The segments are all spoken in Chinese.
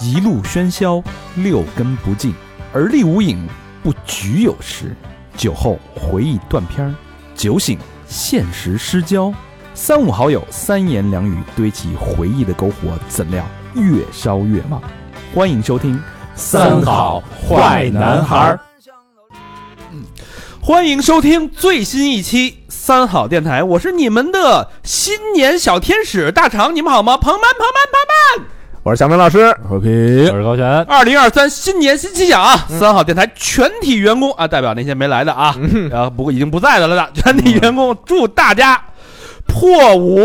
一路喧嚣，六根不净，而立无影，不局有时。酒后回忆断片儿，酒醒现实失焦。三五好友，三言两语堆起回忆的篝火，怎料越烧越旺。欢迎收听《三好坏男孩儿》。欢迎收听最新一期三好电台，我是你们的新年小天使大肠，你们好吗？朋友们，朋友们，朋友们，我是小明老师，和平我是高璇，二零二三新年新气象啊！三好电台全体员工啊，代表那些没来的啊，啊，不过已经不在的了的，全体员工祝大家破五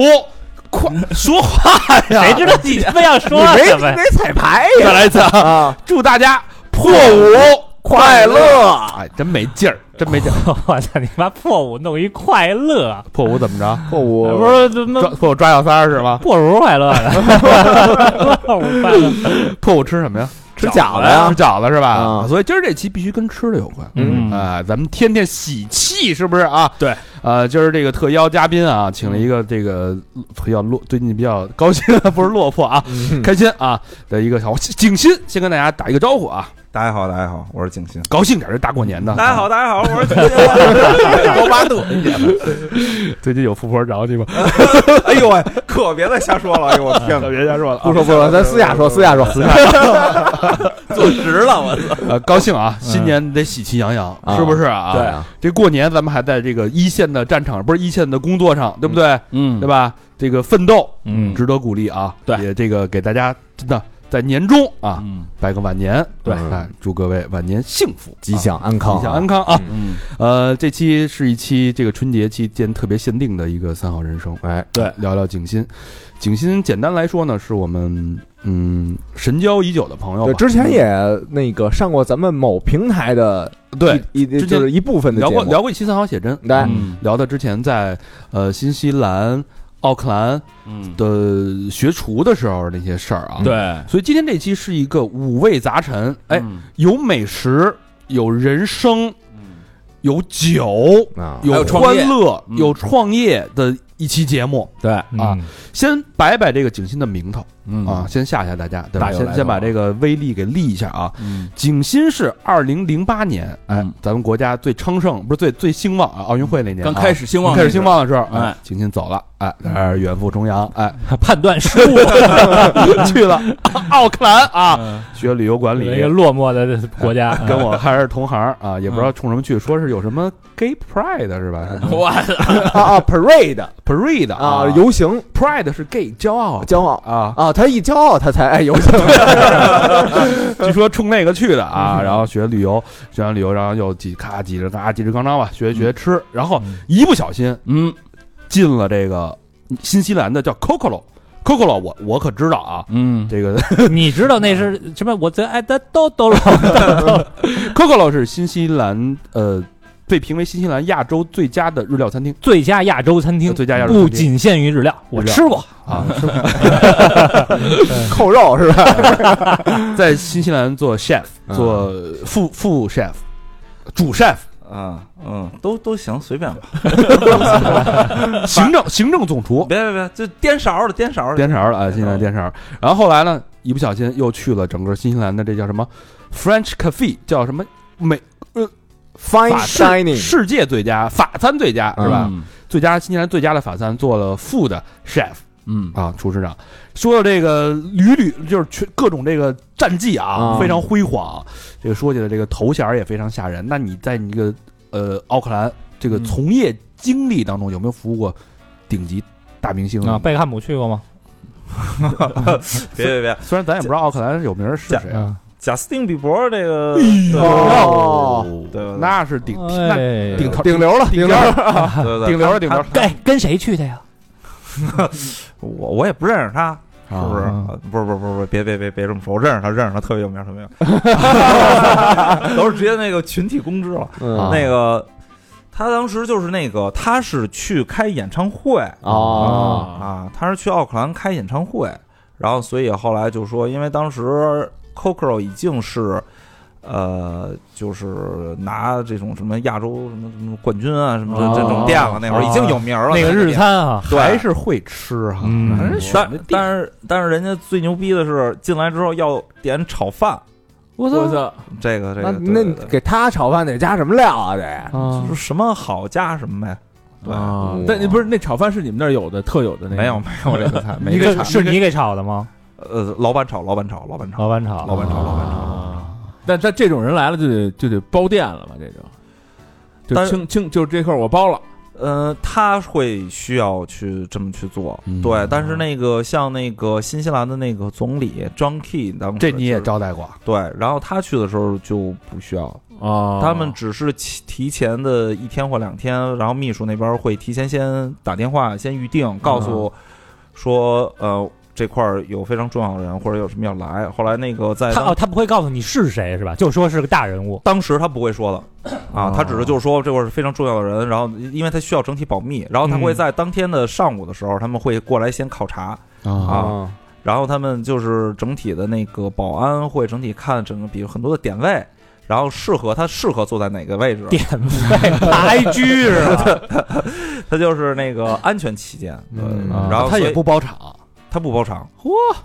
快说话哎呀！谁知道啊你他妈要你说没什你么呀？没彩排再呀？来一次啊！啊，祝大家破五快！乐！哎，真没劲儿，真没劲儿！我操你妈！破五弄一快乐，破五怎么着？破五不是怎抓么破五抓小三儿是吗？破五快乐啊 的，破五快乐。破五吃什么呀？吃饺子吃呀？饺子是吧？啊所以今儿这期必须跟吃的有关。嗯啊、咱们天天喜气是不是啊？对，呃，今儿这个特邀嘉宾啊，请了一个这个比较落，最近比较高兴，不是落魄啊，开心啊的一个小景欣，先跟大家打一个招呼啊，大家好，大家好，我是景星。高兴点儿，这大过年的。 大家好，大家好，我是景 高八度，最近有富婆找你吗？星。哎呦喂，可别再瞎说了，哎呦我天可哪！别瞎说了啊，不说不说，咱私下说，私下说，私下坐直了，我操！呃，高兴啊，新年得喜气洋洋，啊是不是啊？对啊，这过年咱们还在这个一线的战场，不是一线的工作上，对不对？嗯对？吧？这个奋斗，嗯值得鼓励啊！对也这个给大家真的在年终啊嗯拜个晚年，对哎祝各位晚年幸福，吉祥安啊，康，吉祥安康啊！嗯，呃，这期是一期这个春节期间特别限定的一个三好人生，哎，对，聊聊景欣。景欣简单来说呢，是我们嗯神交已久的朋友吧，对，之前也那个上过咱们某平台的对一一之前就是一部分的聊节过目，聊过一期三好写真，对嗯聊到之前在呃新西兰奥克兰嗯，的学厨的时候那些事儿啊，对，所以今天这期是一个五味杂陈，哎，嗯有美食，有人生，有酒，啊，有创欢业乐，嗯有创业的一期节目。对啊，先摆摆这个景欣的名头嗯啊，，先吓吓大家，对吧？大有来先头先把这个威力给立一下啊。嗯景欣是二零零八年，哎嗯，咱们国家最昌盛，不是最最兴旺啊，奥运会那年刚开始。始兴刚旺，开始兴，旺的时候，哎哎，景欣走了，哎，在那儿远赴重洋，哎， 判断失误，去了奥克兰啊，学旅游管理，一个落寞的国家，跟我还是同行啊，也不知道冲什么去，说是有什么 Gay Pride 是吧什么嗯哦我啊啊 parade ？Parade 啊啊，游行 Pride 是 gay 骄傲骄傲啊，啊，他一骄傲他才哎游行，据说冲那个去的啊， 然后学旅游，学完旅游，然后又几咔几着咔几着刚张吧，学学吃，然后一不小心嗯进了这个新西兰的叫 Kokolo，Kokolo 我我可知道啊。嗯，这个你知道那是什么？我哎最爱的豆豆了， Kokolo 是新西兰呃被评为新西兰亚洲最佳的日料餐厅最佳亚洲餐厅，最佳亚洲餐不厅仅限于日料，我日料吃过，啊，扣肉是吧？啊在新西兰做 chef， 嗯做副副 chef，主 chef，啊，嗯，都都行，随便吧。行政行政总厨，别别别，就颠勺了，颠勺了。颠勺哎了啊，新西哦兰颠勺。然后后来呢，一不小心又去了整个新西兰的这叫什么 French Cafe，叫什么美 Fine 嗯法式 Shining 世界最佳法餐最佳是吧？？最佳新西兰最佳的法餐做了副的 chef 嗯啊，厨师长。说到这个屡屡就是全各种这个战绩啊，啊非常辉煌。这个说起来，这个头衔儿也非常吓人。那你在你这个呃奥克兰这个嗯从业经历当中，有没有服务过顶级大明星啊，？贝克汉姆去过吗？别别别，虽然咱也不知道奥克兰有名儿是谁啊。嗯，贾斯汀比伯这个，哦，对对对那是顶那哎顶头顶流了，顶流了，对对顶对，流儿顶流儿哎，跟谁去的呀？我我也不认识他，是不是啊？啊不是不是不是不是，别别别别这么说，我认识他，认识他，特别有名，特别有 名，都是直接那个群体公知了。啊嗯那个他当时就是那个，他是去开演唱会哦，啊，他是去奥克兰开演唱会，然后所以后来就说，因为当时 Coco 已经是呃，就是拿这种什么亚洲什么什么冠军啊，什么哦这这种店了。那会儿已经有名儿了，那个日店餐啊，对还是会吃哈，嗯还是选但的地但是但是人家最牛逼的是进来之后要点炒饭，我我操，这个这那个那对你对对给他炒饭得加什么料啊？得啊就是什么好加什么呗，对，啊嗯但你不是那炒饭是你们那儿有的特有的那个没有没有这个 菜，没这这个菜是你给炒的吗？呃老板炒老板炒老板炒老板炒，老板炒老板炒，啊？但但这种人来了就得就得包店了吧？这种就但清清就是这块儿我包了，呃，他会需要去这么去做嗯，对。但是那个像那个新西兰的那个总理 John Key 当时这你也就是招待过对，然后他去的时候就不需要，哦啊他们只是提提前的一天或两天，然后秘书那边会提前先打电话先预定，告诉嗯说呃这块儿有非常重要的人或者有什么要来。后来那个他在呃当哦，他不会告诉你是谁是吧？就说是个大人物，当时他不会说 的啊哦，他只是就是说这会儿是非常重要的人，然后因为他需要整体保密，然后他会在当天的上午的时候，他们会过来先考察，啊啊，然后他们就是整体的那个保安会整体看整个，比如很多的点位，然后适合他适合坐在哪个位置，点位 白居是吧？他就是那个安全起见，嗯呃然后他所也以不包场，他不包场，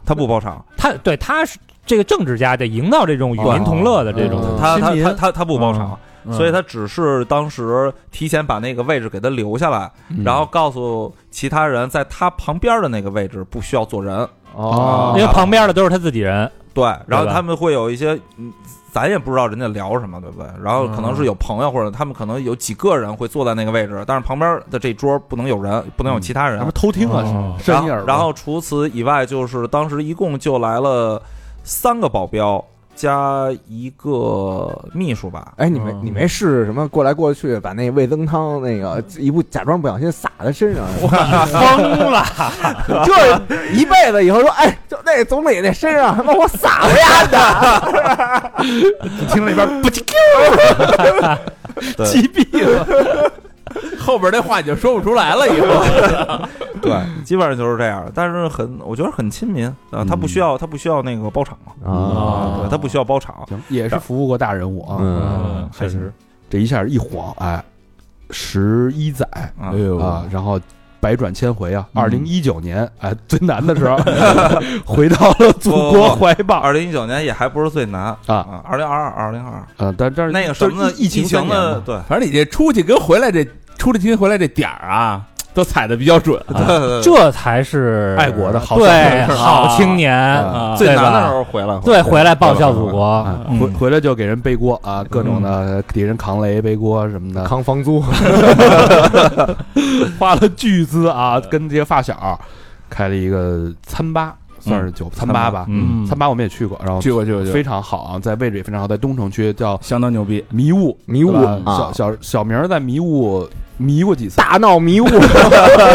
他不包场，他对他是这个政治家得营造这种与民同乐的这哦种，他他新民他他他不包场，嗯嗯所以他只是当时提前把那个位置给他留下来。嗯然后告诉其他人，在他旁边的那个位置不需要坐人。哦因为旁边的都是他自己人，对，然后对吧他们会有一些，嗯咱也不知道人家聊什么，对不对？然后可能是有朋友，或者他们可能有几个人会坐在那个位置，但是旁边的这桌不能有人，不能有其他人咱们。偷听哦了，是然扇后你耳，然后除此以外，就是当时一共就来了三个保镖加一个秘书吧。哎，你没嗯你没试试什么过来过去，把那味增汤那个一不假装不小心洒他身上，嗯疯了！ 这一辈子以后说，哎，就那总理那身上他 妈我洒了呀的，听了 一边，对击毙了。后边那话你就说不出来了，以后对，基本上就是这样。但是很，我觉得很亲民啊，他不需要，他不需要那个包场嘛，啊对他不需要包场，行也是服务过大人物啊。嗯还是这一下一晃，哎，十一载啊哎呦哦啊，然后百转千回啊。嗯二零一九年，哎，最难的 时候回到了祖国怀抱哦二零一九年也还不是最难啊啊，二零二二、二零二二啊，但但是那个什就么是疫疫情情三年的，嘛啊对哦反正你这出去跟回来这出去今天回来这点儿啊，都踩的比较准。对对对这才是爱国的好青对年好青年啊，嗯最对难的吧时候回来，嗯对回来报效祖国，嗯啊，回回来就给人背锅啊，各种的给人扛雷、背锅什么的，扛房租，嗯 花了巨资啊，跟这些发小开了一个餐吧，嗯算是酒餐吧吧。嗯餐吧我们也去过，然后去过去过去过，非常好啊，在位置也非常好，在东城区叫相当牛逼。迷雾迷雾对吧啊小，小小明儿在迷雾迷过几次，大闹 迷雾，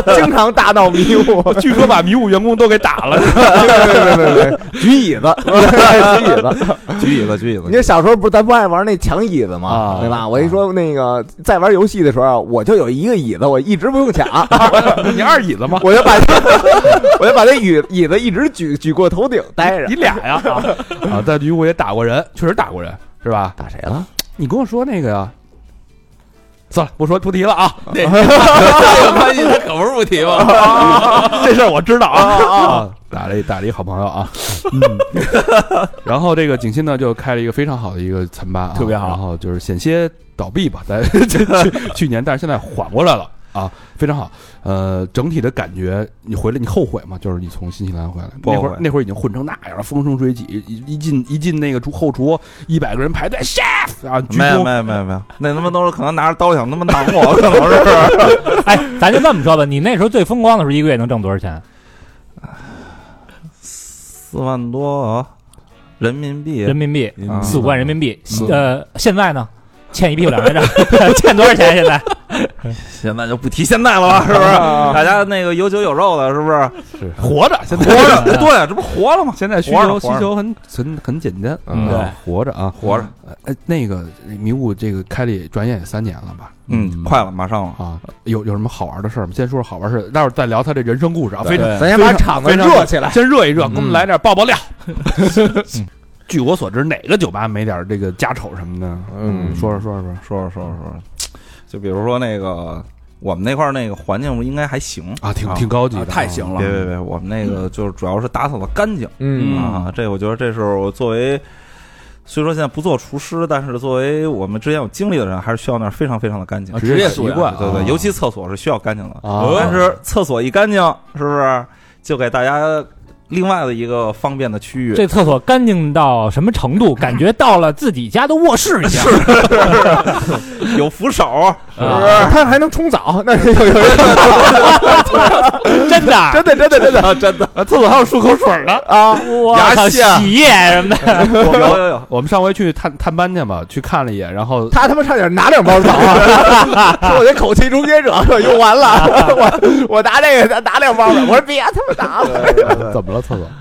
经常大闹迷雾，据说把迷雾员工都给打了。 对对对对，举椅子， 举椅子。举椅子，举椅子 你，这小时候不是咱不爱玩那抢椅子吗啊？对吧？我一说那个在玩游戏的时候，啊我就有一个椅子，我一直不用 抢，你二椅 子吗？我就把我就把那椅椅子一直举举过头顶待着你。俩呀啊！啊，在迷雾也打过人，确实打过人，是吧？打谁了？你跟我说那个呀。算了，不说出题了啊！关系他可不是不提吗？这事儿我知道啊。 打了一打了一好朋友啊， 嗯，然后这个景欣呢就开了一个非常好的一个餐吧、啊，特别好然后就是险些倒闭吧，在去去年，但是现在缓过来了啊，非常好。呃，整体的感觉，你回来你后悔吗？就是你从新西兰回来不那后会悔儿，那会儿已经混成那样了，风生水起，一一进一进那个厨后厨，一百个人排队，chef 啊，鞠 没有躬没有没有没有，那他妈都是可能拿着刀想他妈打我，可能是。哎，咱就这么说吧，你那时候最风光的时候，一个月能挣多少钱？四万多人民币人，民币啊四五万人民币嗯，呃，现在呢，欠一屁股两来着， 欠多少钱？啊现在现在就不提现在了吧，是不是？大家那个有酒有肉的，是不是？活着，现在活 着，哎对，这不活了吗？现在需活着求需活着求很很很简单，嗯啊，活着啊，活着，哎，那个迷雾这个开了也转眼也三年了吧？嗯，快了，马上了。啊，有有什么好玩的事儿吗？先说说好玩事儿，待会儿再聊他这人生故事啊。非常咱先把场子非常嗯热起来。 先热一热，给我们来点爆爆料。嗯据我所知，哪个酒吧没点这个家丑什么的？嗯说说说说，说说说说说，就比如说那个我们那块儿那个环境应该还行啊，挺挺高级啊的，嗯太行了别别别，我们那个就是主要是打扫的干净、嗯啊，这我觉得这是我作为。虽说现在不做厨师，但是作为我们之前有经历的人，还是需要那儿非常非常的干净。啊职业素养习惯对对啊对，尤其厕所是需要干净的。啊但是厕所一干净，是不是就给大家另外的一个方便的区域？这厕所干净到什么程度？感觉到了自己家的卧室一样。有扶手，是啊他还能冲澡， 那有有有真的，真的真的真的真的厕所还有漱口水呢。啊！我牙操，线洗液什么的，有有有， 我们上回去探探班去嘛，去看了一眼，然后他他妈差点拿两包澡啊！说我这口气终结者用完了， 我我拿这个拿两包了。我说别他妈拿了，呃怎么了，厕所？啊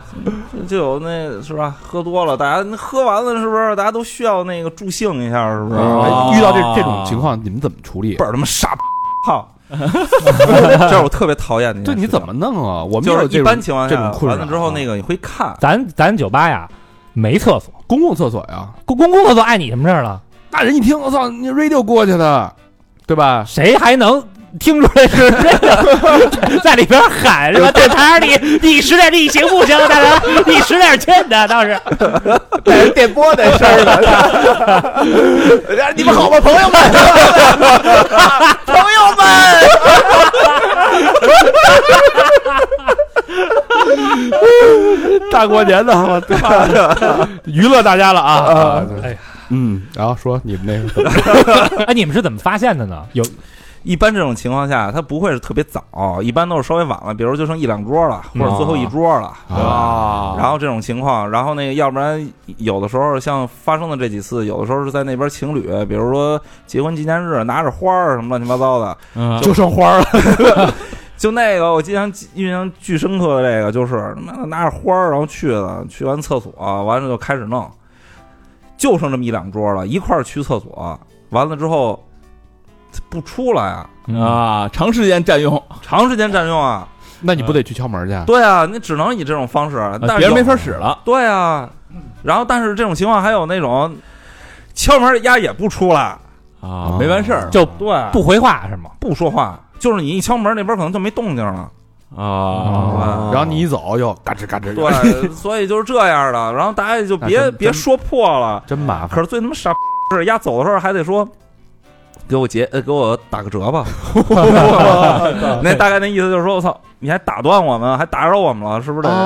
就有那是吧？喝多了，大家那喝完了是不是？大家都需要那个助兴一下，是不是？哦哎遇到这这种情况，你们怎么处理倍？儿他妈傻操！这是我特别讨厌的一这件事情。你怎么弄啊？我们就有是这一般种情况这下种困扰完了之后，那个你会看，咱咱酒吧呀没厕所，公共厕所呀，公公共厕所碍你什么事儿了？那人一听，我操，你 radio 过去的，对吧？谁还能听出来是这个？ 在里边喊是吧？大肠，你你实在你行不行？大肠，你使点劲的倒是。带着电波那声儿的。你们好吗，朋友们？朋友们， 大过年的，我 操娱乐大家了啊！嗯，然后说你们那个怎么哎， 你们是怎么发现的呢？有一般这种情况下，它不会是特别早，一般都是稍微晚了，比如就剩一两桌了，或者最后一桌了，对吧？啊，然后这种情况，然后那个，要不然有的时候像发生的这几次，有的时候是在那边情侣，比如说结婚纪念日，拿着花儿什么乱七八糟的，啊就剩花了？就那个，我印象印象巨深刻的这个，就是他妈的拿着花儿，然后去的，去完厕所，完了就开始弄，就剩这么一两桌了，一块儿去厕所，完了之后不出来啊，啊，长时间占用，长时间占用啊， 那你不得去敲门去？对啊，你只能以这种方式，但是啊别人有没法使了。对啊，然后但是这种情况还有那种敲门丫也不出来，啊，没完事儿就对，不回话是吗？不说话，就是你一敲门，那边可能就没动静 了。啊，啊然后你一走又嘎吱嘎吱，对，所以就是这样的。然后大家也就那别真别说破了。真麻烦。可是最他妈傻逼是，丫走的时候还得说，给我结，呃，给我打个折 吧。那大概那意思就是说，我操，你还打断我们，还打扰我们了，是不是得？哦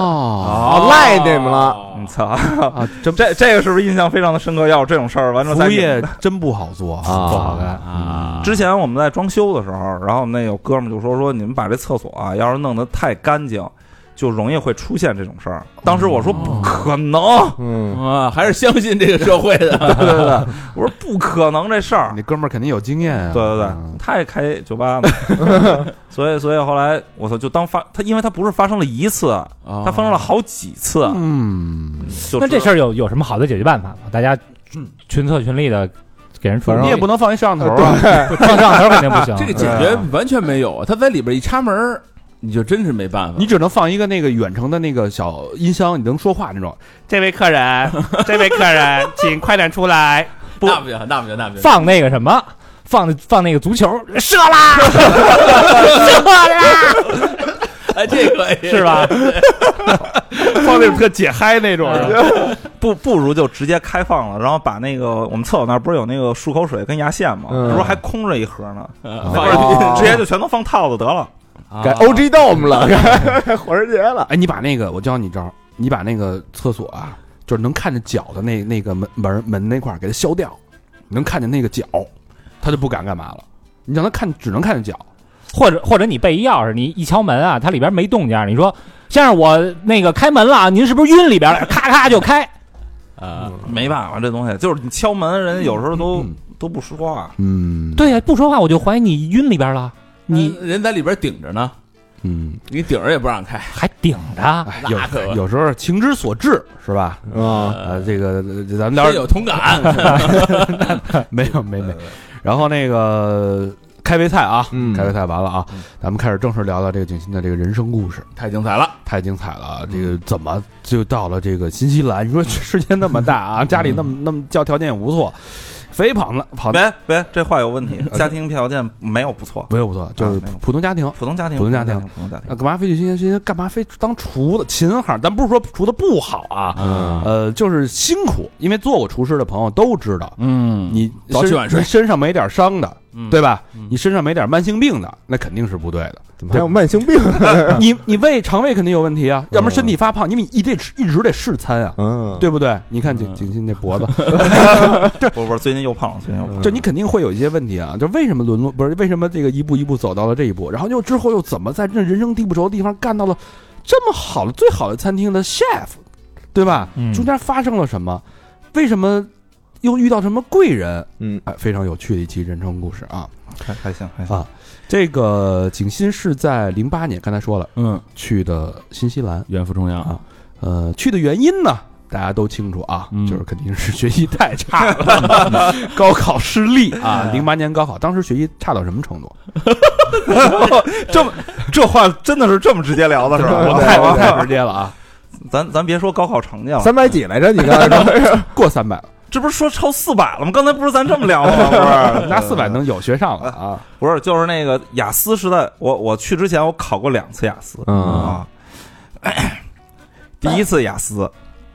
啊哦，赖你们了。你操，啊，真这这个是不是印象非常的深刻？要有这种事儿，完之后服再务业真不好做，啊不好干。嗯啊， 之前我们在装修的时候，然后我们那有哥们儿就说说你们把这厕所啊，要是弄得太干净，就容易会出现这种事儿。哦当时我说不可 能，嗯，啊，还是相信这个社会的。对对对，我说不可能这事 儿嗯你。哥们儿肯定有经验啊！对对嗯对，他也开酒 吧呢，所以所以后来我操，就当发他，因为他不是发生了一次，他发生了好几次。哦嗯，就那这事儿儿有有什么好的解决办法吗？大家群策群力的给人出，你也不能放一摄像头啊！放上头肯定不行。 这个解决完全没有啊，他在里边一插门儿，你就真是没办法你。只能放一个那个远程的那个小音箱，你能说话那种。这位客人，这位客人，请快点出来。不那不行，那不行，那不 行。放那个什么，放放那个足球，射啦，射啦，哎，这个是？吧？放那种特解嗨那种。 不不如就直接开放了，然后把那个我们厕所那儿不是有那个漱口水跟牙线吗？嗯那时候还空着一盒呢，呃那放会哦儿 直接就全都放套子得了。改 OG Dome 了， 改火人节了。哎，你把那个，我教你一招，你把那个厕所啊，就是能看见脚的那那个门门门那块儿给它削掉，你能看见那个脚，他就不敢干嘛了。你让他看，只能看见脚。或者或者你备一钥匙，你一敲门啊，它里边没动静儿，你说先生我那个开门了啊，您是不是晕里边了？咔咔就开，啊，没办法，这东西就是你敲门，人有时候都、嗯都不说话。嗯，，对呀、不说话我就怀疑你晕里边了，你人在里边顶着呢，嗯，你顶着也不让开，还顶着。 哎那可嗯有有时候情之所至是吧？啊，呃，这个呃咱们聊 深有同感。没有没没，然后那个开胃菜啊，嗯开胃菜完了啊，咱们开始正式聊聊这个景星的这个人生故事，太精彩了，太精彩了。这个怎么就到了这个新西兰？你说这世界那么大啊，家里那么那么教条件也不错，肥跑了跑的别别，这话有问题，家庭条件没有不错，没有不错，就是啊没有普通家庭。普通家庭，普通家庭庭，普通家那庭，干嘛非去新西兰？新西兰干嘛非当厨子？琴行，咱不是说厨子不好啊，嗯呃，就是辛苦，因为做过厨师的朋友都知道，嗯你早起身晚睡你身上没点伤的，对吧？你身上没点慢性病的，那肯定是不对的。怎么还有慢性病？你你胃肠胃肯定有问题啊，要不然身体发胖，因为你一得吃一直得试餐啊，嗯，对不对？你看景景欣这脖子，不不，最近又胖了，最近又嗯胖了。就你肯定会有一些问题啊。就为什么沦落不是为什么这个一步一步走到了这一步，然后又之后又怎么在这人生地不熟的地方干到了这么好的最好的餐厅的 chef，对吧？嗯中间发生了什么？为什么又遇到什么贵人？嗯，哎，非常有趣的一期人生故事啊。还还行，还行啊这个景欣是在零八年，刚才说了嗯，去的新西兰，远赴重洋啊呃，去的原因呢，大家都清楚啊，嗯就是肯定是学习太差 了，高考失利哎啊。零八年高考，当时学习差到什么程度？这么这话真的是这么直接聊的是吧？我太我太直接了啊，咱咱别说高考成绩了，三百几来着？你刚才说过三百了，这不是说超四百了吗？刚才不是咱这么聊的吗？ 不是，拿四百能有学上 了啊。不是，就是那个雅思时代，我我去之前我考过两次雅思、嗯，啊，第一次雅思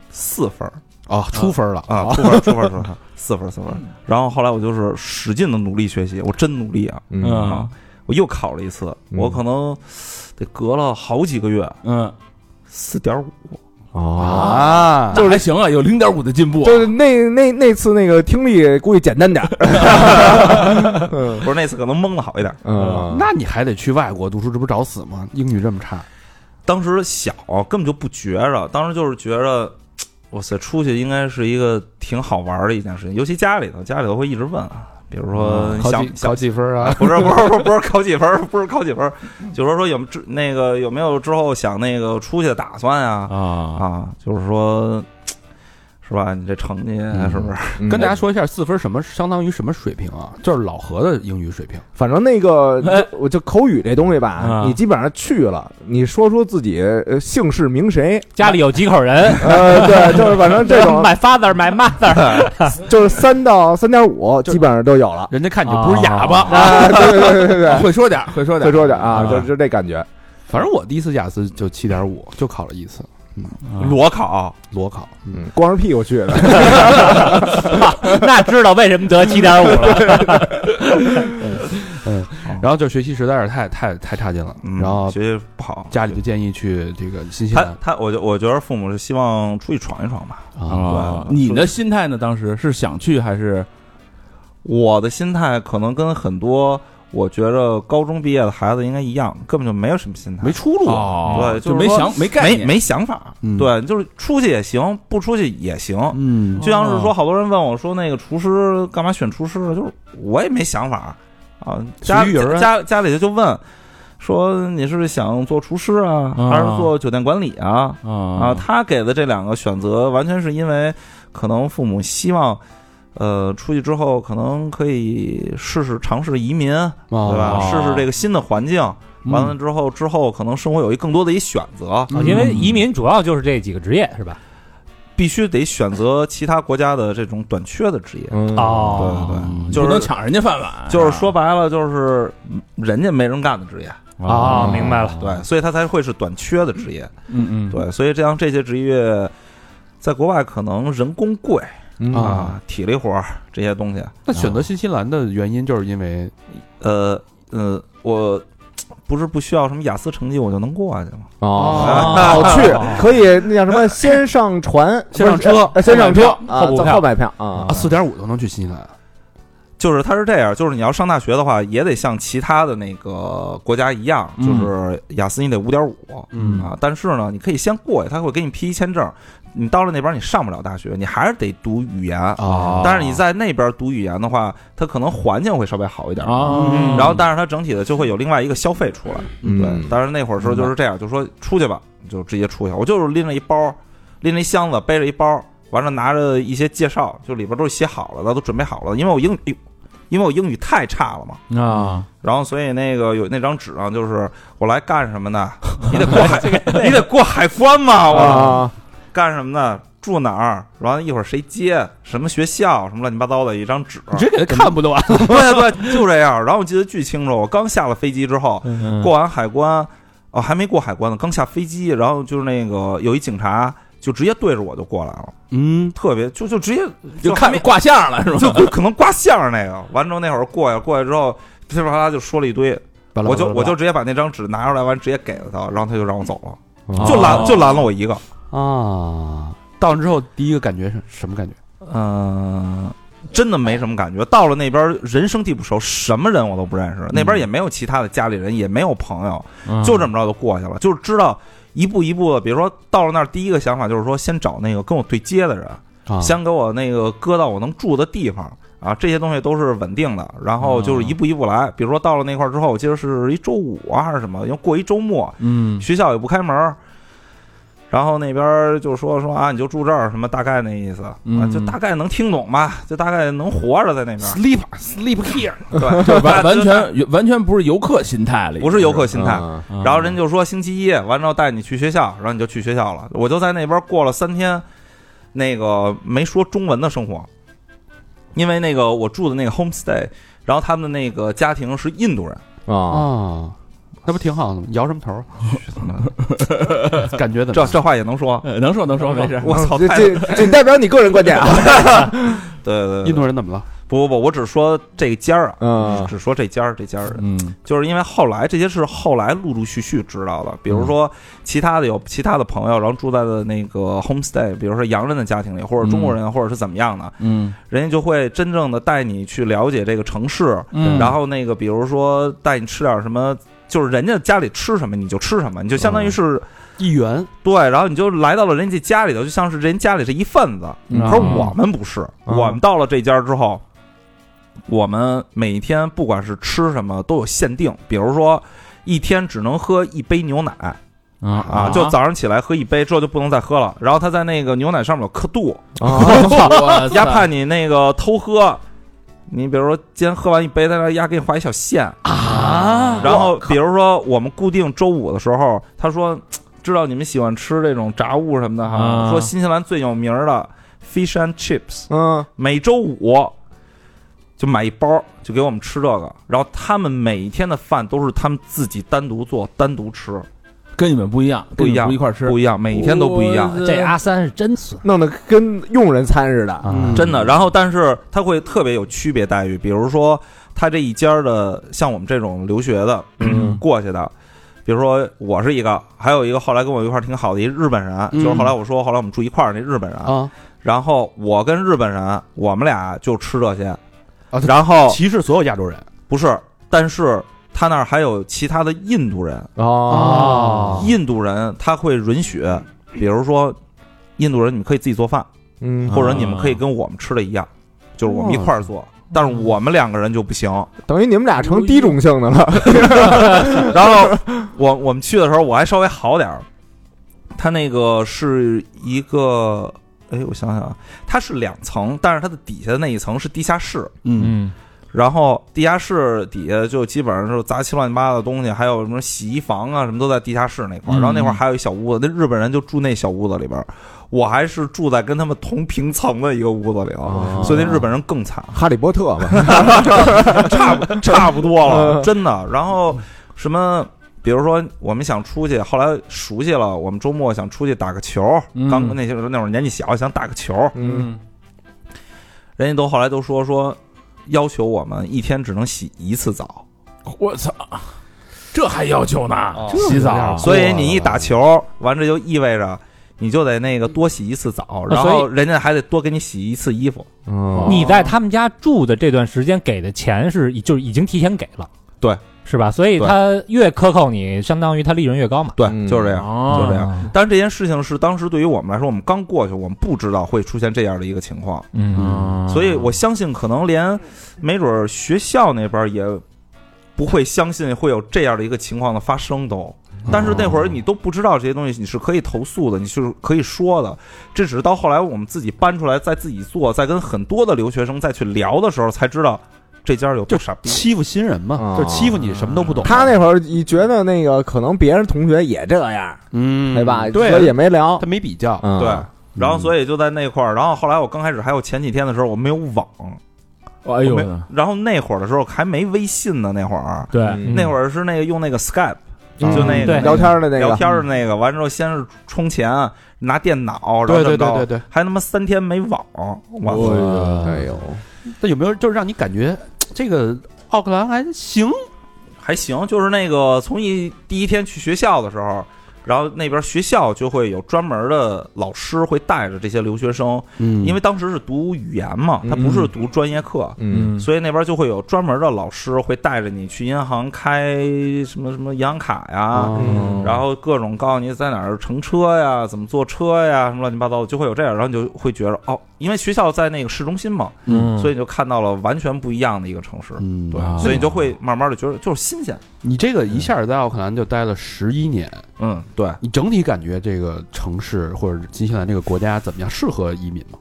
四分儿哦，出分了啊，！出分儿出分儿出分儿，四分儿四分儿。然后后来我就是使劲的努力学习，我真努力啊嗯啊！我又考了一次，嗯我可能得隔了好几个月，嗯，四点五。哦，啊，就是还行啊，有零点五的进步，就是那那那次那个听力估计简单点儿嗯不是那次可能蒙的好一点，嗯，那你还得去外国读书，这不找死吗？英语这么差，当时小，根本就不觉着，当时就是觉着，哇塞，出去应该是一个挺好玩的一件事情，尤其家里头，家里头会一直问啊，比如说嗯考想几考几分啊？不是不是 不是不是考几分儿，不是考几分儿，就是说有没有之那个有没有之后想那个出去的打算呀？啊，啊，就是说，是吧？你这成绩啊是不是？嗯跟大家说一下，四分什么相当于什么水平啊？就是老何的英语水平。反正那个，哎就我就口语这东西吧啊，你基本上去了，你说出自己呃姓氏名谁，家里有几口人，呃，对，就是反正这 种 my father my mother，就是三到三点五，基本上都有了人家看你就不是哑巴。啊，对对对对对会说点儿，会说对，点会儿，说点啊，啊就就这感觉，反正我第一次雅思就七点五，就考了一次嗯裸考，裸考。嗯，光着屁股去的，那知道为什么得七点五了。然后就学习实在是太太太差劲了，嗯然后学习不好。家里就建议去这个新西他兰他，我就我觉得父母是希望出去闯一闯吧。啊。啊对，你的心态呢？当时是想去还是我的心态可能跟很多我觉着高中毕业的孩子应该一样，根本就没有什么心态，没出路，哦对就就是没说想没概没念，没想法。嗯对，就是出去也行，不出去也行。嗯，就像是说，好多人问我说，那个厨师干嘛选厨师啊呢？就是我也没想法啊，家随遇而安家家里就问说你是想做厨师啊，啊还是做酒店管理啊？啊，啊他给的这两个选择，完全是因为可能父母希望。呃，出去之后可能可以试试尝试移民，嗯对对吧？哦试试这个新的环境，完了之后之后可能生活有一更多的一选择，哦因为移民主要就是这几个职业是吧？必须得选择其他国家的这种短缺的职业。嗯，哦，对嗯对，就就是能是抢人家饭碗，啊就是说白了，就是人家没人干的职业，啊哦，明白嗯了。对，所以他才会是短缺的职业，嗯嗯，对，所以这样这些职业，在国外可能人工贵啊。啊，体力活儿这些东西，那选择新西兰的原因就是因为呃呃，我不是不需要什么雅思成绩我就能过去吗？哦，好去可以那叫什么，先上船，先上车不是呃先上车后买票啊后补，票后买票啊啊，四点五都能去新西兰，就是他是这样，就是你要上大学的话，也得像其他的那个国家一样，嗯就是雅思你得五点五，嗯啊，但是呢，你可以先过去，他会给你批一签证，你到了那边你上不了大学，你还是得读语言哦但是你在那边读语言的话，它可能环境会稍微好一点。哦啊，嗯嗯然后，但是它整体的就会有另外一个消费出来。嗯对，当然那会儿时候就是这样，就说出去吧，就直接出去。我就是拎着一包，拎着一箱子，背着一包，完了拿着一些介绍，就里边都是写好了的，都准备好了。因为我英语，哎呦因为我英语太差了嘛。啊，然后所以那个有那张纸上就是我来干什么 呢？你得过海， 你得过海关嘛，我、啊，干什么呢？住哪儿？完了，一会儿谁接？什么学校？什么乱七八糟的一张纸。直接给他看不就完了？ 对对，就这样。然后我记得巨清楚，我刚下了飞机之后， 嗯过完海关，哦，还没过海关呢，刚下飞机，然后就是那个有一警察就直接对着我就过来了，嗯，特别就就直接就还看没挂相了是吧？ 就可能挂相儿那个。完之后那会儿过去过去之后，噼里啪啦就说了一堆，我就我就直接把那张纸拿出来，完直接给了他，然后他就让我走了，就拦就拦了我一个。啊，到那之后第一个感觉是什么感觉？嗯、真的没什么感觉。到了那边人生地不熟，什么人我都不认识，那边也没有其他的家里人，也没有朋友，就这么着就过去了。就是知道一步一步的，比如说到了那儿，第一个想法就是说，先找那个跟我对接的人，啊先给我那个搁到我能住的地方。啊，这些东西都是稳定的，然后嗯就是一步一步来。比如说到了那块儿之后，我记得是一周五啊还是什么，因为过一周末，嗯学校也不开门儿，然后那边儿就说说啊，你就住这儿，什么大概那意思，啊嗯，就大概能听懂吧，就大概能活着在那边儿， ，sleep sleep here，对，就完完全完全不是游客心态了，不是游客心啊态。啊嗯嗯然后人就说星期一完之后带你去学校，然后你就去学校了。我就在那边过了三天，那个没说中文的生活，因为那个我住的那个 homestay，然后他们的那个家庭是印度人，啊，啊，那不挺好的吗？摇什么头？ 感觉怎么这样？这话也能说。呃能说能说没事。 我操！这太对这仅代表你个人观点啊，对对，印度人怎么了？不不不，我只说这家儿啊，嗯只说这家儿这家儿人，嗯就是因为后来这些是后来陆陆续续知道的，比如说其他的有其他的朋友，然后住在的那个 homestay，比如说洋人的家庭里，或者中国人，或者是怎么样的，嗯人家就会真正的带你去了解这个城市，嗯然后那个比如说带你吃点什么，就是人家家里吃什么你就吃什么，你就相当于嗯是一元对，然后你就来到了人家家里头，就像是人家里是一份子。嗯可是我们不是，嗯我们到了这家之后，我们每天不管是吃什么都有限定，比如说一天只能喝一杯牛奶啊，就早上起来喝一杯之后就不能再喝了。然后他在那个牛奶上面有刻度，我 压怕你那个偷喝。你比如说，今天喝完一杯，他那压给你画一小线，啊然后比如说我们固定周五的时候，他说知道你们喜欢吃这种炸物什么的哈，啊说新西兰最有名儿的 fish and chips，嗯，每周五就买一包，就给我们吃这个。然后他们每天的饭都是他们自己单独做、单独吃，跟你们不一样，不一样跟你们不一块儿吃不，一样，每天都不一样，我这阿三是真损，弄得跟佣人餐似的，嗯啊真的。然后，但是他会特别有区别待遇，比如说他这一家的，像我们这种留学的、嗯过去的。比如说，我是一个，还有一个后来跟我一块儿挺好的一日本人，嗯就是后来我说后来我们住一块儿那日本人，啊，然后我跟日本人，我们俩就吃这些，啊然后歧视所有亚洲人不是，但是他那儿还有其他的印度人，啊哦，印度人他会允许，比如说印度人你们可以自己做饭，嗯，或者你们可以跟我们吃的一样，就是我们一块儿做，但是我们两个人就不行。等于你们俩成低种姓的了，然后我我们去的时候我还稍微好点儿，他那个是一个。哎，我想想啊，它是两层，但是它的底下那一层是地下室，嗯然后地下室底下就基本上是杂七乱七八糟的东西，还有什么洗衣房啊，什么都在地下室那块儿。嗯然后那块儿还有一小屋子，那日本人就住那小屋子里边儿，我还是住在跟他们同平层的一个屋子里啊，所以那日本人更惨， 哈利波特嘛， 差不差不多了， 真的。然后什么，比如说我们想出去，后来熟悉了，我们周末想出去打个球，嗯刚那些时候那会儿年纪小，想打个球，嗯，人家都后来都说说要求我们一天只能洗一次澡。我操，这还要求呢？哦洗这澡，样所以你一打球，完这就意味着你就得那个多洗一次澡，然后人家还得多给你洗一次衣服。哦嗯你在他们家住的这段时间给的钱是已就是已经提前给了，对，是吧？所以对他越苛扣你，相当于他利润越高嘛。对，嗯就是这啊样。啊哦就这样，但是这件事情是当时对于我们来说，我们刚过去，我们不知道会出现这样的一个情况，嗯所以我相信可能连没准儿学校那边也不会相信会有这样的一个情况的发生都。但是那会儿你都不知道这些东西，你是可以投诉的，你是可以说的。这只是到后来我们自己搬出来，再自己做，再跟很多的留学生再去聊的时候，才知道这家有多傻逼，欺负新人嘛，啊就是欺负你什么都不懂。他那会儿你觉得那个可能别人同学也这样，嗯，对吧？对所以也没聊他。没比较，嗯对，然后所以就在那块儿，然后后来我刚开始还有前几天的时候我没有网，哦哎我呦没，然后那会儿的时候还没微信呢，那会儿对嗯那会儿是那个用那个 Skype，嗯就那个对聊天的那聊个，天的那个，完之后先是充钱拿电脑，然对对后这对么对着，对。还他妈三天没网，我哎呦，那有没有就是让你感觉这个奥克兰还行？还行，就是那个从一第一天去学校的时候，然后那边学校就会有专门的老师会带着这些留学生，嗯因为当时是读语言嘛，他不是读专业课，嗯，所以那边就会有专门的老师会带着你去银行开什么什么银行卡哦呀。嗯然后各种告诉你在哪儿乘车呀，怎么坐车呀，什么乱七八糟的，就会有这样，然后你就会觉得哦，因为学校在那个市中心嘛，嗯所以你就看到了完全不一样的一个城市，嗯，对，啊哇所以你就会慢慢的觉得就是新鲜，你这个一下在奥克兰就待了十一年，嗯，对，你整体感觉这个城市或者新西兰这个国家怎么样？适合移民吗？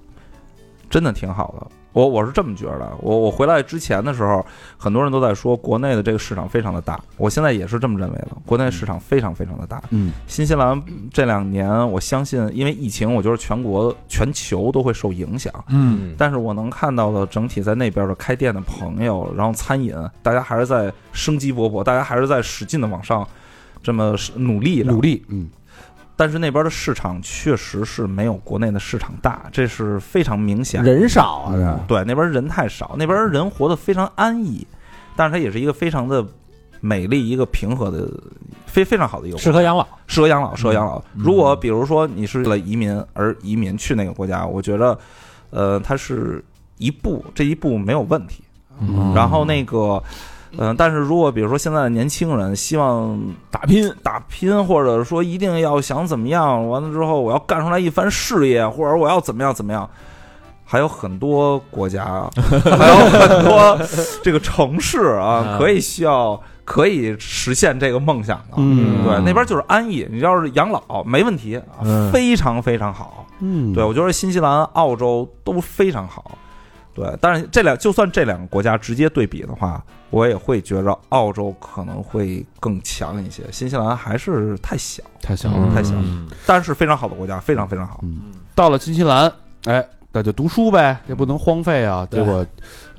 真的挺好的。我我是这么觉得，我我回来之前的时候，很多人都在说国内的这个市场非常的大，我现在也是这么认为的，国内市场非常非常的大。嗯，新西兰这两年，我相信因为疫情，我觉得全国全球都会受影响，嗯但是我能看到的整体在那边的开店的朋友，然后餐饮，大家还是在生机勃勃，大家还是在使劲的往上这么努力着努。力，嗯，但是那边的市场确实是没有国内的市场大，这是非常明显的。人少啊，这对那边人太少，那边人活得非常安逸，但是它也是一个非常的美丽、一个平和的、非非常好的一个国家适合养老。适合养老，适合养老。嗯如果比如说你是为了移民而移民去那个国家，我觉得，呃，它是一步这一步没有问题。嗯然后那个，嗯、但是如果比如说现在的年轻人希望打拼打拼，或者说一定要想怎么样，完了之后我要干出来一番事业，或者我要怎么样怎么样。还有很多国家， 还有很多这个城市啊，嗯可以需要可以实现这个梦想啊的。嗯对，那边就是安逸，你要是养老没问题，啊嗯非常非常好。嗯，对，我觉得新西兰、澳洲都非常好。对，但是这两就算这两个国家直接对比的话，我也会觉着澳洲可能会更强一些，新西兰还是太小，太香了。嗯太小了。嗯嗯但是非常好的国家，非常非常好。到了新西兰，哎，那就读书呗，也不能荒废啊。结果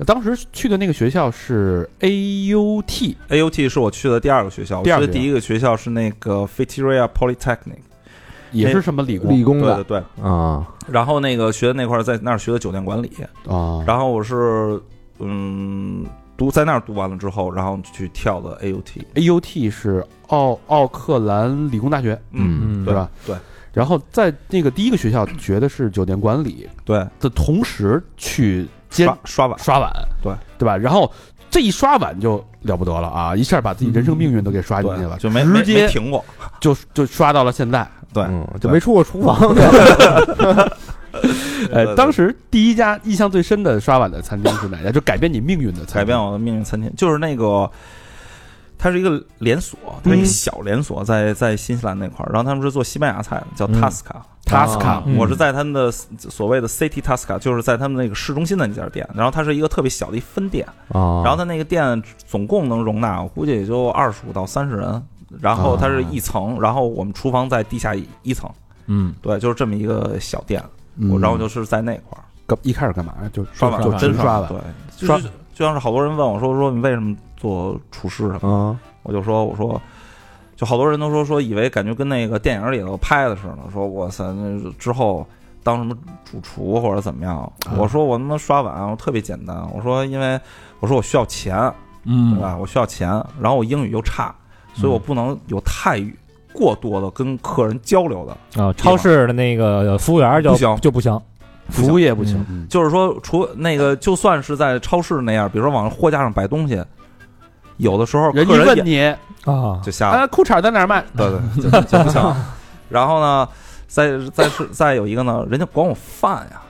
当时去的那个学校是 AUT， AUT 是我去的第二个学校，我嗯第去二个的第一个学校是那个 Fitteria Polytechnic，也哎是什么理工理工对对的对。啊，然后那个学的那块儿，在那儿学的酒店管理，啊，然后我是嗯读在那儿读完了之后，然后去跳的 AUT， AUT 是奥奥克兰理工大学，嗯，嗯对吧？对。然后在那个第一个学校学的是酒店管理对，的同时去兼刷刷碗，刷碗，对对吧？然后这一刷碗就了不得了啊！一下把自己人生命运都给刷进去了，嗯对，就没直没接没停过，就就刷到了现在。对，嗯，就没出过厨房的，呃呃对，对当时第一家印象最深的刷碗的餐厅是 哪家？就改变你命运的餐厅。 改变我的命运餐厅就是那个。它是一个连锁，它是一个小连锁，在在新西兰那块儿。然后他们是做西班牙菜的，叫嗯 Tasca。 Tasca，嗯我是在他们的所谓的 City Tasca，就是在他们那个市中心的那家店。然后它是一个特别小的一分店，然啊然后他那个店总共能容纳，我估计也就二十五到三十人。然后它是一啊层，然后我们厨房在地下一一层， 嗯对，就是这么一个小店。嗯我然后就是在那块儿干一开始干嘛呀？就刷碗，就真纯刷碗碗，。对，就刷是就像是好多人问我说说你为什么做厨师什么，啊，我就说我说。就好多人都说说，以为感觉跟那个电影里头拍的似的，说哇塞，那之后当什么主厨或者怎么样？啊我说我他妈刷碗，我特别简单。我说因为我说我需要钱，对嗯吧？我需要钱，然后我英语又差，所嗯以我不能有太过多的跟客人交流的。啊，超市的那个服务员就不行就不行，服务业不行嗯，嗯就是说，除那个，就算是在超市那样，比如说往货架上摆东西，有的时候人一客人问也你，啊，就瞎了，啊，裤衩在哪儿卖？ 对 对，就就不行了。然后呢，再再是再有一个呢，人家管我饭呀，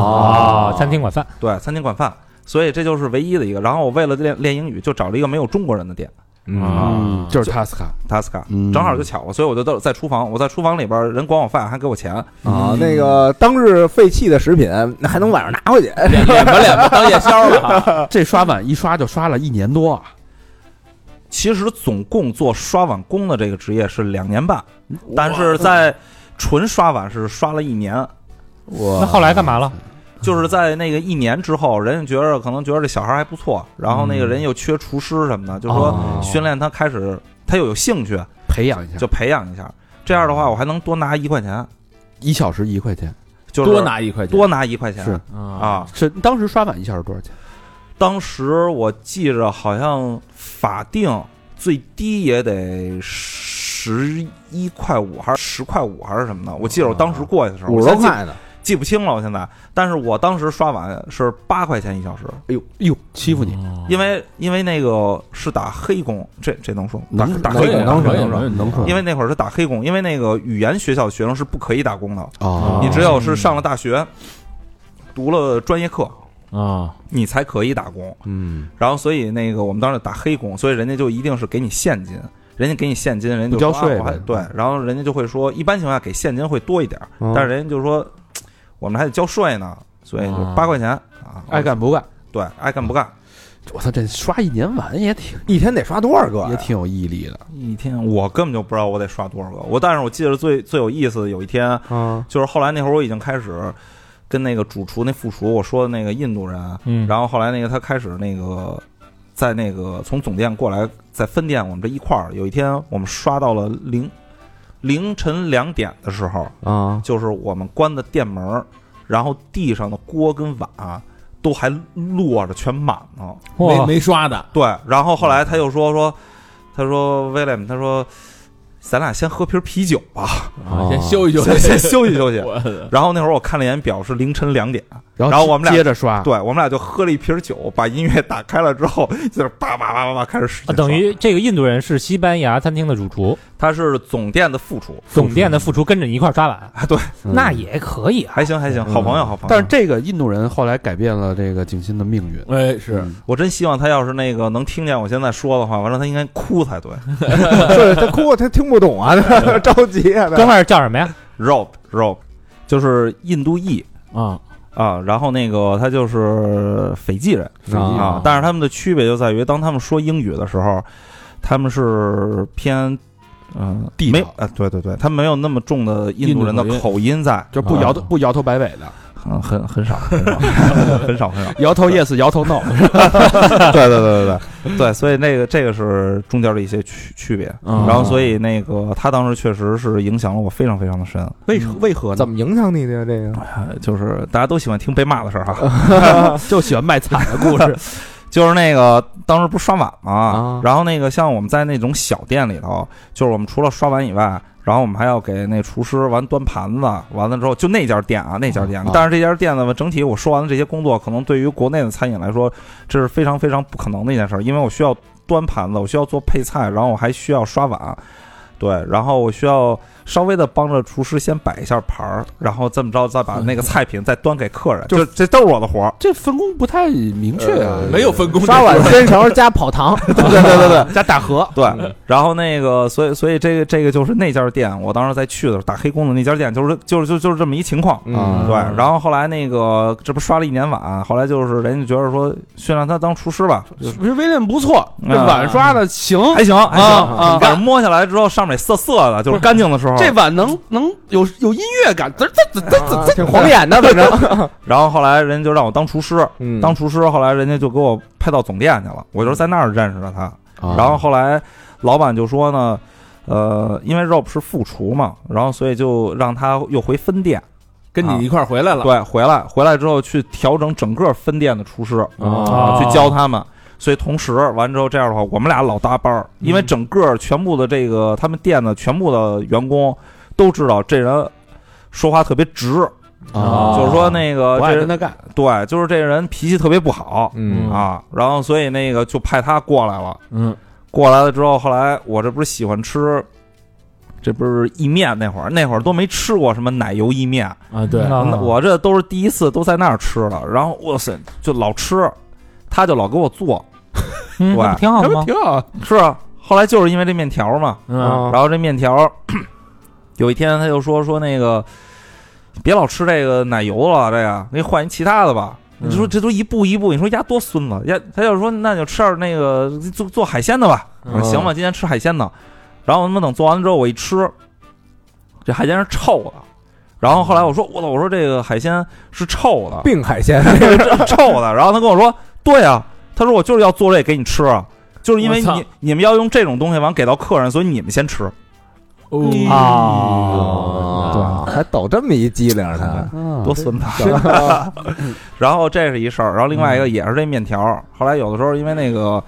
啊，餐厅管饭，对，餐厅管饭，所以这就是唯一的一个。然后我为了练练英语，就找了一个没有中国人的店，啊嗯，就是塔斯卡，塔斯卡，嗯正好就巧了，所以我就到在厨房，我在厨房里边儿人管我饭还给我钱，啊，那个当日废弃的食品，那还能晚上拿回去？脸吧脸吧当夜宵了啊。这刷碗一刷就刷了一年多啊，其实总共做刷碗工的这个职业是两年半，但嗯是在纯刷碗是刷了一年，那后来干嘛了？就是在那个一年之后，人家觉着可能觉得这小孩还不错，然后那个人又缺厨师什么的，就说嗯哦训练他开始他又有兴趣，培养一下，就培养一下。这样的话，我还能多拿一块钱，一小时一块钱。就是 多拿一块钱，多拿一块钱是啊！是当时刷碗一小时多少钱？当时我记着好像法定最低也得十一块五还是十块五还是什么的，我记着我当时过去的时候哦五我十现在多记块呢，记不清了，我现在。但是我当时刷碗是八块钱一小时，哎呦哎呦，欺负你！哦因为因为那个是打黑工，这这能说打能打能黑工能打黑能工是吧能能因为那会儿是打黑工，因为那个语言学校学生是不可以打工的，啊，你只有是上了大学，读了专业课，啊，你才可以打工。嗯，然后所以那个我们当时打黑工，所以人家就一定是给你现金，人家给你现金，人家就不交说啊税我还呗对，然后人家就会说，一般情况下给现金会多一点儿，嗯但是人家就说我们还得交税呢，所以就八块钱啊，爱干不干？对爱干不干，我操，这刷一年碗也挺一天得刷多少个呀？也挺有毅力的。一天我根本就不知道我得刷多少个，我但是我记得最最有意思的有一天，啊，就是后来那会儿我已经开始跟那个主厨那副厨我说的那个印度人，啊嗯然后后来那个他开始那个在那个从总店过来，在分店我们这一块儿，有一天我们刷到了零凌晨两点的时候，啊， 就是我们关的店门儿，然后地上的锅跟碗、都还落着，全满了。没哇，没刷的，对，然后后来他又说说，他说威廉，他说咱俩先喝瓶啤酒吧， 哦啊先休息休先息。先休息休息。我的然后那会儿我看了一眼表，是凌晨两点。然然后我们俩接着刷，啊对，我们俩就喝了一瓶酒，把音乐打开了之后，就是叭叭叭叭叭开始使啊劲等刷于这个印度人是西班牙餐厅的主厨，他是总店的副厨，总店的副厨跟着你一块儿刷碗，啊，对，嗯嗯那也可以啊。还行还行，好朋友好朋友。但是这个印度人后来改变了这个景欣的命运。 哎，是我真希望他要是那个能听见我现在说的话，完了他应该哭才对。是他哭，他听不懂 啊，他着急啊，哥他们儿叫什么呀？ Rob Rob 就是印度裔啊，啊，然后那个他就是斐济人啊，但是他们的区别就在于，当他们说英语的时候，他们是偏。嗯，地道没有啊，对对对，他们没有那么重的印度人的印度口音在，就不摇头啊不摇头摆尾的，嗯，很很少，很 少，很少，很少。摇头 yes，摇头 no。对对对对对对，所以那个这个是中间的一些区区别，嗯然后所以那个他当时确实是影响了我非常非常的深，为何为何呢怎？么影响你的呀？这个呃就是大家都喜欢听被骂的事儿哈，就喜欢卖惨的故事。就是那个当时不是刷碗嘛啊，然后那个像我们在那种小店里头，就是我们除了刷碗以外。然后我们还要给那厨师完端盘子，完了之后就那家店啊，那家店啊。但是这家店呢，整体我说完了这些工作，可能对于国内的餐饮来说，这是非常非常不可能的一件事，儿，因为我需要端盘子，我需要做配菜，然后我还需要刷碗，对，然后我需要稍微的帮着厨师先摆一下盘儿，然后这么着再把那个菜品再端给客人，就这都是我的活儿。这分工不太明确啊，没有分 工，刷碗先勺加跑堂，对对对对加大河。对，然后那个，所以所以这个这个就是那家店，我当时在去的时候打黑工的那家店，就是就是就就是这么一情况。啊对，然后后来那个这不刷了一年碗，后来就是人家觉得说训练他当厨师吧，就不是威廉不错，这啊碗刷的行，还行还行，啊啊反正摸下来之后上面涩涩的，就是干净的时候。这碗能能有有音乐感，这这这这挺晃眼的，反正然后后来人家就让我当厨师，嗯当厨师，后来人家就给我派到总店去了，我就是在那儿认识的他。啊这，然后后来老板就说呢，呃，因为 Rob 是副厨嘛，然后所以就让他又回分店，跟你一块儿回来了，对，回来回来之后去调整整个分店的厨师，啊去教他们。所以同时完之后，这样的话，我们俩老搭班儿，因为整个全部的这个他们店的全部的员工都知道这人说话特别直，哦啊就是说那个我这爱跟人他干，对，就是这人脾气特别不好，嗯啊，然后所以那个就派他过来了。嗯，过来了之后，后来我这不是喜欢吃，这不是意面那会儿，那会儿都没吃过什么奶油意面，啊，对，嗯那那嗯我这都是第一次都在那儿吃的。然后哇塞，就老吃，他就老给我做，嗯那不挺好这的不吗？挺好。是啊。后来就是因为这面条嘛，嗯，然后这面条， 有一天他就说说那个，别老吃这个奶油了，这个给你换一其他的吧。嗯你说这都一步一步，你说鸭多孙子，鸭他就说那就吃点那个做做海鲜的吧。嗯我说行吧，今天吃海鲜呢。然后他妈等做完了之后，我一吃，这海鲜是臭的。然后后来我说我操，我说这个海鲜是臭的，病海鲜， 臭的。然后他跟我说，对啊，他说我就是要做这给你吃啊，就是因为我操你你们要用这种东西完给到客人，所以你们先吃。啊，对，还抖这么一机灵，他多孙子！啊真的然后这是一事儿，然后另外一嗯个也是这面条儿。后来有的时候因为那个，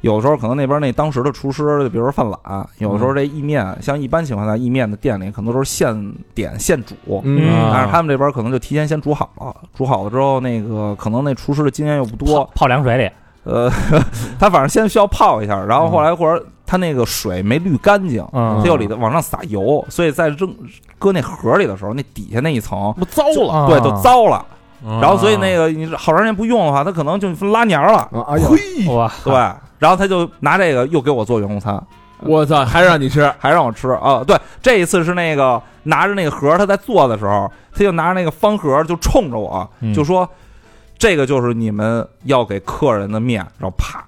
有的时候可能那边那当时的厨师，就比如说犯懒，有嗯的时候这意面，像一般情况下意面的店里，很多时候现点现煮， 嗯啊但是他们这边可能就提前先煮好了，煮好了之后，那个可能那厨师的经验又泡不多，泡凉水里，呃， 他反正先需要泡一下，然后后来或者他那个水没滤干净，嗯他又里头往上撒油，所以在扔搁那盒里的时候，那底下那一层不糟就了，啊对，都糟了。然然后所以那个你好长时间不用的话，它可能就拉黏儿了，啊哎呦，哇，对。然后他就拿这个又给我做员工餐，我操，还让你吃还让我吃啊。对，这一次是那个拿着那个盒儿，他在做的时候，他就拿着那个方盒儿就冲着我，嗯就说：“这个就是你们要给客人的面。”然后啪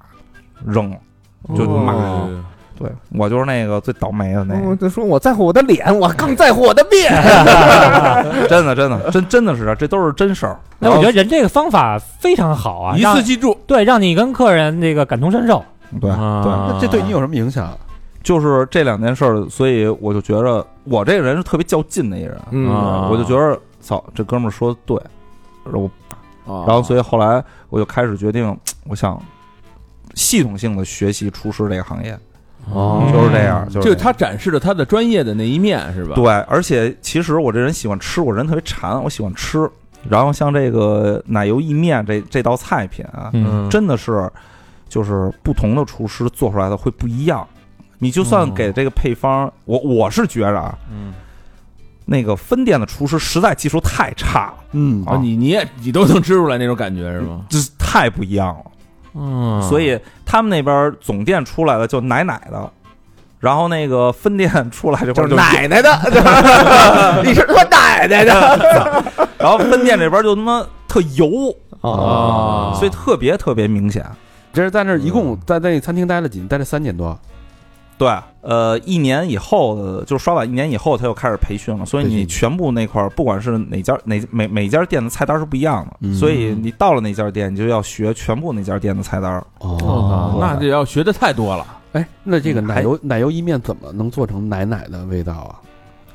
扔了，就骂。哦对我就是那个最倒霉的那我个，就说我在乎我的脸，我更在乎我的面。真的真的真 真的是这样，这都是真事儿。那我觉得人这个方法非常好啊，一让次记住，对，让你跟客人这个感同身受。啊得对对。那那这对你有什么影响？就是这两件事儿，所以我就觉着我这个人是特别较劲的一人，嗯我就觉着操，这哥们儿说的对，我然然后所以后来我就开始决定，我想系统性的学习厨师这个行业，哦就是这样，就是就这样他展示了他的专业的那一面是吧？对，而且其实我这人喜欢吃，我人特别馋，我喜欢吃。然后像这个奶油意面这这道菜品啊，嗯，真的是就是不同的厨师做出来的会不一样。你就算给这个配方，我我是觉着啊，嗯那个分店的厨师实在技术太差了，嗯啊，你你也你都能吃出来那种感觉是吗？这是太不一样了。嗯，所以他们那边总店出来的就奶奶的，然后那个分店出来这块儿就，就是奶奶的， 你是他妈奶奶的然后分店这边就他妈特油，啊哦所以特别特别明显。这是在那儿一共在那餐厅待了几？待了三年多，对，呃，一年以后的就是刷碗一年以后，他又开始培训了，所以培训你全部那块儿，不管是哪家哪每每家店的菜单是不一样的，嗯所以你到了那家店，你就要学全部那家店的菜单。哦那这要学的太多了，哎，那嗯这个奶油奶油意面怎么能做成奶奶的味道啊？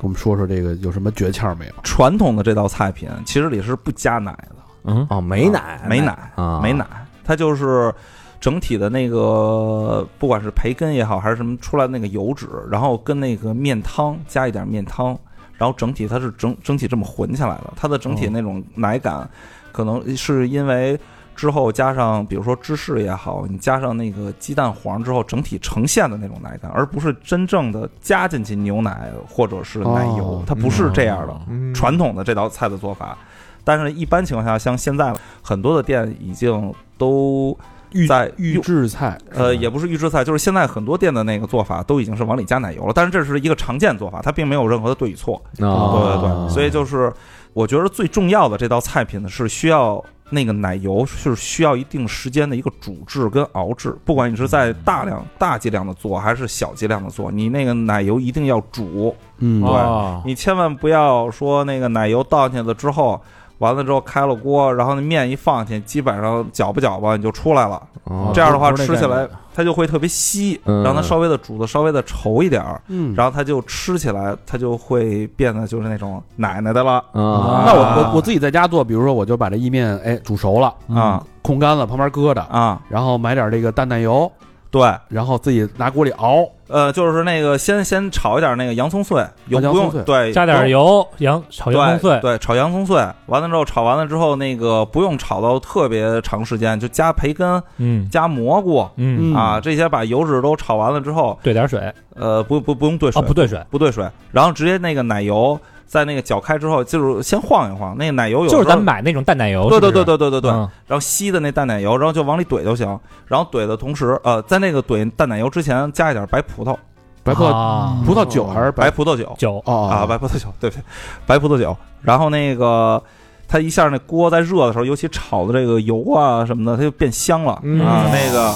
给我们说说这个有什么诀窍没有？传统的这道菜品其实里是不加奶的，嗯，哦，没奶，没奶，啊，没奶，它就是整体的那个，不管是培根也好，还是什么出来的那个油脂，然后跟那个面汤加一点面汤，然后整体它是整整体这么混起来的，它的整体那种奶感，可能是因为。之后加上，比如说芝士也好，你加上那个鸡蛋黄之后，整体呈现的那种奶感，而不是真正的加进去牛奶或者是奶油，哦它不是这样的。嗯传统的这道菜的做法。但是，一般情况下，像现在很多的店已经都预在预用制嗯菜，呃，是吧也不是预制菜，就是现在很多店的那个做法都已经是往里加奶油了。但是这是一个常见做法，它并没有任何的对与错。哦对哦对对，所以就是我觉得最重要的这道菜品呢，是需要那个奶油是需要一定时间的一个煮制跟熬制，不管你是在大量大剂量的做还是小剂量的做，你那个奶油一定要煮，嗯对哦你千万不要说那个奶油倒进去了之后，完了之后开了锅，然后那面一放进去，基本上搅吧搅吧你就出来了。哦这样的话不是吃起这来样它就会特别稀，嗯让它稍微的煮的稍微的稠一点儿，嗯，然后它就吃起来它就会变得就是那种奶奶的了啊，那我我我自己在家做，比如说我就把这意面哎煮熟了，啊控干了，旁边搁着，啊！然后买点这个淡奶油，对，然后自己拿锅里熬，呃，就是那个先先炒一点那个洋葱碎，有洋不葱用碎对加不点用油，洋炒洋葱碎，对对，炒洋葱碎，完了之后炒完了之后，那个不用炒到特别长时间，就加培根、嗯加蘑菇，嗯，嗯啊，这些把油脂都炒完了之后，兑点水，呃，不不不用兑水，哦，不兑水，不兑水，然后直接那个奶油在那个搅开之后，就是先晃一晃，那个奶油有就是时候咱买那种淡奶油，对是不对是对对对对对，嗯然后吸的那淡奶油，然后就往里怼就行。然后怼的同时，呃，在那个怼淡奶油之前加一点白葡萄，白葡萄、啊葡萄酒还是白白葡萄酒酒哦啊，白葡萄酒，对不对？白葡萄酒。然后那个它一下那锅在热的时候，尤其炒的这个油啊什么的，它就变香了、嗯啊。那个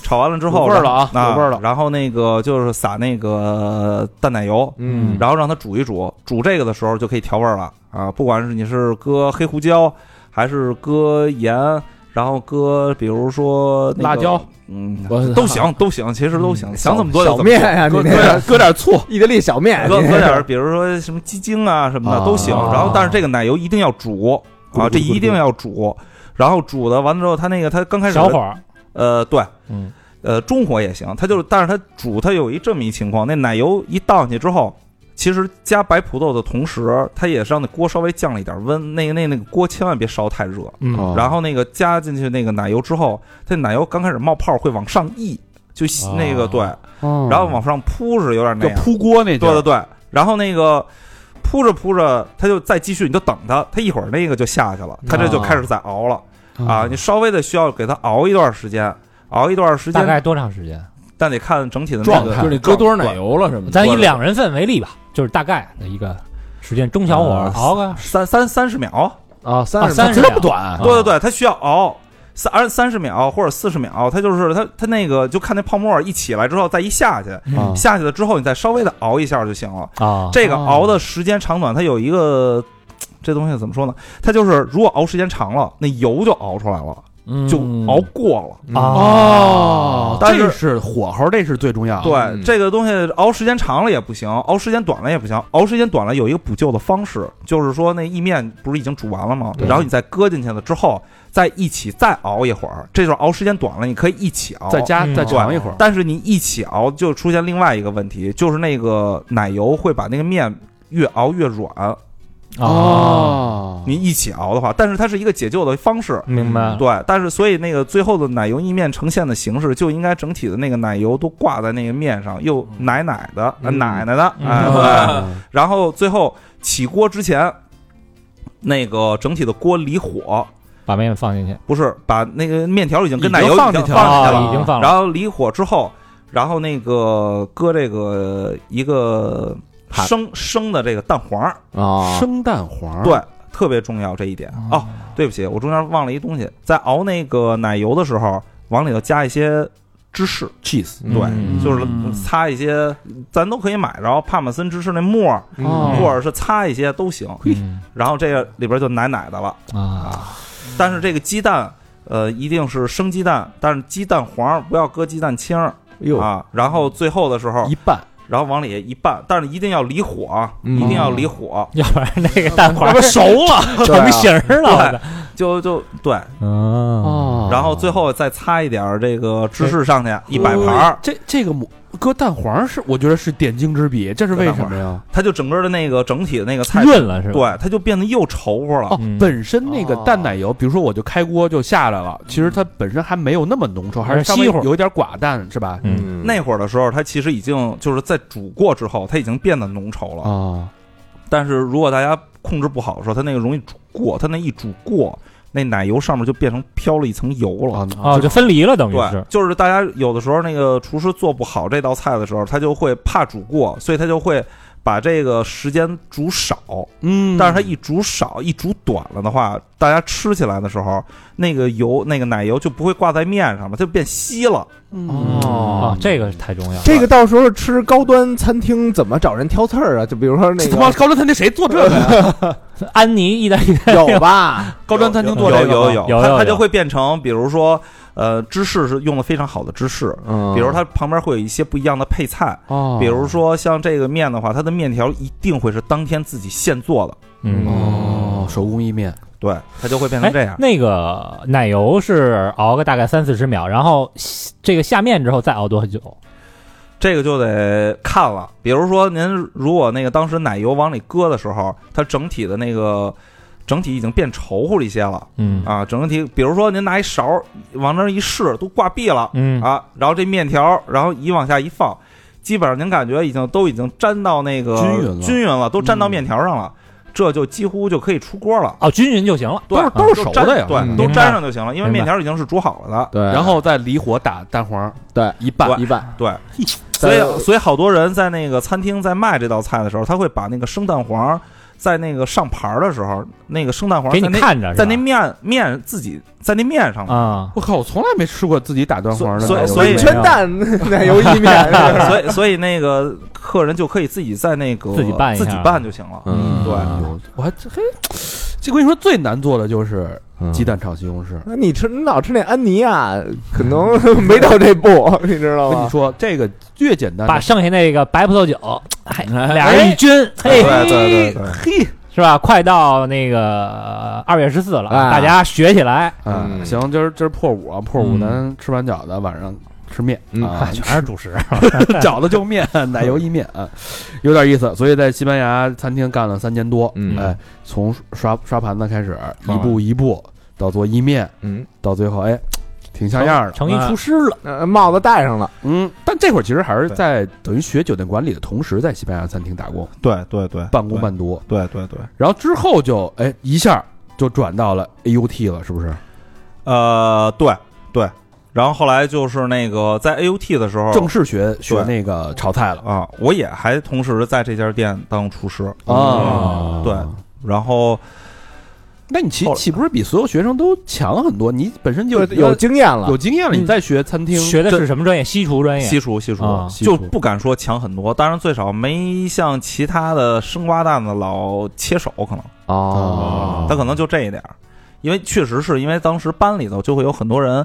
炒完了之后有味儿了啊然后有味儿了然后那个就是撒那个淡奶油，嗯然后让它煮一煮，煮这个的时候就可以调味儿了啊！不管是你是搁黑胡椒，还是搁盐，然后搁比如说、那个辣椒，嗯嗯，我都行都行，其实都行，想怎么多就小怎么面多。呀，你搁搁 那个点搁点醋，意大利小面，搁搁点儿，比如说什么鸡精啊什么的、啊都行，然后但是这个奶油一定要煮啊，这一定要煮，然后煮的完了之后，它那个它刚开始小火儿呃，对，嗯，呃，中火也行，它就是，但是它煮它有一这么一情况，那奶油一倒进去之后，其实加白葡萄的同时，它也是让那锅稍微降了一点温，那个那那个锅千万别烧太热，嗯，哦然后那个加进去那个奶油之后，它奶油刚开始冒泡会往上溢，就吸哦那个对，然后往上扑是有点那就样，铺锅那劲对儿对对，然后那个。铺着铺着，它就再继续，你就等它，它一会儿那个就下去了，它这就开始在熬了、啊！你稍微的需要给它熬一段时间，熬一段时间大概多长时间？但得看整体的那状个态就是你搁多少奶？嗯油了什么的，咱以两人份为例吧，就是大概的一个时间，中小火儿呃熬个三三三十秒，啊，啊三十三十这秒么，短，对对对，它需要熬三三十秒或者四十秒，它就是它它那个就看那泡沫一起来之后再一下去，啊下去了之后你再稍微的熬一下就行了。啊，嗯这个哦熬的时间长短，它有一个这东西怎么说呢？它就是如果熬时间长了，那油就熬出来了，嗯就熬过了。嗯啊啊哦，啊但是这是火候，这是最重要的。对嗯这个东西，熬时间长了也不行，熬时间短了也不行。熬时间短了有一个补救的方式，就是说那意面不是已经煮完了吗？对然后你再搁进去了之后，再一起再熬一会儿。这时候熬时间短了，你可以一起熬。再加嗯再对尝一会儿，但是你一起熬就出现另外一个问题，就是那个奶油会把那个面越熬越软。啊哦，你一起熬的话，但是它是一个解救的方式。明白，对，但是所以那个最后的奶油意面呈现的形式就应该整体的那个奶油都挂在那个面上，又奶奶的、呃嗯奶奶的，嗯哎，对。啊然后最后起锅之前，那个整体的锅离火，把面放进去，不是把那个面条已经跟奶已经油已放经进去了放进去啊了，已经放了，然后离火之后，然后那个搁这个一个盘生生的这个蛋黄儿，啊，生蛋黄，对，特别重要这一点。哦，对不起，我中间忘了一东西，在熬那个奶油的时候，往里头加一些芝士， ，cheese，对，嗯就是擦一些，咱都可以买着帕玛森芝士那沫儿，哦或者是擦一些都行。嗯然后这个里边就奶奶的了，啊，但是这个鸡蛋。呃，一定是生鸡蛋，但是鸡蛋黄儿不要搁鸡蛋清儿哟，啊。然后最后的时候一 半，然后往里一拌，但是一定要离火啊，嗯一定要离哦火，要不然那个蛋黄啊要 不啊熟了，成型儿了对，就就对，哦，哦然后最后再擦一点儿这个芝士上去，一摆盘儿，这这个抹搁蛋黄是，我觉得是点睛之笔，这是为什么呀？它就整个的那个整体的那个菜，润了是吧？对，它就变得又稠乎了哦。嗯，本身那个淡奶油，比如说我就开锅就下来嗯了，其实它本身还没有那么浓稠，还是稍微稀乎有一点寡淡，是吧？啊嗯，嗯那会儿的时候，它其实已经就是在煮过之后，它已经变得浓哦稠了。啊，但是如果大家控制不好的时候，它那个容易煮过，它那一煮过，那奶油上面就变成飘了一层油了。哦，就分离了，等于对是，就是大家有的时候那个厨师做不好这道菜的时候，他就会怕煮过，所以他就会把这个时间煮少。嗯，但是它一煮少、一煮短了的话，大家吃起来的时候，那个油、那个奶油就不会挂在面上嘛，就变稀了。嗯嗯哦，这个太重要了，这个到时候吃高端餐厅怎么找人挑刺儿啊？就比如说那他妈个高端餐厅谁做这个 呀？安妮意大利 有 吧？高端餐厅做有这个有吗有有有它它有就会变成，比如说，呃，芝士是用的非常好的芝士，嗯比如它旁边会有一些不一样的配菜，哦比如说像这个面的话，它的面条一定会是当天自己现做的，嗯。哦，手工意面，对，它就会变哎成这样，。那个奶油是熬个大概三四十秒，然后这个下面之后再熬多久？这个就得看了。比如说，您如果那个当时奶油往里搁的时候，它整体的那个整体已经变稠乎了一些了。嗯啊，整体，比如说您拿一勺儿往那儿一试，都挂壁了嗯啊，然后这面条儿，然后一往下一放，基本上您感觉已经都已经粘到那个均匀了嗯均匀了，都粘到面条上了，这就几乎就可以出锅了。哦，均匀就行了。对都是都是熟的粘呀对，嗯都明白粘上就行了，因为明白面条已经是煮好了的。对，然后再离火打蛋黄，对，一半对一半，对，所以所以好多人在那个餐厅在卖这道菜的时候，他会把那个生蛋黄在那个上盘儿的时候，那个生蛋黄给在你那看着啊是吧，在那面面自己在那面上啊，我靠，我从来没吃过自己打蛋黄的，所以所以温泉蛋 奶油意面，所以所以那个客人就可以自己在那个自己拌一下自己拌就行了。嗯对，我我还嘿，这我跟你说最难做的就是嗯鸡蛋炒西红柿。那你吃你老吃那安妮啊，可能没到这步， 你知道我跟吗你？说，这个越简单的，把剩下那个白葡萄酒，哎俩哎人一均，嘿，对对对对嘿，是吧？快到那个二月十四了，啊大家学起来，啊，嗯行，今儿今儿破五啊，破五嗯咱吃完饺子，晚上吃面 啊，全是主食。饺子就面，奶油意面啊，有点意思。所以在西班牙餐厅干了三年多，嗯哎，从刷刷盘子开始，嗯一步一步到做意面，嗯，到最后哎，挺像样的。成啊一厨师了，呃帽子戴上了，嗯，但这会儿其实还是在等于学酒店管理的同时，在西班牙餐厅打工，对对对，半工半读。对对对。然后之后就哎一下就转到了 AUT 了，是不是？呃，对对。然后后来就是那个在 AUT 的时候，正式学学对那个炒菜了啊，我也还同时在这家店当厨师。嗯啊对，然后那你岂后来岂不是比所有学生都强很多？你本身就有有经验了有，经验了，嗯你再学餐厅学的是什么专业？西厨专业。西厨西厨啊西就厨不敢说强很多，当然最少没像其他的生瓜蛋子老切手可能。啊哦他可能就这一点儿，因为确实是因为当时班里头就会有很多人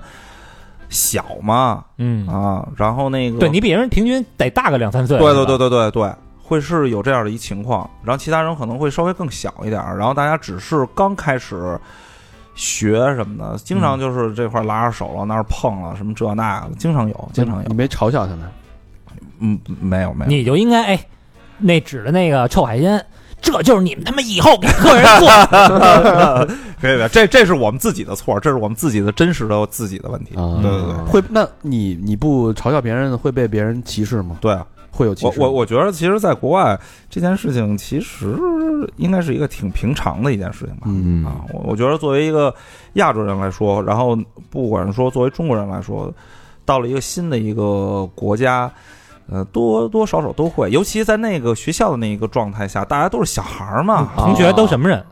小嘛嗯，啊，然后那个对你比人平均得大个两三岁。对是对吧对对对对，会是有这样的一情况，然后其他人可能会稍微更小一点儿，然后大家只是刚开始。学什么的，经常就是这块儿拉着手了，那儿碰了，什么这那个，经常嗯有，经常有你。没嘲笑他们？嗯，没有没 有，你 就应该哎，那指着那个臭海鲜，这就是你们他妈以后给客人做。别别别，这这是我们自己的错，这是我们自己的真实的自己的问题。啊对对对会那你你不嘲笑别人会被别人歧视吗？对啊，会有歧我视吗？我我觉得，其实，在国外这件事情其实应该是一个挺平常的一件事情吧。嗯啊，我我觉得作为一个亚洲人来说，然后不管说作为中国人来说，到了一个新的一个国家，呃，多多少少都会，尤其在那个学校的那一个状态下，大家都是小孩儿嘛， 同学都什么人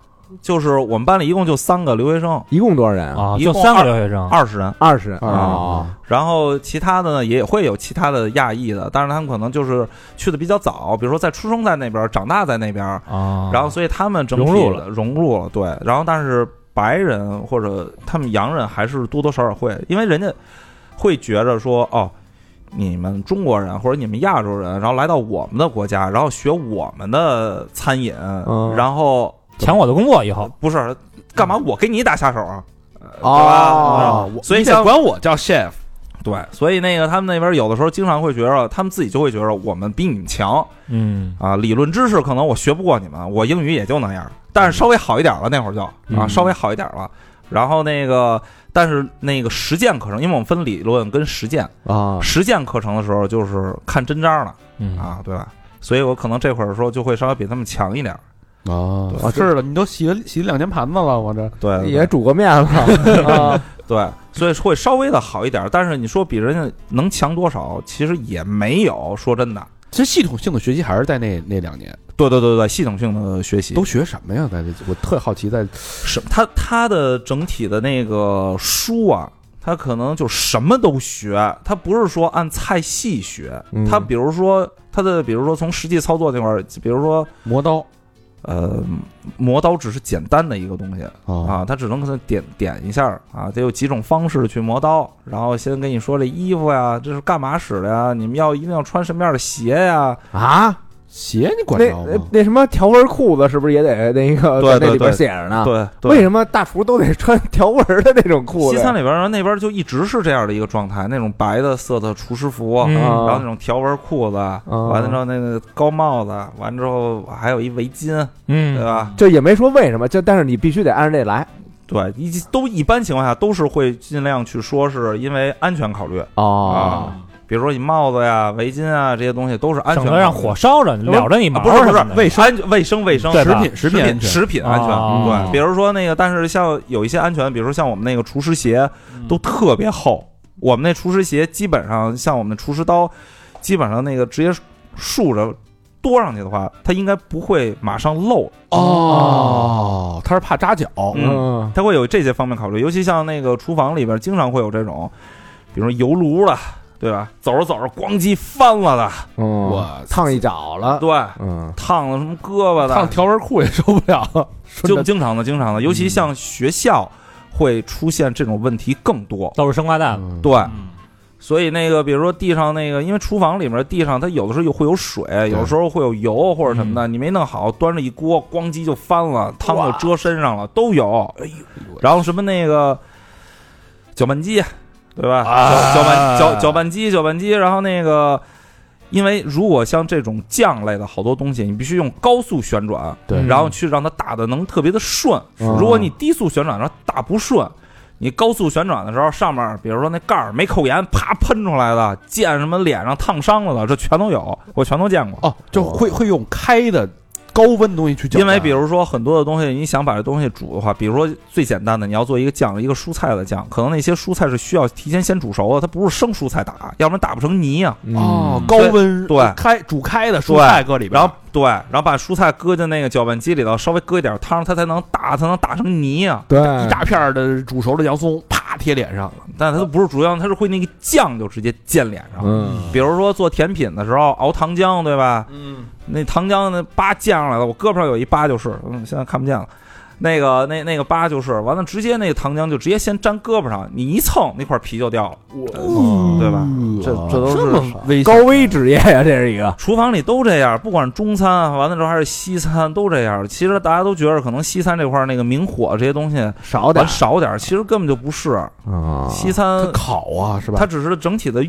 就是我们班里一共就三个留学生，一共多少人？啊？一就共三个二留学生。二十人，二十人二十人啊，然后其他的呢也会有其他的亚裔的，但是他们可能就是去的比较早，比如说在出生在那边，长大在那边。啊，然后所以他们整体融入的融入了，对。然后但是白人或者他们洋人还是多多少少会，因为人家会觉着说哦。你们中国人或者你们亚洲人，然后来到我们的国家，然后学我们的餐饮，嗯然后抢我的工作以后，不是干嘛我给你打下手啊？哦，我所以你得像管我叫 chef，对，所以那个他们那边有的时候经常会觉着，他们自己就会觉着我们比你们强嗯，啊，理论知识可能我学不过你们，我英语也就那样，但是稍微好一点了，那会儿就啊，嗯稍微好一点了。然后那个，但是那个实践课程，因为我们分理论跟实践，啊，实践课程的时候就是看真章了嗯啊，对吧？所以我可能这会儿说就会稍微比他们强一点儿。啊对啊是了，你都洗了洗了两年盘子了，我这对，对也煮过面了啊，对，所以会稍微的好一点儿。但是你说比人家能强多少，其实也没有。说真的，其实系统性的学习还是在那那两年，对对对对，系统性的学习都学什么呀？在这我特好奇，在什他他的整体的那个书啊，他可能就什么都学，他不是说按菜系学嗯，他比如说他的比如说从实际操作这块儿，比如说磨刀呃磨刀只是简单的一个东西啊啊，他只能可能点点一下儿啊，得有几种方式去磨刀，然后先跟你说这衣服呀，这是干嘛使的呀，你们要一定要穿什么样的鞋呀，啊，鞋你管那着那呃吗？那什么条纹裤子是不是也得那个对在那对里边对写着呢？对为对。什么大厨都得穿条纹的那种裤西子？餐里边儿那边儿就一直是这样的一个状态，那种白的色的厨师服，嗯啊啊然后那种条纹裤子，完了之后那个高帽子，完之后还有一围巾，对嗯，吧？就也没说为什么，就但是你必须得按着这来对，一都一般情况下都是会尽量去说是因为安全考虑哦啊，比如说你帽子呀、围巾啊这些东西都是安省全得的，让火烧着，燎着你毛啊不是不是什么的卫生安卫生卫生对食吧品食品安全食品安全，哦对，比如说那个，但是像有一些安全，比如说像我们那个厨师鞋嗯都特别厚，我们那厨师鞋基本上像我们的厨师刀，基本上那个直接竖着多上去的话，它应该不会马上漏，哦，他是怕扎脚，嗯它会有这些方面考虑，尤其像那个厨房里边经常会有这种，比如说油炉了。对吧？走着走着，咣叽翻了的，嗯，我烫一着了，对，嗯，烫了什么胳膊的，烫条纹裤也受不了，就经常的，经常的，尤其像学校会出现这种问题更多。都是生瓜蛋，嗯对，所以那个比如说地上那个，因为厨房里面地上它有的时候有会有水，有时候会有油或者什么嗯的，你没弄好，端着一锅咣叽就翻了，汤就遮身上了，都有。哎然后什么那个搅拌机，对吧？啊搅搅拌搅搅拌机，搅拌机，然后那个。因为如果像这种酱类的好多东西，你必须用高速旋转，对然后去让它打的能特别的顺。嗯如果你低速旋转，然后打不顺，你高速旋转的时候，上面比如说那盖儿没扣严，啪喷出来的，溅什么脸上烫伤了的，这全都有，我全都见过。哦，就会会用开的高温东西去搅拌，因为比如说很多的东西，你想把这东西煮的话，比如说最简单的，你要做一个酱，一个蔬菜的酱，可能那些蔬菜是需要提前先煮熟的，它不是生蔬菜打，要不然打不成泥呀、啊哦，高温对开煮开的蔬菜搁里边，然后对，然后把蔬菜搁进那个搅拌机里头，稍微搁一点汤，它才能打，才能打成泥啊呀、对，一大片儿的煮熟的洋葱啪贴脸上，但它都不是主要，它是会那个酱就直接溅脸上。嗯，比如说做甜品的时候熬糖浆，对吧？嗯，那糖浆那疤溅上来了，我胳膊上有一疤就是，嗯，现在看不见了。那个那那个疤就是完了，直接那糖浆就直接先粘胳膊上，你一蹭那块皮就掉了，嗯对吧？这这都这是么危险高危职业 呀，这是一个。厨房里都这样，不管是中餐啊完了之后还是西餐都这样。其实大家都觉得可能西餐这块儿那个明火这些东西少点完少点儿，其实根本就不是。啊，西餐烤啊，是吧？它只是整体的，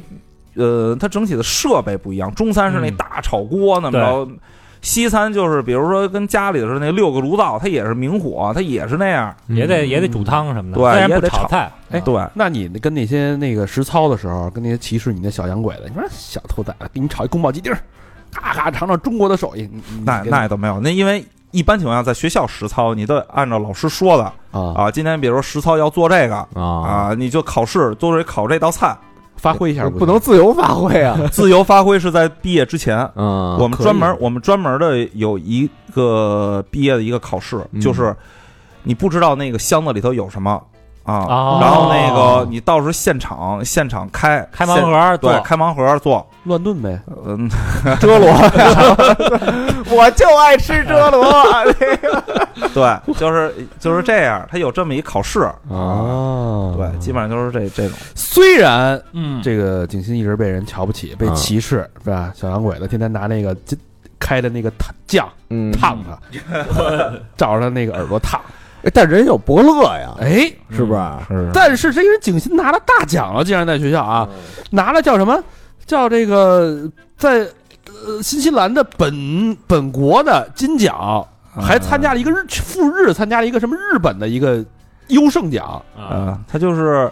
呃，它整体的设备不一样。中餐是那嗯大炒锅那么着，西餐就是比如说跟家里的时候那六个炉灶，它也是明火，它也是那样。嗯也得也得煮汤什么的，对虽然也不得炒炒菜，哎对，那你跟那些那个实操的时候，跟那些歧视你那小洋鬼子，你说小兔崽子，给你炒一宫保鸡丁儿，咔咔尝尝中国的手艺，你你那给那也倒没有，那因为一般情况下在学校实操，你都得按照老师说的啊啊。今天比如说实操要做这个啊，啊，你就考试都得考这道菜。发挥一下不能自由发挥啊，自由发挥是在毕业之前。嗯，我们可以专门我们专门的有一个毕业的一个考试，嗯就是你不知道那个箱子里头有什么啊，哦然后那个你到时候现场现场开开现盲盒做对，开盲盒 做，乱炖呗？嗯，遮罗， 我就爱吃遮罗对，就是就是这样，它有这么一考试，哦啊对，基本上就是这这种，虽然嗯，这个景欣一直被人瞧不起，嗯被啊歧视，是吧？小洋鬼子天天拿那个金开的那个烫酱嗯，烫他， 照着他那个耳朵烫。 但人有伯乐呀，哎，是不是？是但是这个人景欣拿了大奖了，竟然在学校啊，嗯拿了叫什么？叫这个在呃新西兰的本本国的金奖，嗯还参加了一个日赴日参加了一个什么日本的一个优胜奖。啊呃，它就是。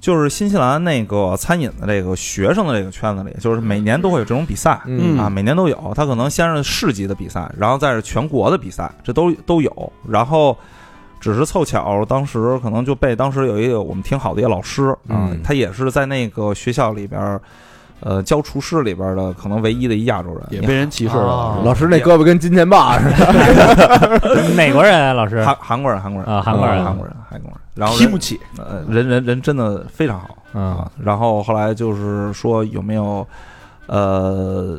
就是新西兰那个餐饮的这个学生的这个圈子里，就是每年都会有这种比赛，嗯啊，每年都有。他可能先是市级的比赛，然后再是全国的比赛，这都都有。然后只是凑巧，当时可能就被当时有一个我们挺好的一个老师啊，嗯他也是在那个学校里边儿，呃，教厨师里边儿的可能唯一的一亚洲人，也被人歧视了嗯哦，老师那胳膊跟金钱豹似的，美国人老师韩韩国人，韩国人啊韩国人韩国人，韩国人。然后提不人起。呃人人人真的非常好嗯啊。然后后来就是说有没有呃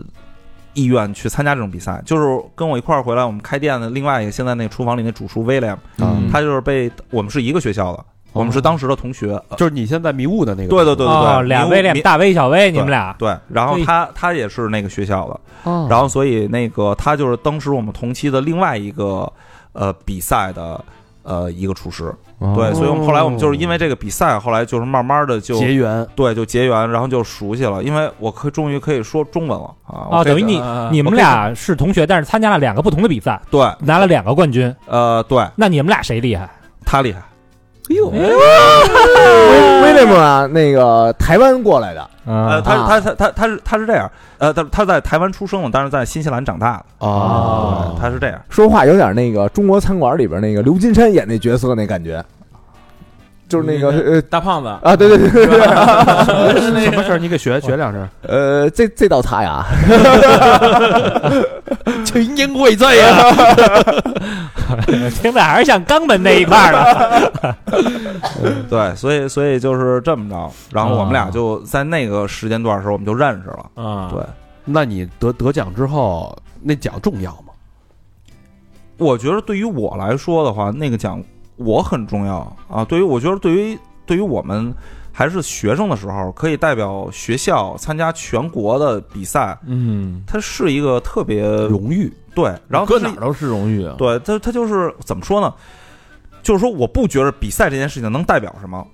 意愿去参加这种比赛？就是跟我一块儿回来，我们开店的另外一个现在那个厨房里那主厨威廉，嗯他就是被我们是一个学哦校的，我们是当时的同学。呃就是你现在迷雾的那个，对对对对哦，对，俩明威廉，明大威小威，你们俩对，然后对他他也是那个学校的，哦然后所以那个他就是当时我们同期的另外一个呃比赛的呃一个厨师，啊对，所以我们后来我们就是因为这个比赛，后来就是慢慢的就哦结缘对就结缘，然后就熟悉了，因为我可终于可以说中文了啊，我哦，可以等于你哎你们俩是同学，但是参加了两个不同的比赛，对拿了两个冠军，呃对那你们俩谁厉害？他厉害，哎呦，威威廉姆啊，那个台湾过来的呃，啊他他他啊他他是他是这样，呃，他他在台湾出生了，但是在新西兰长大啊的，哦对他是这样，说话有点那个中国餐馆里边那个刘金山演那角色那感觉，就是那个呃大胖子，啊，对对对对对，什么事儿？你给学学 两声。 呃，这这道菜呀，群英荟萃呀！ 听着还是像肛门那一块儿的。哦对，所以所以就是这么着，然后我们俩就在那个时间段的时候我们就认识了， 啊，对， 那你得得奖之后，那奖重要吗？我觉得对于我来说的话，那个奖我很重要啊。对于我觉得对于对于我们还是学生的时候，可以代表学校参加全国的比赛，嗯，它是一个特别荣誉对，然后搁它是哪儿都是荣誉啊，对它它就是怎么说呢？就是说我不觉得比赛这件事情能代表什么，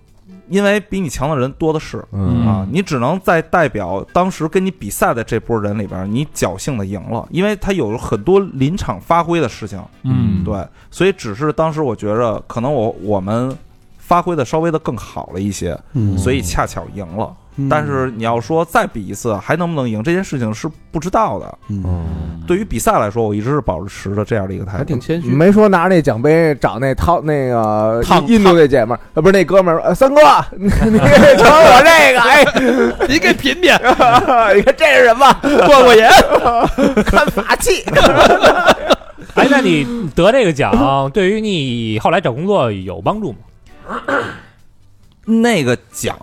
因为比你强的人多的是。嗯啊，你只能在代表当时跟你比赛的这波人里边，你侥幸的赢了，因为他有很多临场发挥的事情。嗯对，所以只是当时我觉着，可能我我们发挥的稍微的更好了一些，嗯所以恰巧赢了。嗯但是你要说再比一次还能不能赢，这件事情是不知道的。嗯，对于比赛来说，我一直是保持着这样的一个态还度挺。谦虚。没说拿着那奖杯找那掏那个烫印印度那姐们儿，呃，不是那哥们儿，呃三哥，你你给尝我这个，哎，你给品品，你看这是什么？ 过过瘾。 看法器，哎，那你得这个奖，对于你后来找工作有帮助吗？那个奖，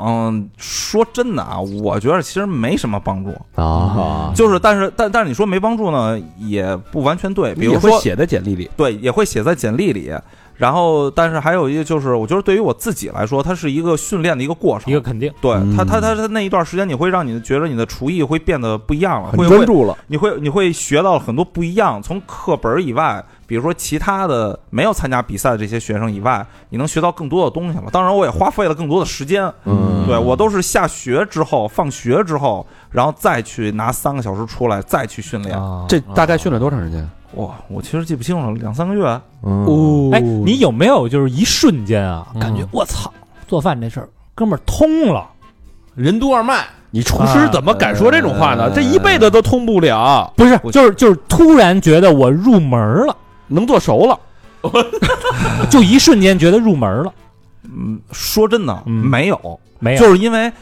说真的啊，我觉得其实没什么帮助。嗯啊，就是，但是，但但是你说没帮助呢，也不完全对。比如也会说，写在简历里，对，也会写在简历里。然后，但是还有一个就是，我觉得对于我自己来说，它是一个训练的一个过程，一个肯定，对嗯他，他他他那一段时间，你会让你觉得你的厨艺会变得不一样了，很会专会注了，你会你会学到很多不一样，从课本以外，比如说其他的没有参加比赛的这些学生以外，你能学到更多的东西了。当然，我也花费了更多的时间，嗯对我都是下学之后、放学之后，然后再去拿三个小时出来，再去训练。这大概训了多长时间？哇，我其实记不清了，两三个月。哦嗯，哎，你有没有就是一瞬间啊，感觉我操，做饭这事儿，哥们儿通了，任督二脉，你厨师怎么敢说这种话呢？这一辈子都通不了，不是，我就是就是突然觉得我入门了，能做熟了。就一瞬间觉得入门了，嗯，说真的，嗯没有，哎没有，就是因为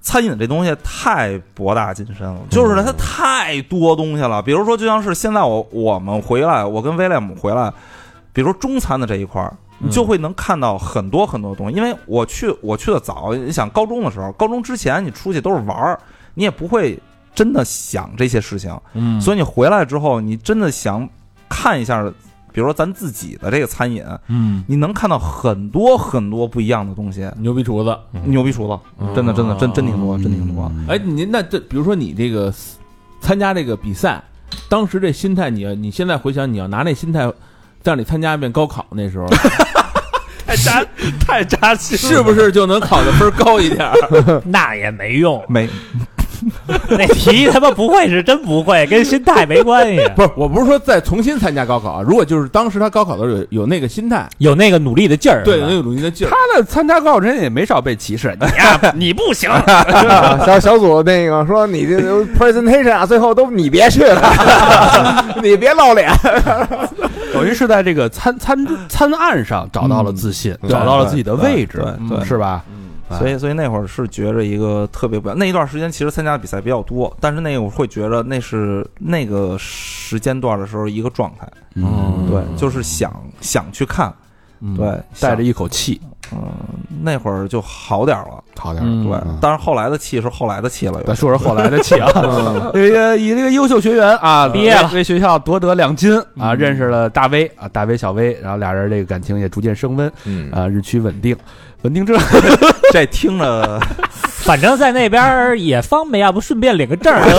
餐饮这东西太博大精深嗯了，就是它太多东西了。比如说，就像是现在我我们回来，我跟威廉姆回来，比如说中餐的这一块儿。你嗯就会能看到很多很多东西，因为我去我去的早，你想高中的时候，高中之前你出去都是玩儿，你也不会真的想这些事情，嗯所以你回来之后，你真的想看一下，比如说咱自己的这个餐饮，嗯，你能看到很多很多不一样的东西，牛逼厨子，牛逼厨子，嗯真的真的真真挺多，真挺多。，哎，你那这比如说你这个参加这个比赛，当时这心态你，要你现在回想，你要拿那心态让你参加一遍高考那时 候，太扎，太扎心是不是就能考的分儿高一点儿？那也没用没，那题他妈不会是真不会，跟心态没关系。 不是，我不是说再重新参加高考啊，如果就是当时他高考的时候有有那个心态， 有那个努力的劲儿，对，是吧有那个努力的劲儿他。那参加高考之前也没少被歧视，你 呀，你不行，啊小小组那个说你这 presentation 啊，最后都你别去了，你别露脸， 等于是在这个参参参案上找到了自信，找到了自己的位置，嗯对对对嗯是吧？所以所以那会儿是觉着一个特别不一样。那一段时间其实参加的比赛比较多，但是那个我会觉着那是那个时间段的时候一个状态，嗯，对，就是想想去看，对，带着想一口气，嗯那会儿就好点儿了，好点儿。嗯，对。但是后来的气是后来的 气了，咱说说后来的气啊，嗯 一个一个优秀学员啊，毕业了为为学校夺得两金嗯啊，认识了大威啊，大威小威，然后俩人这个感情也逐渐升温嗯啊，日趋稳定，稳定之后，这听着反正在那边儿也方便，要不顺便领个证儿得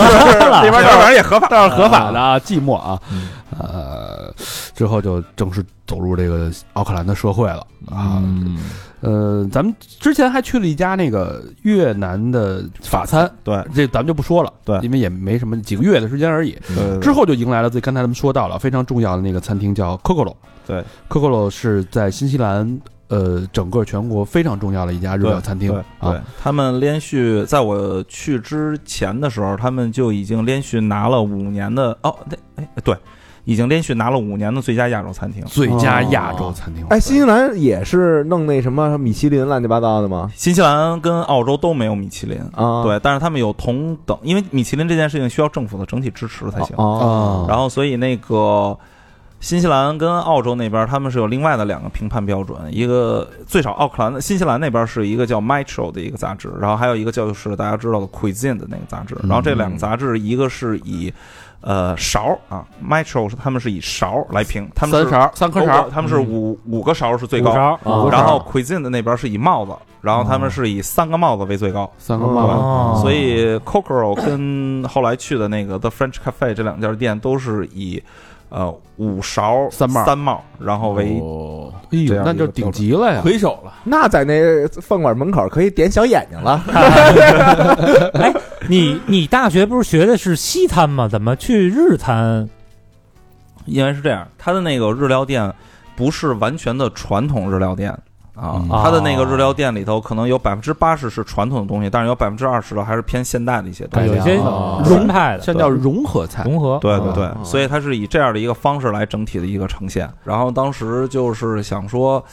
了。边倒是也合法，倒是合法的啊，寂寞啊，嗯呃，之后就正式走入这个奥克兰的社会了啊，嗯，呃，咱们之前还去了一家那个越南的法餐， 对这咱们就不说了，对因为也没什么几个月的时间而已。 呃对之后就迎来了最刚才咱们说到了非常重要的那个餐厅叫 Cocolo，对，Cocolo 是在新西兰呃整个全国非常重要的一家日料餐厅对对啊，他们连续在我去之前的时候，他们就已经连续拿了五年的哦，那哎对，已经连续拿了五年的最佳亚洲餐厅。最佳亚洲餐厅。哎，新西兰也是弄那什么米其林乱七八糟的吗？新西兰跟澳洲都没有米其林，啊，对，但是他们有同等，因为米其林这件事情需要政府的整体支持才行。啊哦，然后所以那个新西兰跟澳洲那边他们是有另外的两个评判标准，一个最少奥克兰新西兰那边是一个叫 Metro 的一个杂志，然后还有一个就是大家知道的 Cuisine 的那个杂志，然后这两个杂志一个是以。呃，勺啊，Metro 是他们是以勺来评，他们三是勺三颗哦勺不，他们是五五个勺是最高，勺啊然后 Cuisine 的那边是以帽子，然后他们是以三个帽子为最高，三个妈妈，哦所以 Cocoro 跟后来去的那个 The French Cafe 这两家店都是以呃五勺三帽三帽，然后为、哦哎这呦，样那就顶级了呀！回首了，那在那饭馆门口可以点小眼睛了。啊 哎你你大学不是学的是西餐吗？怎么去日餐？因为是这样，它的那个日料店不是完全的传统日料店。啊嗯，它的那个日料店里头，可能有百分之八十是传统的东西，但是有百分之二十的还是偏现代的一些东对，西。有一些哦宗派的现在叫融合菜，融合。对对对，哦所以它是以这样的一个方式来整体的一个呈现。然后当时就是想说，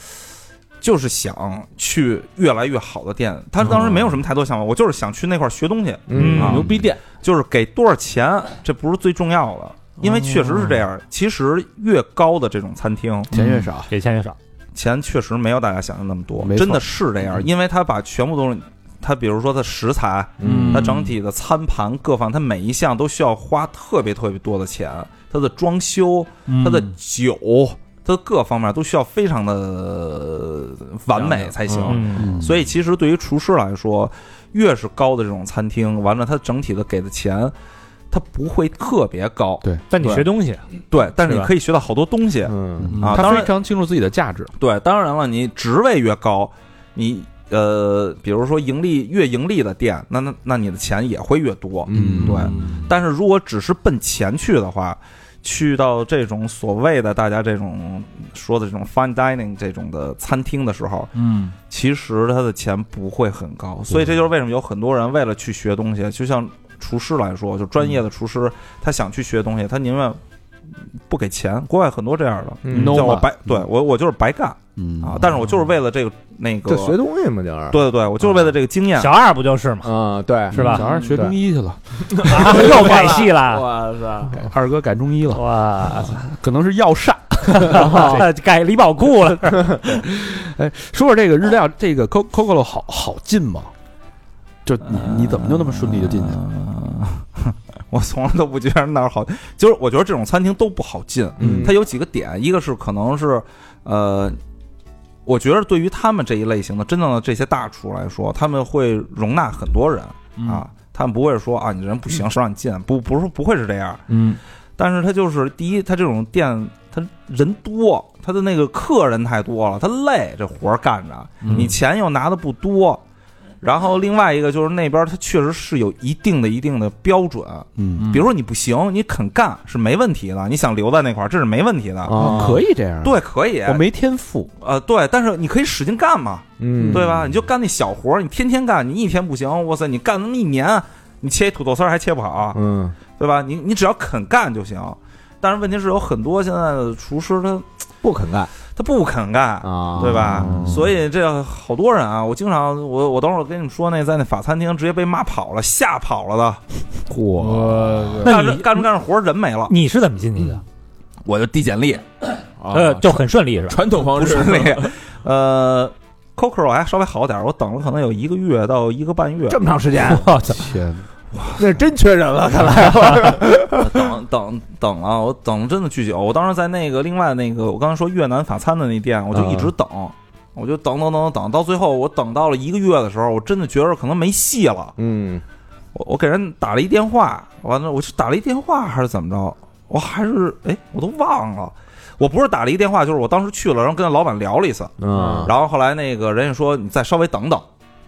就是想去越来越好的店。他当时没有什么太多想法，我就是想去那块儿学东西，嗯啊牛逼店，就是给多少钱，这不是最重要的。因为确实是这样，嗯其实越高的这种餐厅，钱越少，给钱越少，钱确实没有大家想象那么多没，错真的是这样。因为他把全部都是，他比如说他食材，嗯它整体的餐盘各方，它每一项都需要花特别特别多的钱，它的装修、它的酒、它的各方面都需要非常的完美才行。嗯，嗯所以其实对于厨师来说，越是高的这种餐厅，完了它整体的给的钱，它不会特别高，但你对学东西，对，但是是你吧可以学到好多东西。嗯，嗯啊他当然非常清楚自己的价值，对，当然了，你职位越高，你呃，比如说盈利越盈利的店，那那那你的钱也会越多。嗯对，但是如果只是奔钱去的话，去到这种所谓的大家这种说的这种 fine dining 这种的餐厅的时候，嗯，其实他的钱不会很高，所以这就是为什么有很多人为了去学东西，就像厨师来说，就专业的厨师，他想去学东西，他宁愿不给钱。国外很多这样的，嗯叫我 Nomad 白，对我我就是白干嗯啊，但是我就是为了这个那个就，学东西嘛，就是对对对，我就是嗯为了这个经验。小二不就是 吗？啊，对，是吧小二学中医去了，又改戏了，哇塞，改二哥改中医了，哇，可能是药膳。改李宝库了，哎，说说这个日料，这个 Co Coco 好好进吗？就你呃你怎么就那么顺利就进去了？ 我从来都不觉得那儿好，就是我觉得这种餐厅都不好进。嗯它有几个点，一个是可能是，呃，我觉得对于他们这一类型的真正的这些大厨来说，他们会容纳很多人嗯啊，他们不会说啊你人不行，谁让你进，不不是不会是这样。嗯，但是他就是第一，他这种店他人多，他的那个客人太多了，他累，这活儿干着，嗯你钱又拿的不多。然后另外一个就是那边他确实是有一定的一定的标准，嗯，比如说你不行，你肯干是没问题的，你想留在那块儿这是没问题的。啊，可以，以这样，，嗯对，啊可以，我没天赋，呃，对，但是你可以使劲干嘛，嗯，对吧？你就干那小活儿，你天天干，你一天不行，哇塞，你干那么一年，你切一土豆丝儿还切不好，嗯，对吧？你你只要肯干就行。但是问题是有很多现在的厨师他不肯干他不肯干，啊，对吧？所以这好多人啊，我经常我我等会儿跟你们说那在那法餐厅直接被骂跑了，吓跑了的，我那干着你干着干着活儿人没了，你是怎么进去的？我就递简历，呃，就很顺利是吧？传统方不式是那个，呃，Coco 还稍微好点儿，我等了可能有一个月到一个半月，这么长 时间，我操，天，那是真缺人了，看来啊等等等了，我等了真的巨久。我当时在那个另外那个我刚才说越南法餐的那店，我就一直等，我就等等等等，到最后我等到了一个月的时候，我真的觉得可能没戏了。嗯，我我给人打了一电话，完了我是打了一电话还是怎么着？我还是哎，我都忘了。我不是打了一电话，就是我当时去了，然后跟老板聊了一次，啊，然后后来那个人家说你再稍微等等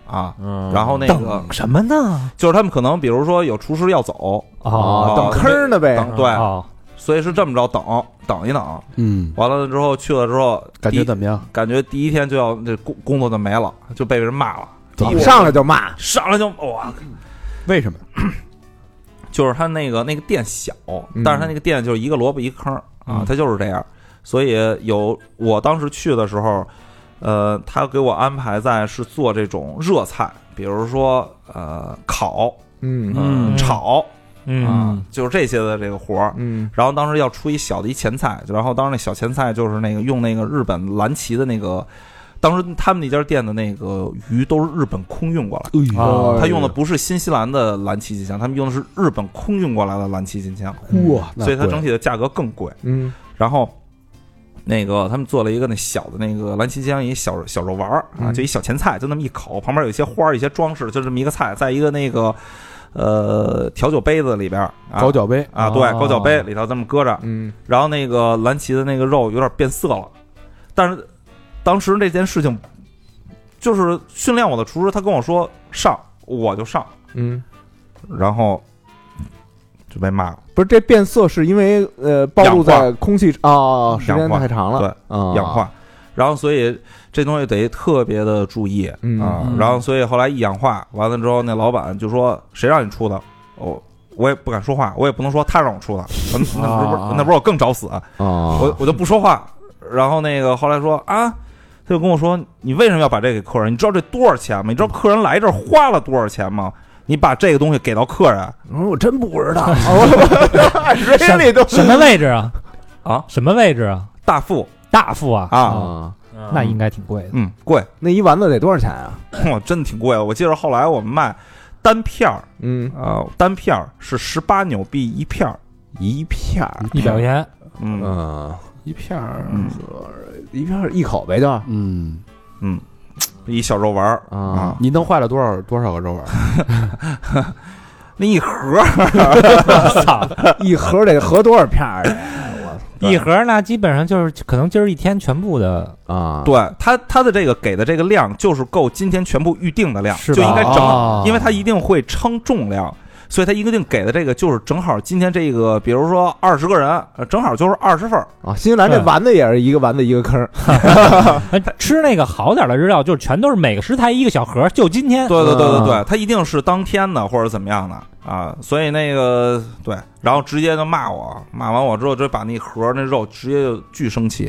啊，嗯然后那个什么呢？就是他们可能比如说有厨师要走哦，等坑儿呢呗，等对，哦，所以是这么着等等一等，嗯，完了之后去了之后，感第觉一怎么样？感觉第一天就要这工工作就没了，就被人骂了，一上来就骂，上来就哇，为什么？就是他那个那个店小嗯，但是他那个店就是一个萝卜一个坑儿啊嗯，他就是这样，所以有我当时去的时候，呃，他给我安排在是做这种热菜，比如说呃烤，嗯嗯嗯炒啊嗯，，就是这些的这个活儿。嗯然后当时要出一小的一前菜，然后当时那小前菜就是那个用那个日本蓝旗的那个，当时他们那家店的那个鱼都是日本空运过哎来的。啊他用的不是新西兰的蓝鳍金枪，他们用的是日本空运过来的蓝鳍金枪，嗯哇，啊那所以它贵整体的价格更贵。嗯然后，那个他们做了一个那小的那个蓝鳍金枪，一小小肉丸儿啊，嗯就一小前菜，就那么一口，旁边有一些花儿、一些装饰，就这么一个菜，在一个那个呃调酒杯子里边儿啊高脚哦杯，啊，对，高脚杯里头这么搁着，嗯然后那个蓝鳍的那个肉有点变色了，但是当时这件事情就是训练我的厨师，他跟我说上我就上，嗯，然后就被骂了，不是这变色是因为呃暴露在空气啊，时间太长了，对啊，氧化，然后所以这东西得特别的注意啊、嗯嗯然后所以后来一氧化完了之后，那老板就说谁让你出的？哦，我也不敢说话，我也不能说他让我出的，那那不是那不是我更找死啊！啊，我我就不说话。然后那个后来说啊，他就跟我说，你为什么要把这给客人？你知道这多少钱吗？你知道客人来这儿花了多少钱吗？你把这个东西给到客人，我说我真 不知道，really 都什么位置啊？啊，什么位置啊？大副大副啊，啊，啊，那应该挺贵的。嗯，贵，那一丸子得多少钱啊？我真的挺贵的。我记得后来我们卖单片儿嗯，啊、单片儿是十八纽币一片儿，一片儿，一百块钱，嗯嗯，一片儿，嗯，一片儿一口 呗，就嗯，一小肉丸儿啊啊，你弄坏了多少多少个肉丸？那一盒儿操！一盒得合多少片儿一盒呢，基本上就是可能今儿一天全部的， 啊？对它它的这个给的这个量就是够今天全部预定的量，是就吧应该正哦好，因为它一定会称重量，所以它一定给的这个就是正好今天这个，比如说二十个人，呃正好就是二十份儿。啊，新西兰这对丸子也是一个丸子一个坑儿，哎吃那个好点儿的日料，就是全都是每个食材一个小盒，就今天。对对对对啊嗯对，它一定是当天的或者怎么样的啊，所以那个对，然后直接就骂我，骂完我之后就把那盒儿那肉直接就巨生气，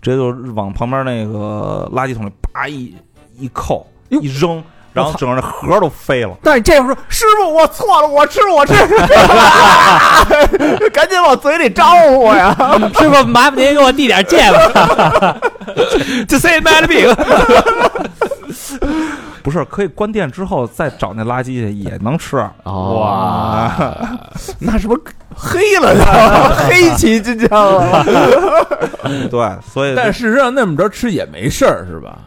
直接就往旁边那个垃圾桶里叭一一扣哟一扔，然后整个盒儿都飞了。 但是这会儿说师傅，我错了，我吃我 吃，赶紧往嘴里招呼我呀！师傅，麻烦您给我递点芥 末。这谁卖的饼？不是，可以关店之后再找那垃圾去也能吃。哇，那是不是黑了呢？黑起金枪了？ 对，所以但事实上那么着吃也没事儿，是吧？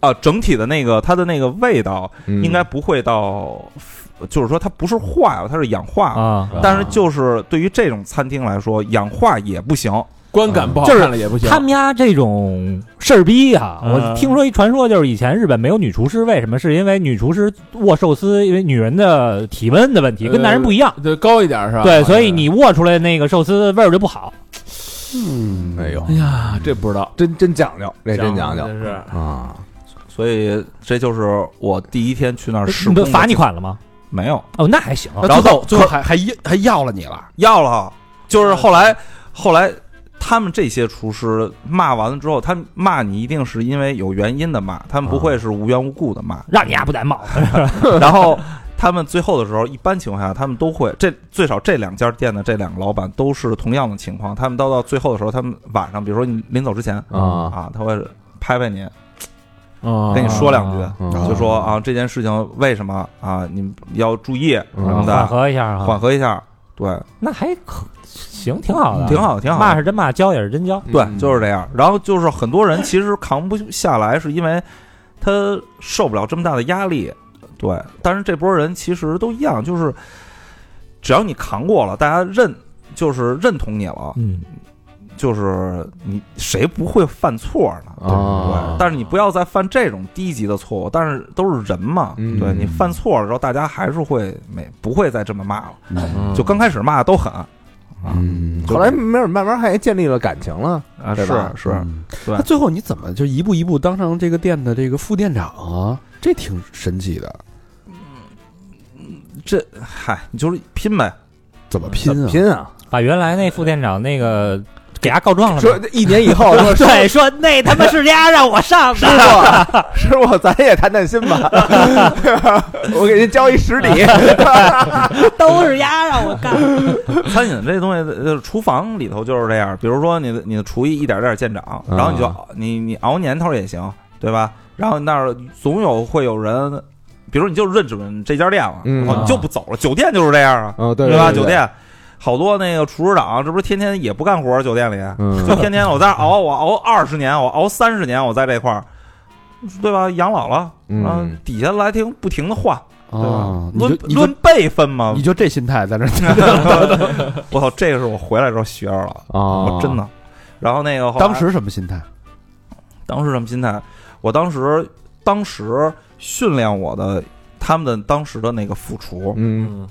啊、整体的那个它的那个味道应该不会到，就是说它不是化了，它是氧化了。啊，但是就是对于这种餐厅来说，氧化也不行。观感不好看了也不行。他们家这种事儿逼啊，嗯我听说一传说，就是以前日本没有女厨师，为什么？是因为女厨师握寿司，因为女人的体温的问题跟男人不一样，对高一点是吧？对，所哎以你握出来那个寿司味儿就不好。嗯，哎呦，哎呀，这不知道，真真讲究，这真讲讲究是啊！所以这就是我第一天去那儿试你工不的罚你款了吗？没有哦，那还行。那然后最后可最后还还要还要了你了，要了，就是后来后来他们这些厨师骂完了之后，他们骂你一定是因为有原因的骂，他们不会是无缘无故的骂。让你丫不戴帽子，然后他们最后的时候，一般情况下他们都会这最少这两家店的这两个老板都是同样的情况，他们到到最后的时候，他们晚上比如说你临走之前啊啊，他会拍拍你，啊，跟你说两句。啊就说啊，这件事情为什么啊？你们要注意什么缓的，和一下啊缓。和一下。对，那还可行，挺好的，挺。好，挺好。骂是真骂，教也是真教。对，就是这样。然后就是很多人其实扛不下来，是因为他受不了这么大的压力。对，但是这波人其实都一样，就是只要你扛过了，大家认就是认同你了，嗯，就是你谁不会犯错呢？对不对啊但是你不要再犯这种低级的错误。但是都是人嘛，嗯对你犯错了之后，大家还是会没不会再这么骂了。嗯就刚开始骂都狠，啊嗯，就后来没有，慢慢还建立了感情了，啊对是吧是，嗯对那最后你怎么就一步一步当上这个店的这个副店长啊？这挺神奇的，嗯这嗨，你就是拼呗，怎么拼啊？拼啊！把原来那副店长那个给他告状了说吗。一年以 后，说师对，说那他妈是丫让我上 的，傅，师傅，咱也谈谈心吧，我给您交一实礼。都是丫让我干。餐饮这东西，呃，厨房里头就是这样。比如说你的你的厨艺一点点见啊长，然后你就你你熬年头也行，对吧？然后那儿总有会有人，比如你就认准这家店了，嗯然后你就不走了。酒店就是这样啊，哦，对对吧？酒，店好多那个厨师长，啊这不是天天也不干活儿，酒店里嗯就天天我在这儿熬，我熬二十年，我熬三十年，我在这块儿，对吧？养老了，嗯然后底下来听不停的换，对吧啊，？你论就你就论辈分嘛你，就这心态在那儿， 我操，这个是我回来之后学着了。啊我真的。然后那个后来当时什么心态？当时什么心态？我当时当时训练我的他们的当时的那个副厨，嗯嗯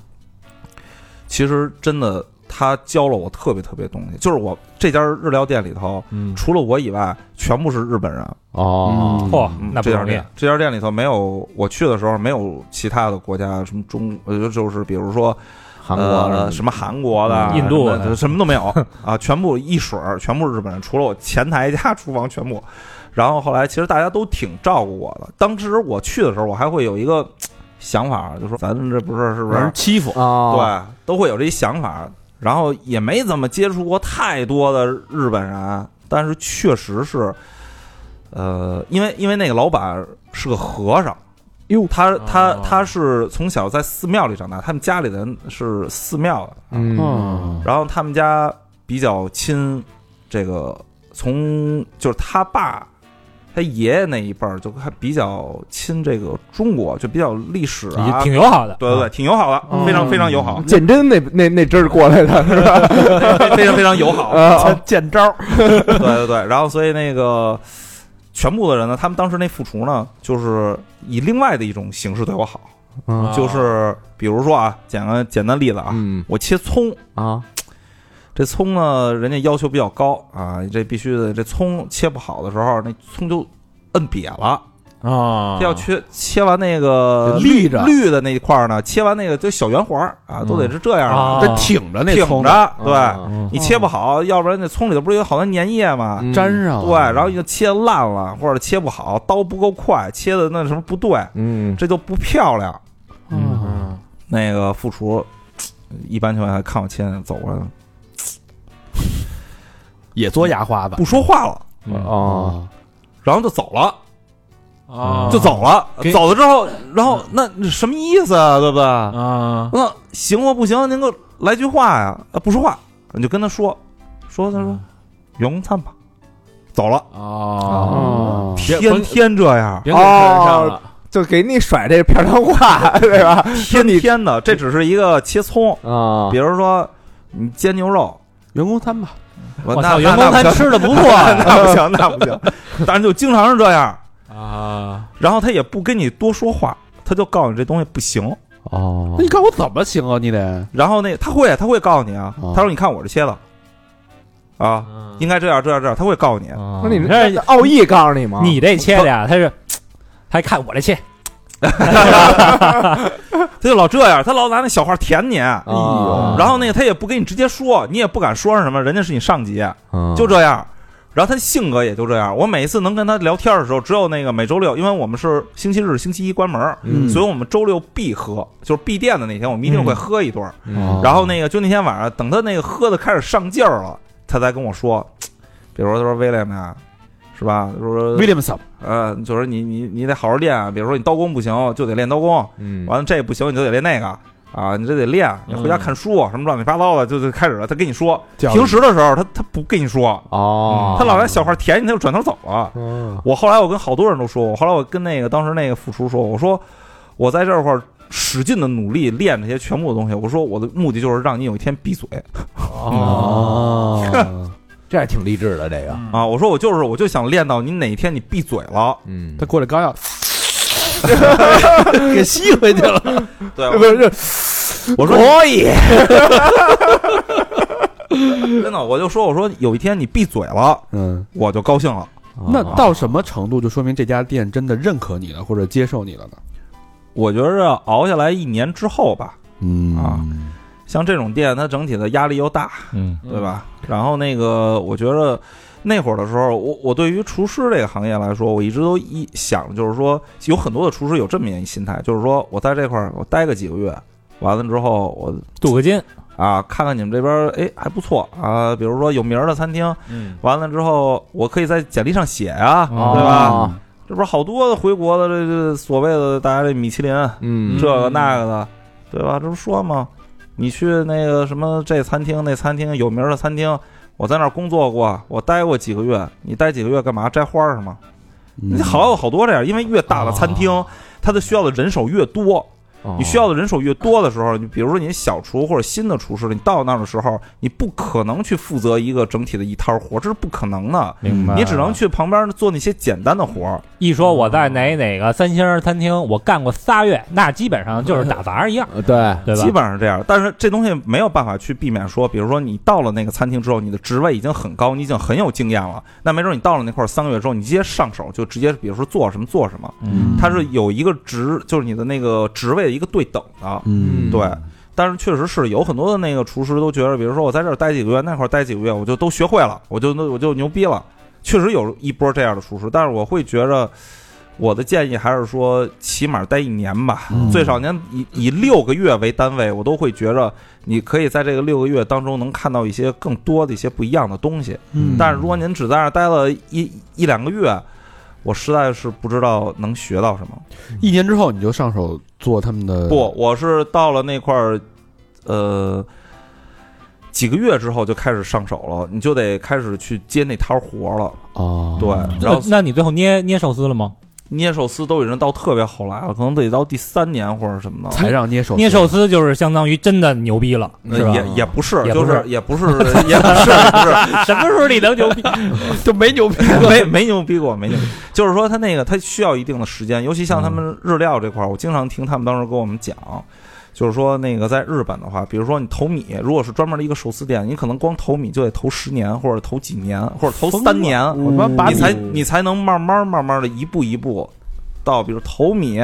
其实真的他教了我特别特别东西。就是我这家日料店里头，嗯，除了我以外，全部是日本人。哦，嗯嚯，嗯那不这家容易店，这家店里头没有我去的时候没有其他的国家，什么中呃就是比如说韩呃国什么韩国的、嗯印度什么的的什么都没有啊，全部一水儿，全部是日本人，除了我前台加厨房全部。然后后来其实大家都挺照顾我的。当时我去的时候，我还会有一个嘖想法，就说咱这不是是不让人是欺负，哦啊，对，都会有这一想法。然后也没怎么接触过太多的日本人，但是确实是，呃，因为因为那个老板是个和尚，哟他他哦他是从小在寺庙里长大，他们家里人是寺庙的，嗯，然后他们家比较亲这个从就是他爸。他爷爷那一辈儿就还比较亲这个中国，就比较历史啊，也挺友嗯好的。对对对，挺友好的，非常非常友好，鉴真那那那阵儿过来的是吧？ 非常非常友 好。啊，见招儿，对对对，然后所以那个全部的人呢，他们当时那副厨呢，就是以另外的一种形式对我好，啊嗯就是比如说啊，简个简单例子啊，嗯我切葱，啊，这葱呢，人家要求比较高啊，这必须得这葱切不好的时候，那葱就摁瘪了，啊，要切切完那个得绿立着绿的那一块儿呢，切完那个就小圆环儿啊，都得是这样的，啊这挺着那挺葱着，对。啊你切不好，要不然那葱里头不是有好多粘液吗？嗯粘啊上了，对，然后就切烂了，或者切不好，刀不够快，切的那什么不对，嗯，这就不漂亮。嗯那个副厨一般情况下看我切，走过来也做牙花吧不，说话了，哦，然后就走了，嗯啊，就走了。给走了之后，然后那那什么意思啊？对不对？啊，那行或不行，您给我来句话呀？啊，不说话，你就跟他说，说他嗯说员工餐吧，走了，哦，啊别天天这样，别给人上哦了，就给你甩这片儿话， 对吧？天天的，这只是一个切葱，啊比，如说你煎牛肉。员工餐吧，我我那操，那员工啊那不餐行吃的不错呀， 那不行，那不行。 但是就经常是这样，啊，然后他也不跟你多说话，他就告诉你这东西不行。哦，那你告诉我怎么行啊？你得然后那他会，他会告诉你啊哦，他说你看我这切的，啊，应该这样这样这样，他会告诉你。不是你这这奥义告诉你 吗？你这切的呀，他是还看我这切，他就老这样，他老拿那小话舔你。啊，然后那个他也不跟你直接说，你也不敢说什么，人家是你上级，嗯就这样。然后他性格也就这样。我每一次能跟他聊天的时候，只有那个每周六，因为我们是星期日、星期一关门，嗯所以我们周六必喝，就是闭店的那天，我们一定会喝一顿。嗯哦然后那个就那天晚上，等他那个喝的开始上劲儿了，他才跟我说，比如说他说威廉呀，是吧？他说 Williamson 呃，就说你你你得好好练啊，比如说你刀工不行，就得练刀工，嗯完了这不行你就得练那个。啊，你这得练，你回家看书，啊什么乱七八糟的，就就开始了。他跟你说，嗯教育啊平时的时候他他不跟你说，哦，他老来小话甜你，他就转头走了。嗯我后来我跟好多人都说，我后来我跟那个当时那个副厨说，我说我在这块儿使劲的努力练这些全部的东西，我说我的目的就是让你有一天闭嘴哦，这还挺励志的这个，啊！我说我就是我就想练到你哪一天你闭嘴了，嗯他，过来刚 要给吸回去了，对，不是，我说可以， 真的，我就说我说有一天你闭嘴了，嗯，我就高兴了。那到什么程度就说明这家店真的认可你了，或者接受你了呢？我觉着熬下来一年之后吧，嗯啊像这种店它整体的压力又大，嗯对吧？然后那个，我觉着那会儿的时候，我我对于厨师这个行业来说，我一直都一想，就是说有很多的厨师有这么一个心态，就是说我在这块儿我待个几个月，完了之后我镀个金，啊看看你们这边儿，哎还不错啊，比如说有名儿的餐厅，嗯，完了之后我可以在简历上写啊，哦对吧？？这不是好多回国的这这所谓的大家这米其林，嗯，这个那个的，对吧？这不说吗？你去那个什么这餐厅那餐厅有名的餐厅，我在那儿工作过，我待过几个月。你待几个月干嘛？摘花儿是吗？嗯嗯你好有好多这样，因为越大的餐厅，它的需要的人手越多。你需要的人手越多的时候，你比如说你小厨或者新的厨师，你到那儿的时候，你不可能去负责一个整体的一摊儿活，这是不可能的。明白嗯你只能去旁边做那些简单的活儿。一说我在哪哪个三星餐厅，我干过仨月，那基本上就是打杂一样，呃对，对吧基？本上是这样。但是这东西没有办法去避免说，比如说你到了那个餐厅之后，你的职位已经很高，你已经很有经验了，那没准你到了那块儿三个月之后，你直接上手就直接，比如说做什么做什么，嗯它是有一个职，就是你的那个职位的一个对等的。嗯对，但是确实是有很多的那个厨师都觉得，比如说我在这儿待几个月，那会儿待几个月，我就都学会了，我就我就牛逼了。确实有一波这样的厨师，但是我会觉着，我的建议还是说，起码待一年吧，嗯最少您以以六个月为单位，我都会觉着你可以在这个六个月当中能看到一些更多的一些不一样的东西。嗯但是如果您只在那儿待了一一两个月，我实在是不知道能学到什么。一年之后你就上手做他们的不，我是到了那块儿，呃，几个月之后就开始上手了，你就得开始去接那摊儿活了。哦，对，然那后那你最后捏捏寿司了吗？捏寿司都已经到特别后来了，可能得到第三年或者什么的。才让捏手捏寿司就是相当于真的牛逼了，呃是吧？也也不是，也不就是是也不是，也不是，也不是，什么时候你能牛 逼？就没牛逼，没没牛逼过，没牛逼。就是说他那个他需要一定的时间，尤其像他们日料这块儿，我经常听他们当时跟我们讲，就是说那个在日本的话，比如说你投米，如果是专门的一个寿司店，你可能光投米就得投十年，或者投几年，或者投三年，我他妈把嗯你才米你才能慢慢慢慢的一步一步到，比如投米、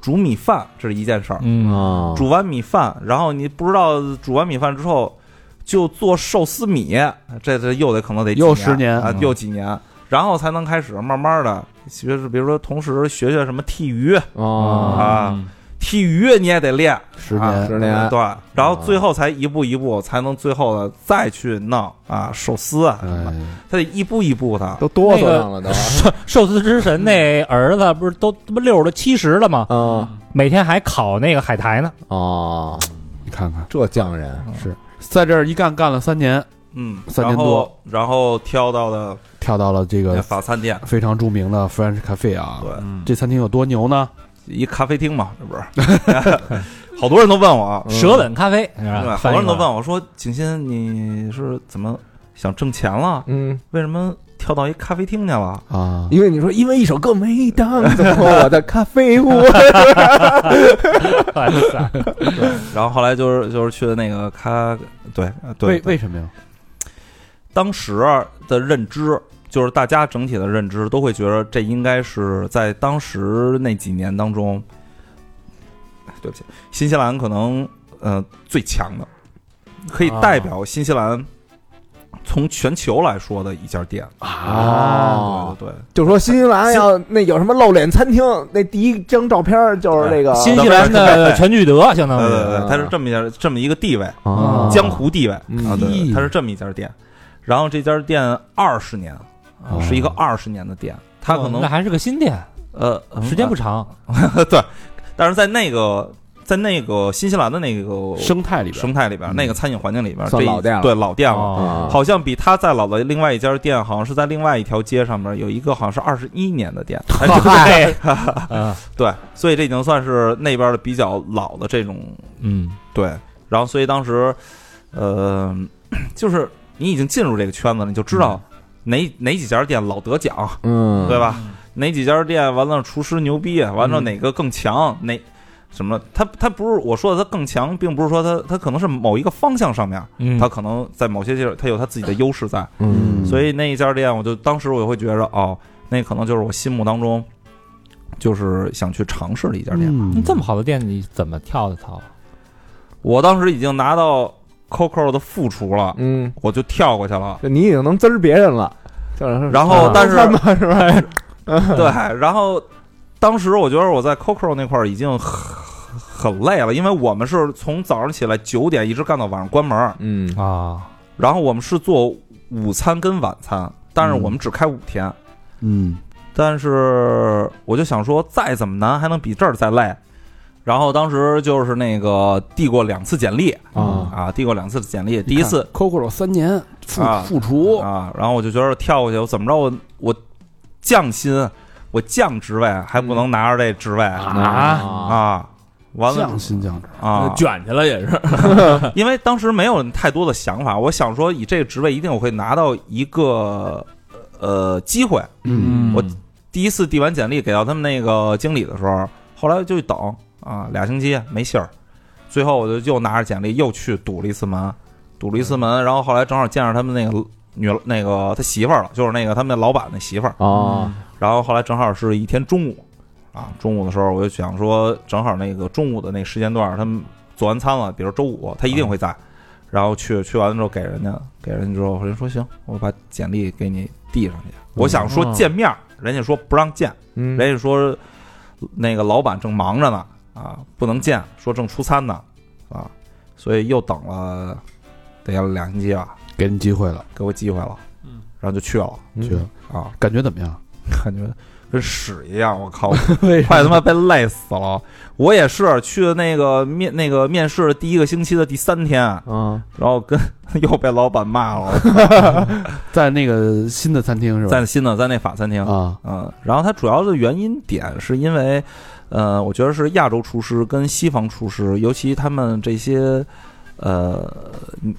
煮米饭，这是一件事儿。嗯，啊，煮完米饭，然后你不知道煮完米饭之后就做寿司米，这这又得可能得几又十年嗯啊，又几年，然后才能开始慢慢的学，比如说同时学学什么剔鱼嗯啊，啊，剔鱼你也得练十啊年嗯十年对，然后最后才一步一步才能最后的再去弄啊寿司啊，哎他得一步一步的。都哆嗦上了都。寿司之神那儿子不是都他妈六十了七十了吗？啊每天还烤那个海苔呢。啊，哦你看看，这匠人在这儿一干干了三年，嗯，三然年后多然后挑到的跳到了这个法餐店，非常著名的 French Cafe 啊。对，这餐厅有多牛呢？一咖啡厅嘛，这不是， 好多人都问我啊，舌吻咖啡是吧？对，好多人都啊翻译问我说：“景欣，你是怎么想挣钱了？嗯，为什么跳到一咖啡厅去了啊，因为你说因为一首歌没当走过我的咖啡 屋，过来。 哇塞？”然后后来就是就是去那个咖，对呃为对，为什么呀？当时的认知就是大家整体的认知都会觉得这应该是在当时那几年当中，哎对不起，新西兰可能呃最强的，可啊以代表新西兰从全球来说的一家店啊对对对。就说新西兰要那有什么露脸餐厅，那第一张照片就是那个 哎新西兰的陈聚 德相当对对于对，它是这么一家这么一个地位，啊江湖地位嗯啊，对，咦它是这么一家店。然后这家店二十年，啊哦是一个二十年的店，它可能那还嗯啊是个新店，呃时间不， 长。呃对，但是在那个在那个新西兰的那个生态里边，哦生态里边，嗯那个餐饮环境里边，这算一老店了对老店了。啊哦，好像比它再老的另外一家店，好像是在另外一条街上面有一个，好像是二十一年的店。哎嗨， 嗯对，所以这已经算是那边的比较老的这种嗯，对，然后所以当时，呃， 就是你已经进入这个圈子了，你就知道哪、哪几家店老得奖，嗯对吧？哪几家店完了厨师牛逼，完了嗯哪个更强，哪什么的，他他不是我说的，他更强，并不是说他他可能是某一个方向上面，嗯他可能在某些地儿他有他自己的优势在，嗯所以那一家店，我就当时我就会觉着哦，那可能就是我心目当中就是想去尝试的一家店。嗯这么好的店你怎么跳的槽？我当时已经拿到 Coco 的副厨了，嗯，我就跳过去 了。就你已经能滋儿别人了，就是然啊后，但 是、三嘛是吧？对，然后当时我觉得我在 Coco 那块儿已经很很累了，因为我们是从早上起来九点一直干到晚上关门，嗯啊，然后我们是做午餐跟晚餐，但是我们只开五天。嗯但是我就想说，再怎么难还能比这儿再累。然后当时就是那个递过两次简历啊啊，递过两次简历，第一次 Coco 三年副啊副厨，啊，然后我就觉得跳过去，我怎么着我我降薪，我降职位还不能拿着这职位啊啊，啊，完了匠心匠职，啊，卷去了也是，因为当时没有太多的想法，我想说以这个职位一定我会拿到一个呃机会。嗯我第一次递完简历给到他们那个经理的时候，后来就等啊俩星期没信儿，最后我就又拿着简历又去堵了一次门，堵了一次门，然后后来正好见着他们那个女那个他媳妇儿了，就是那个他们那老板的媳妇儿，哦，然后后来正好是一天中午啊，中午的时候我就想说，正好那个中午的那时间段，他们做完餐了，比如周五他一定会在，然后去去完了之后给人家给人家之后，人家说行，我把简历给你递上去，我想说见面儿，人家说不让见。嗯，人家说那个老板正忙着呢，啊，不能见，说正出餐呢，啊，所以又等了得要两星期吧，给你机会了，给我机会了，嗯，然后就去了嗯去了啊，感觉怎么样？感觉跟屎一样，我靠， 为什快他妈被累死了！我也是去那个面那个面试第一个星期的第三天，啊，然后跟 又被老板 骂了，在那个新的餐厅是吧？在新的在那法餐厅啊，嗯，然后它主要的原因点是因为，呃，我觉得是亚洲厨师跟西方厨师，尤其他们这些，呃，嗯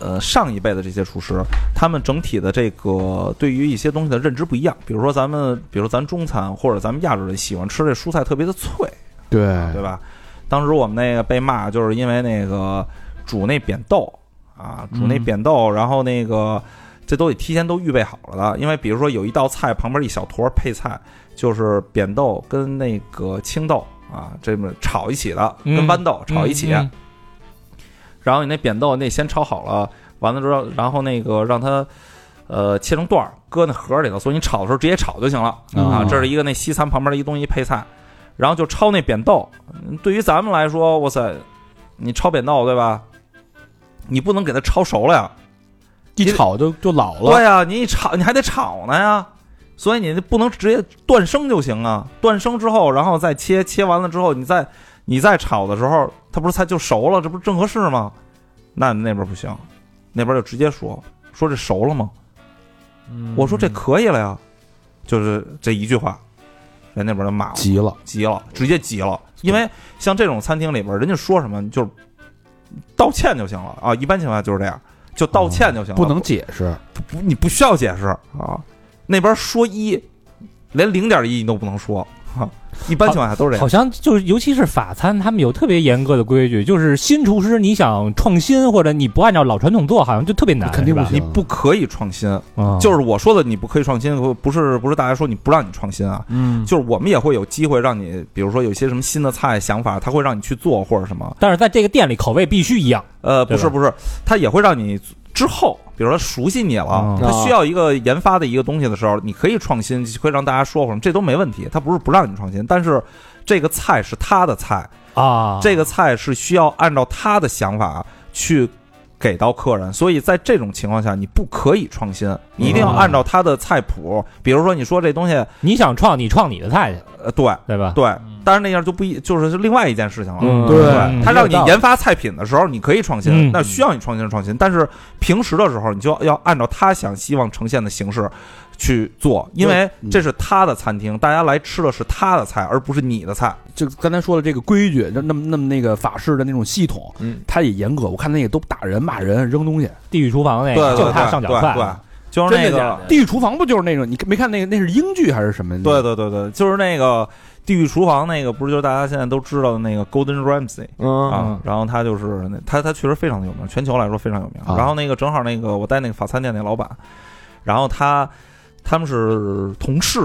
呃，上一辈的这些厨师，他们整体的这个对于一些东西的认知不一样。比如说咱们，比如咱中餐或者咱们亚洲人喜欢吃这蔬菜特别的脆，对对吧？哎当时我们那个被骂，就是因为那个煮那扁豆啊，煮那扁豆，嗯然后那个这都得提前都预备好了的，因为比如说有一道菜旁边一小坨配菜，就是扁豆跟那个青豆啊，这么炒一起的，嗯跟豌豆炒一起，嗯然后你那扁豆那先炒好了，完了之后，然后那个让它呃切成段儿，搁那盒儿里头，所以你炒的时候直接炒就行了、啊哦。这是一个那西餐旁边的一东西配菜，然后就焯那扁豆。嗯对于咱们来说，哇塞，你焯扁豆对吧？你不能给它焯熟了呀，一炒就就老了，对呀、你一炒你还得炒呢呀，所以你不能直接断生就行啊。断生之后，然后再切，切完了之后，你再你再炒的时候，它不是菜就熟了，这不是正合适吗？那那边不行，那边就直接说说这熟了吗？嗯我说这可以了呀，就是这一句话，人那边就骂我，急了，急了，直接急了，因为像这种餐厅里边，人家说什么你就是道歉就行了啊，一般情况下就是这样，就道歉就行了，不能解释，哦不，你不需要解释啊。那边说一，连零点一你都不能说，哈、一般情况下都是这样好。像就是，尤其是法餐，他们有特别严格的规矩，就是新厨师你想创新，或者你不按照老传统做，好像就特别难，肯定是不吧行，不可以创新，嗯就是我说的，你不可以创新，不是不是大家说你不让你创新啊，嗯就是我们也会有机会让你，比如说有一些什么新的菜想法，他会让你去做或者什么，但是在这个店里口味必须一样。呃，不对吧是不是，他也会让你之后，比如说熟悉你了嗯，他需要一个研发的一个东西的时候，你可以创新，会让大家说什么，这都没问题，他不是不让你创新，但是这个菜是他的菜，啊，这个菜是需要按照他的想法去给到客人，所以在这种情况下，你不可以创新，你一定要按照他的菜谱。比如说，你说这东西，你想创，你创你的菜去，呃，对对吧？对，嗯当然那样就不一，就是是另外一件事情了。嗯对嗯他让你有道理研发菜品的时候，你可以创新嗯，那需要你创新创新。但是平时的时候，你就要按照他想希望呈现的形式去做，因为嗯这是他的餐厅，大家来吃的是他的菜，而不是你的菜。就刚才说的这个规矩，那那么那么那个法式的那种系统，嗯，它也严格。我看那个都打人、骂人、扔东西。地狱厨房那对个，对哎就他对上对脚啊对饭，，就是真那的个假的？地狱厨房不就是那种？你没看那个那是英剧还是什么？对对对对，就是那个地狱厨房》那个不是就是大家现在都知道的那个 Golden Ramsy 嗯，啊，然后他就是那他他确实非常的有名，全球来说非常有名。啊然后那个正好那个我带那个法餐店那老板，然后他他们是同事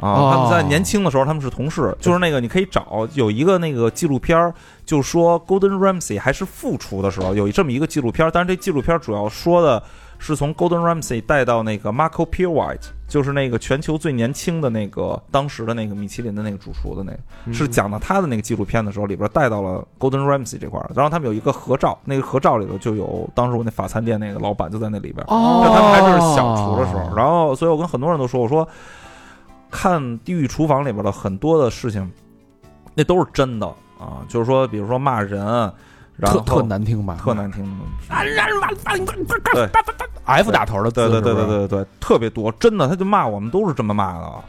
哦啊，他们在年轻的时候他们是同事，就是那个你可以找有一个那个纪录片儿，就说 Golden Ramsay 还是副厨的时候有这么一个纪录片儿，但是这纪录片儿主要说的是从 Golden Ramsay 带到那个 Marco p i r White，就是那个全球最年轻的那个当时的那个米其林的那个主厨的那个，嗯是讲到他的那个纪录片的时候，里边带到了 Golden Ramsay 这块儿，然后他们有一个合照，那个合照里头就有当时我那法餐店那个老板就在那里边，哦就他们还是小厨的时候，然后所以我跟很多人都说，我说看《地狱厨房》里边的很多的事情，那都是真的啊，就是说，比如说骂人，然后特特难听吧？特难听， F 打头的对字是不对对是，对对对，特别多，真的，他就骂我们都是这么骂的，啊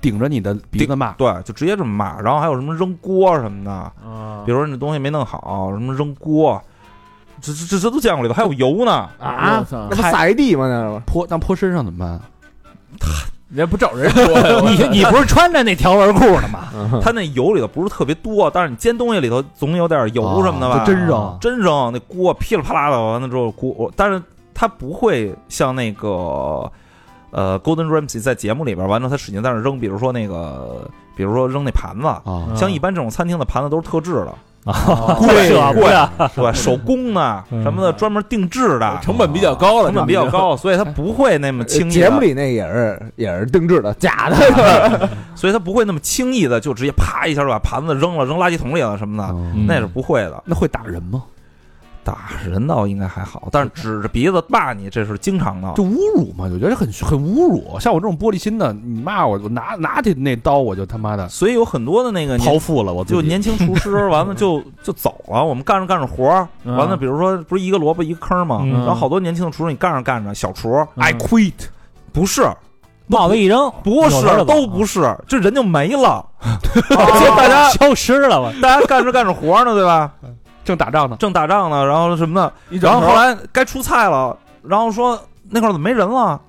顶着你的鼻子骂，对，就直接这么骂，然后还有什么扔锅什么的，嗯比如说你东西没弄好，什么扔锅，这这这这都见过里头，还有 油呢，啊，那不撒一地吗？那不泼那泼身上怎么办？人家不找人说呀我你你不是穿着那条纹裤呢吗？它那油里头不是特别多，但是你煎东西里头总有点油什么的吧？哦就真扔真扔，那锅噼里啪啦的，完了之后锅，但是它不会像那个呃 Golden Ramsy 在节目里边，完了他使劲在那扔，比如说那个，比如说扔那盘子。啊！像一般这种餐厅的盘子都是特制嗯的，哦贵啊舍不得，啊 是吧？手工的嗯什么的，专门定制的，成本比较高了，成本比较高，所以它不会那么轻易。节目，里那也是也是定制的，假的，所以它不会那么轻易的就直接啪一下就把盘子扔了，扔垃圾桶里了什么的，哦嗯，那是不会的。那会打人吗？打人倒应该还好，但是指着鼻子骂你，这是经常的。就侮辱嘛，我觉得很很侮辱。像我这种玻璃心的，你骂我，我拿拿起那刀我就他妈的所以有很多的那个年剖腹了，我自己就年轻厨师，完了就就走了。我们干着干着活儿，嗯完了比如说不是一个萝卜一个坑吗？嗯然后好多年轻的厨师，你干着干着小厨嗯，I quit，不是帽子一扔，不有门是了吧都不是，这人就没了。哦啊大家消失了吧？大家干着干着活儿呢，对吧？正打仗呢，正打仗呢，然后什么的，然后后来该出菜了，然后说那块儿怎么没人 了？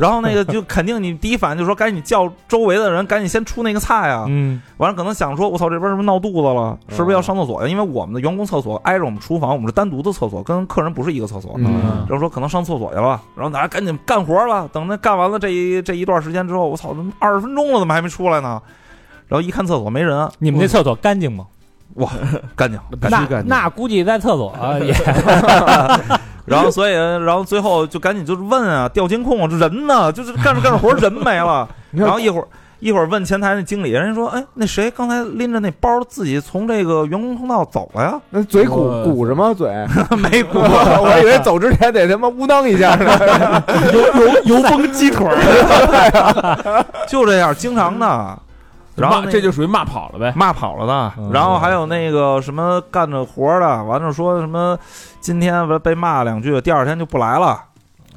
然后那个就肯定你第一反应就说赶紧叫周围的人赶紧先出那个菜啊，嗯，完了可能想说我操这边是不是闹肚子了，是不是要上厕所呀？因为我们的员工厕所挨着我们厨房，我们是单独的厕所，跟客人不是一个厕所。嗯然后说可能上厕所去了，然后大家赶紧干活吧。等那干完了这一这一段时间之后，我操，怎么二十分钟了怎么还没出来呢？然后一看厕所没人，你们那厕所干净吗？干净。那那估计在厕所啊 也然后所以，然后最后就赶紧就是问啊，调监控，这人呢？就是干着干着活人没了。然后一会儿一会儿问前台那经理，人家说，哎，那谁刚才拎着那包自己从这个员工通道走了呀？ 那嘴鼓我鼓着吗？嘴，没过。我以为走之前得他妈乌当一下呢。油油 封鸡腿 就这样，经常的。然后骂那这就属于骂跑了呗。骂跑了的嗯，然后还有那个什么干着活儿的，完了说什么今天被骂两句，第二天就不来了，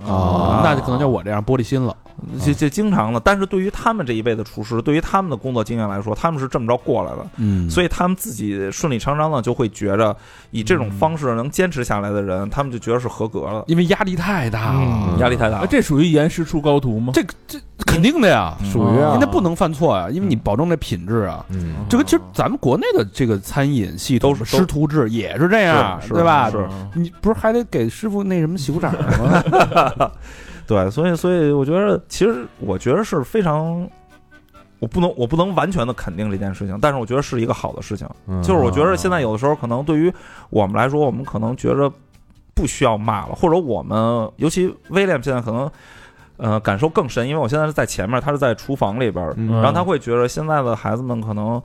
啊，那就可能就我这样玻璃心了。这这经常的。但是对于他们这一辈的厨师，对于他们的工作经验来说，他们是这么着过来的，嗯所以以他们自己顺理成章的就会觉着，以这种方式能坚持下来的人，他们就觉得是合格了，因为压力太大了，嗯压力太大啊，了。这属于严师出高徒吗？这个这肯定的呀，哦属于啊那不能犯错呀，因为你保证这品质啊。嗯这个其实咱们国内的这个餐饮系统都是都师徒制也是这样，是是对吧？是嗯你不是还得给师傅那什么洗股掌吗？对，所以所以我觉得，其实我觉得是非常，我不能我不能完全的肯定这件事情，但是我觉得是一个好的事情。嗯嗯就是我觉得现在有的时候，可能对于我们来说，我们可能觉着不需要骂了，或者我们尤其威廉现在可能。呃，感受更深，因为我现在是在前面，他是在厨房里边儿，嗯然后他会觉得现在的孩子们可能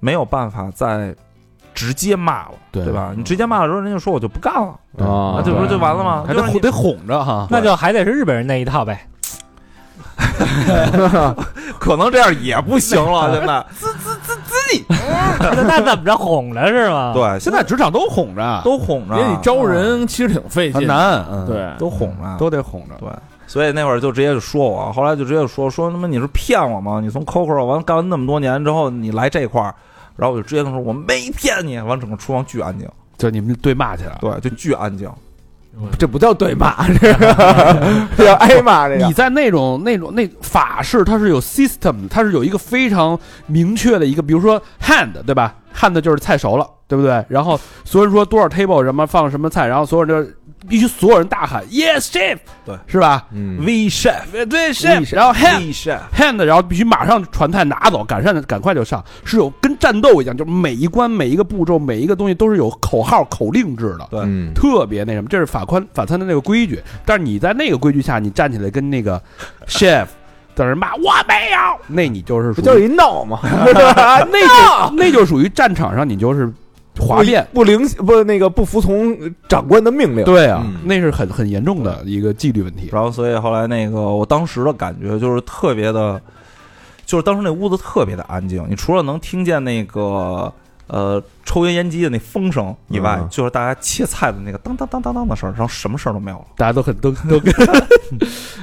没有办法再直接骂了，对对嗯吧？你直接骂了之后，人家说我就不干了，啊那这不是就完了吗？还就得是哄你得哄着哈。那就还得是日本人那一套 呗。可能这样也不行了，现在那怎么着哄着是吗？， 对，现现在在职场都哄着，都哄着，啊因为你招人其实挺费很劲，难，嗯，对，都哄着，啊都得哄着。对，所以那会儿就直接就说我，后来就直接就说说他妈你是骗我吗？你从 Coco 完干了那么多年之后，你来这块儿，然后我就直接跟他说我没骗你，完整个厨房巨安静，就你们对骂去了，对，就巨安静，这不叫对骂，这个这叫挨骂。这你个在那种那种那法式，它是有 system，的它是有一个非常明确的一个，比如说 hand，对吧？hand 就是菜熟了，对不对？然后所有人说多少 table 什么放什么菜，然后所有人就必须所有人大喊 yes chef，对，是吧？嗯， ，V chef 对 chef，然后 hand V chef， hand，然后必须马上传菜拿走，赶上赶快就上，是有跟战斗一样，就是每一关每一个步骤每一个东西都是有口号口令制的，对嗯，特别那什么，这是法宽法餐的那个规矩。但是你在那个规矩下，你站起来跟那 个 chef 在那儿骂我没有，那你就是不属就是于一闹 嘛，啊， 那就那就属于战场上你就是哗变。不灵不那个不服从长官的命令。对啊，嗯那是很很严重的一个纪律问题。然后所以后来那个我当时的感觉就是特别的，就是当时那屋子特别的安静，你除了能听见那个呃抽烟烟机的那风声以外，嗯就是大家切菜的那个当当当当当的声儿，然后什么声儿都没有了。大家都很都都 跟，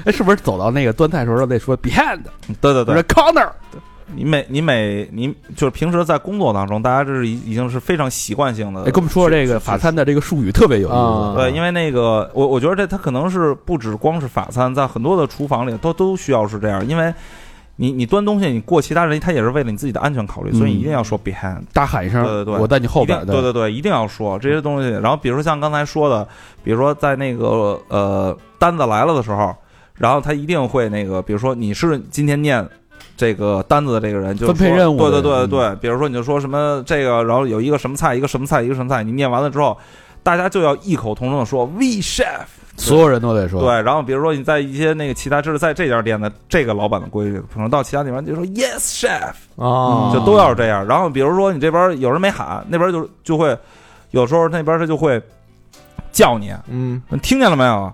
哎，是不是走到那个端菜的时候得说 behind，对对不对是，corner，你每你每你就是平时在工作当中，大家这是已已经是非常习惯性的。哎，跟我们说说这个是法餐的这个术语特别有意思。啊对，因为那个我我觉得这它可能是不只光是法餐，在很多的厨房里都都需要是这样，因为你你端东西你过其他人，他也是为了你自己的安全考虑，所以你一定要说 behind，大喊一声，对对对我在你后一定边。对对对，一定要说这些东西。然后比如说像刚才说的，比如说在那个呃单子来了的时候，然后他一定会那个，比如说你是今天念。这个单子的这个人就是分配说任务对的嗯对对对，比如说你就说什么这个，然后有一个什么菜，一个什么菜，一个什么菜，你念完了之后，大家就要异口同声的说 “We chef”，所有人都得说。对，然后比如说你在一些那个其他，这是在这家店的这个老板的规矩，可能到其他地方就说 yes chef，啊就都要是这样。然后比如说你这边有人没喊，那边就就会有时候那边他就会叫你，嗯你听见了没有？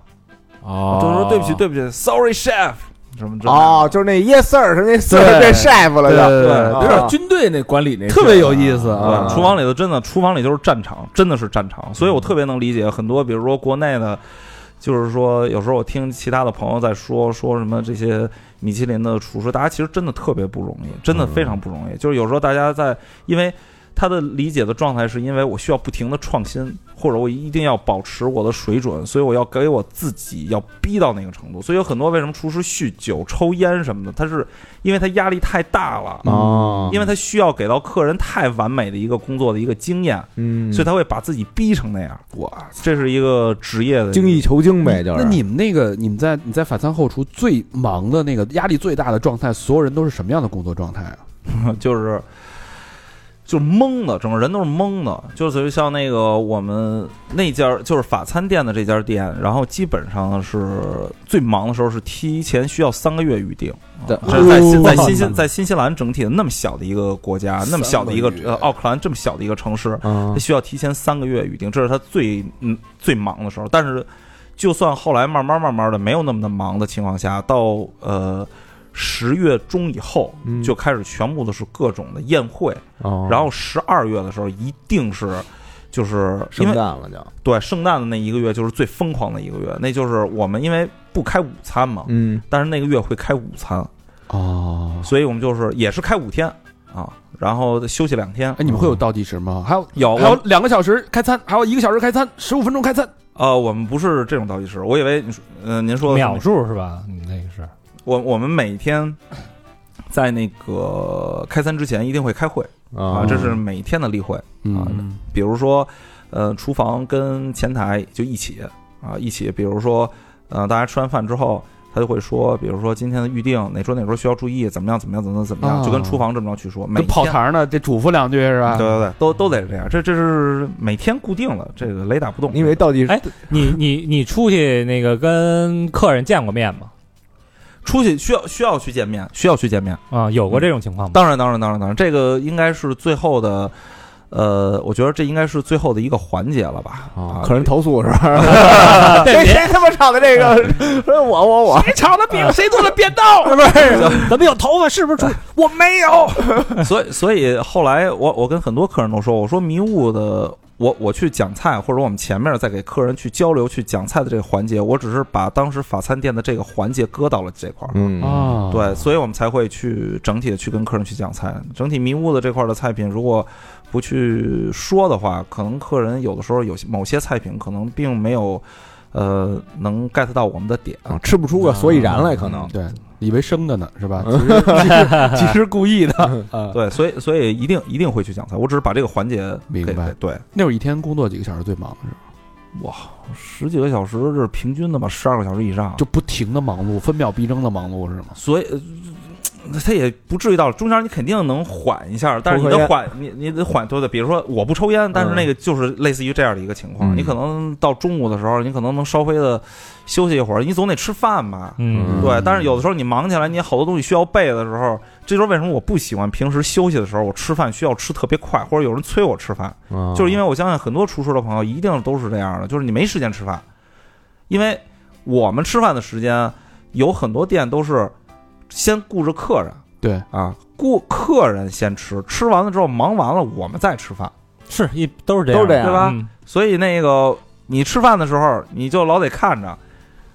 啊哦，就是说对不起，对不起，sorry chef，什么之类的哦，，就是那 yes sir 是那 sir 对变 chef 了对就，啊对对对，有点军队那管理那事儿啊特别有意思对啊！厨房里头真的，厨房里就是战场，真的是战场，所以我特别能理解很多，比如说国内的，就是说有时候我听其他的朋友在说说什么这些米其林的厨师，大家其实真的特别不容易，真的非常不容易。就是有时候大家在因为。他的理解的状态是因为我需要不停的创新，或者我一定要保持我的水准，所以我要给我自己要逼到那个程度。所以有很多为什么厨师酗酒、抽烟什么的，他是因为他压力太大了，嗯哦因为他需要给到客人太完美的一个工作的一个经验，嗯所以他会把自己逼成那样。哇，这是一个职业的精益求精呗，就是那你们那个你们在你在法餐后厨最忙的那个压力最大的状态，所有人都是什么样的工作状态啊？就是就是懵的，整个人都是懵的。就是像那个我们那家就是法餐店的这家店，然后基本上是最忙的时候是提前需要三个月预定。对啊这是在新在哦新西在新西兰整体的那么小的一个国家，那么小的一个呃奥克兰这么小的一个城市，啊他需要提前三个月预定，这是他最嗯最忙的时候。但是，就算后来慢慢慢慢的没有那么的忙的情况下，到呃十月中以后，嗯就开始全部都是各种的宴会。哦然后十二月的时候，一定是就是因圣为诞了就，对圣诞的那一个月就是最疯狂的一个月，那就是我们因为不开午餐嘛，嗯但是那个月会开午餐，哦，所以我们就是也是开五天啊，然后休息两天哎，。你们会有倒计时吗？还有有还有两个小时开餐，还有一个小时开餐，十五分钟开餐。呃，我们不是这种倒计时，我以为你说，呃，您说的是那秒数是吧？你那个是我我们每天在那个开餐之前一定会开会啊，这是每天的例会。啊嗯，比如说，呃，厨房跟前台就一起啊，一起。比如说，呃，大家吃完饭之后，他就会说，比如说今天的预定哪桌哪桌需要注意，怎么样怎么样怎么样怎么样，啊就跟厨房这么着去说。每跟跑天堂呢得嘱咐两句是吧对？对对，都都得这样，这这是每天固定的，这个雷打不动。你以为到底是哎 你你你出去那个跟客人见过面吗？出去需要需要去见面，需要去见面。啊，有过这种情况吗？当然，当然，当然，当然，这个应该是最后的，呃，我觉得这应该是最后的一个环节了吧？啊，客人投诉是吧？啊对嗯谁谁他妈炒的这个？ 说我我我，谁炒的饼？谁做的扁豆？是不 是？ 怎么有头发？是不是出？我没有。所以，所以后来我我跟很多客人都说，我说迷雾的，我我去讲菜，或者我们前面再给客人去交流、去讲菜的这个环节，我只是把当时法餐店的这个环节搁到了这块儿。嗯，啊，对，所以我们才会去整体的去跟客人去讲菜。整体迷雾的这块的菜品，如果不去说的话，可能客人有的时候有些某些菜品可能并没有呃，能 get 到我们的点。啊吃不出个所以然来，可能 对，以为生的呢是吧？其实其实其实故意的啊。对，所以所以一定一定会去讲菜，我只是把这个环节明给白给对，那会儿一天工作几个小时最忙是吧？十几个小时这是平均的吧，十二个小时以上，就不停的忙碌，分秒必争的忙碌是吗？所以。呃他也不至于到中间，你肯定能缓一下，但是你抽得根烟缓，你你得缓，对不对？比如说我不抽烟，但是那个就是类似于这样的一个情况，嗯你可能到中午的时候，你可能能稍微的休息一会儿，你总得吃饭吧，嗯对。但是有的时候你忙起来，你好多东西需要背的时候，这就是为什么我不喜欢平时休息的时候，我吃饭需要吃特别快，或者有人催我吃饭，啊就是因为我相信很多厨师的朋友一定都是这样的，就是你没时间吃饭，因为我们吃饭的时间有很多店都是先顾着客人，对啊，顾客人先吃，吃完了之后忙完了我们再吃饭，是一都是这嗯都是这样对吧？所以那个你吃饭的时候你就老得看着。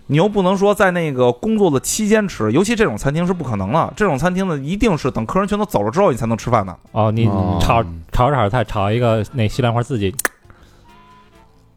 你又不能说在那个工作的期间吃，尤其这种餐厅是不可能了。这种餐厅呢，一定是等客人全都走了之后，你才能吃饭的。哦，你哦炒炒着炒着菜，炒一个那西兰花自己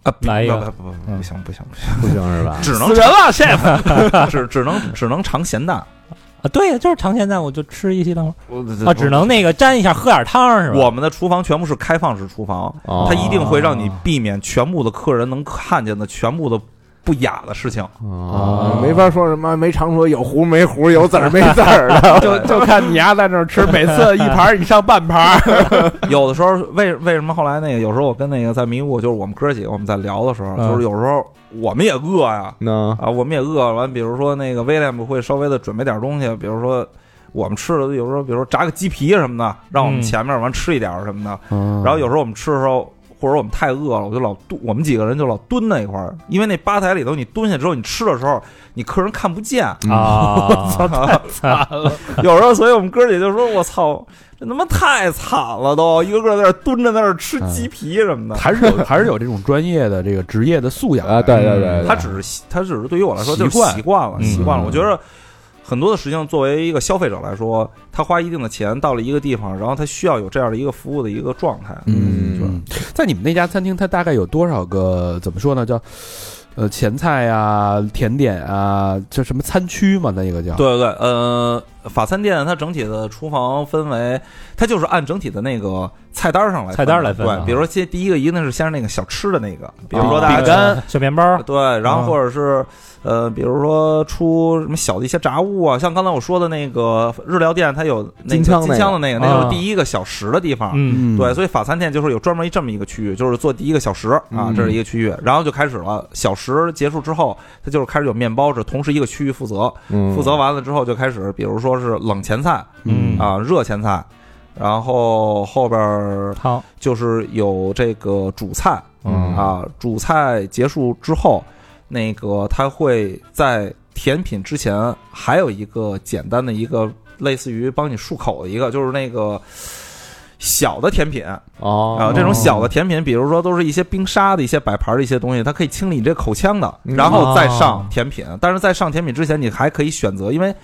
啊，不来一个不不不不行不行不行，不行是吧？ 只能死人了，chef， 只只能只能尝咸淡。啊，对呀，就是尝咸蛋，我就吃一西兰花啊啊，只能那个沾一下，喝点汤是吧？我们的厨房全部是开放式厨房，哦它一定会让你避免全部的客人能看见的全部的不雅的事情。啊，没法说什么没尝出有糊没糊，有籽儿没籽儿的。就就看你丫在那儿吃，每次一盘儿以上半盘儿，有的时候，为为什么后来那个有时候我跟那个在迷雾，就是我们哥几个我们在聊的时候，嗯就是有时候我们也饿呀那啊，我们也饿完，比如说那个威廉会稍微的准备点东西，比如说。我们吃的有时候，比如说炸个鸡皮什么的，让我们嗯前面完吃一点儿什么的，然然后有时候我们吃的时候，或者我们太饿了，我就老蹲，我们几个人就老蹲那一块儿，因为那吧台里头，你蹲下之后，你吃的时候，你客人看不见。 啊，有时候，所以我们哥儿姐就说：“我操，这他妈太惨了都，一个个在那儿蹲着，在那儿吃鸡皮什么的。还是有还是有这种专业的这个职业的素养啊，对对对，对他只是习他只是对于我来说就是习惯习惯了，嗯习惯了。我觉得很多的事情，作为一个消费者来说，他花一定的钱到了一个地方，然后他需要有这样的一个服务的一个状态。嗯，嗯，在你们那家餐厅，它大概有多少个怎么说呢？叫呃前菜啊、甜点啊，叫什么餐区嘛？那啊个叫对对对，呃，法餐店它整体的厨房氛围，它就是按整体的那个菜单上来菜单来分啊对的，比如说先第一个一定是先是那个小吃的那个，比如说啊大家饼干、小面包，对，然后啊或者是呃，比如说出什么小的一些杂物啊，像刚才我说的那个日料店，它有那个金枪那金个枪的那个，那就是啊第一个小食的地方。嗯嗯，对，所以法餐店就是有专门这么一个区域，就是做第一个小食啊嗯，这是一个区域，然后就开始了。小食结束之后，它就是开始有面包，这同时一个区域负责，负负责完了之后就开始，比如说是冷前菜嗯啊、热前菜，然后后边儿汤就是有这个主菜嗯啊，主菜结束之后，那个它会在甜品之前还有一个简单的一个类似于帮你漱口的一个，就是那个。小的甜品啊，哦，这种小的甜品，比如说都是一些冰沙的一些摆盘的一些东西，它可以清理你这口腔的，嗯然后再哦上甜品。但是在上甜品之前，你还可以选择，因为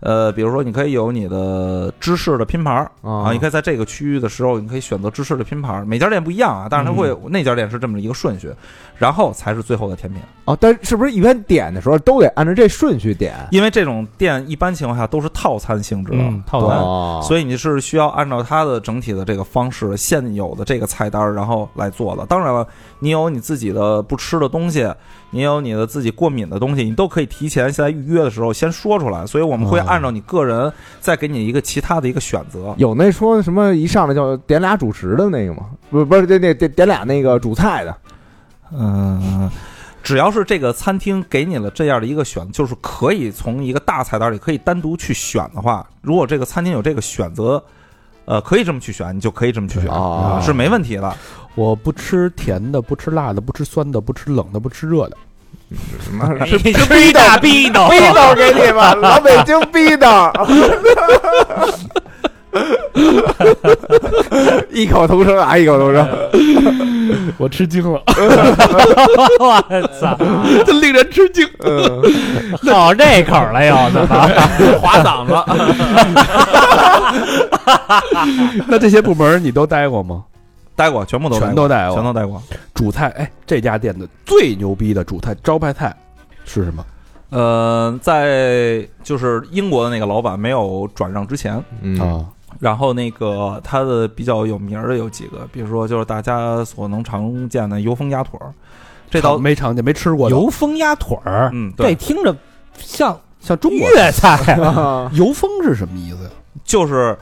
呃，比如说你可以有你的芝士的拼盘儿啊，啊你可以在这个区域的时候，你可以选择芝士的拼盘儿，每家店不一样啊，但是它会、那家店是这么一个顺序，然后才是最后的甜品。哦，但是不是一般点的时候都得按照这顺序点？因为这种店一般情况下都是套餐性质的，嗯，套餐，哦，所以你是需要按照它的整体的这个方式，现有的这个菜单儿，然后来做的。当然了，你有你自己的不吃的东西，你有你的自己过敏的东西，你都可以提前在预约的时候先说出来。所以我们会哦按照你个人再给你一个其他的一个选择。有那说什么一上来就点俩主食的那个吗？不不是，那那点点俩那个主菜的嗯，只要是这个餐厅给你了这样的一个选，就是可以从一个大菜单里可以单独去选的话，如果这个餐厅有这个选择，呃，可以这么去选，你就可以这么去选，哦是没问题的。我不吃甜的，不吃辣的，不吃酸的，不吃冷的，不吃 热的。什么吃逼大逼斗，逼斗给你吧，老北京逼斗， 异口同声啊，异口同声。我吃惊了，我操，这令人吃惊。嗯好这口了又怎么？划嗓子，那这些部门你都待过吗？待过，全部都全都都带全过。都待过。主菜，哎，这家店的最牛逼的主菜招牌菜是什么？呃，在就是英国的那个老板没有转让之前，嗯，啊，然后那个他的比较有名儿的有几个，比如说就是大家所能常见的油封鸭腿儿，这道没常见，没吃过的。 油封鸭腿儿，嗯这对，听着像像中国粤菜， 啊油封是什么意思呀？就是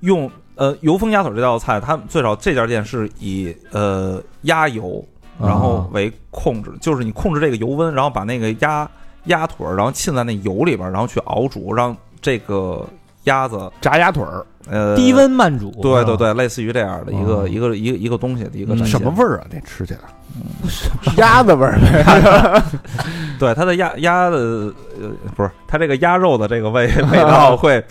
用呃油封鸭腿儿这道菜，他们最少这家店是以呃鸭油然后为控制，就是你控制这个油温，然后把那个鸭鸭腿儿，然后浸在那油里边儿，然后去熬煮，让这个鸭子炸鸭腿儿呃低。温慢煮。对对对，类似于这样的一个、一个一个一个东西的一个嗯展什现么味儿啊？这吃起来鸭子味儿呗，对它的鸭鸭的呃不是它这个鸭肉的这个味 味道 会，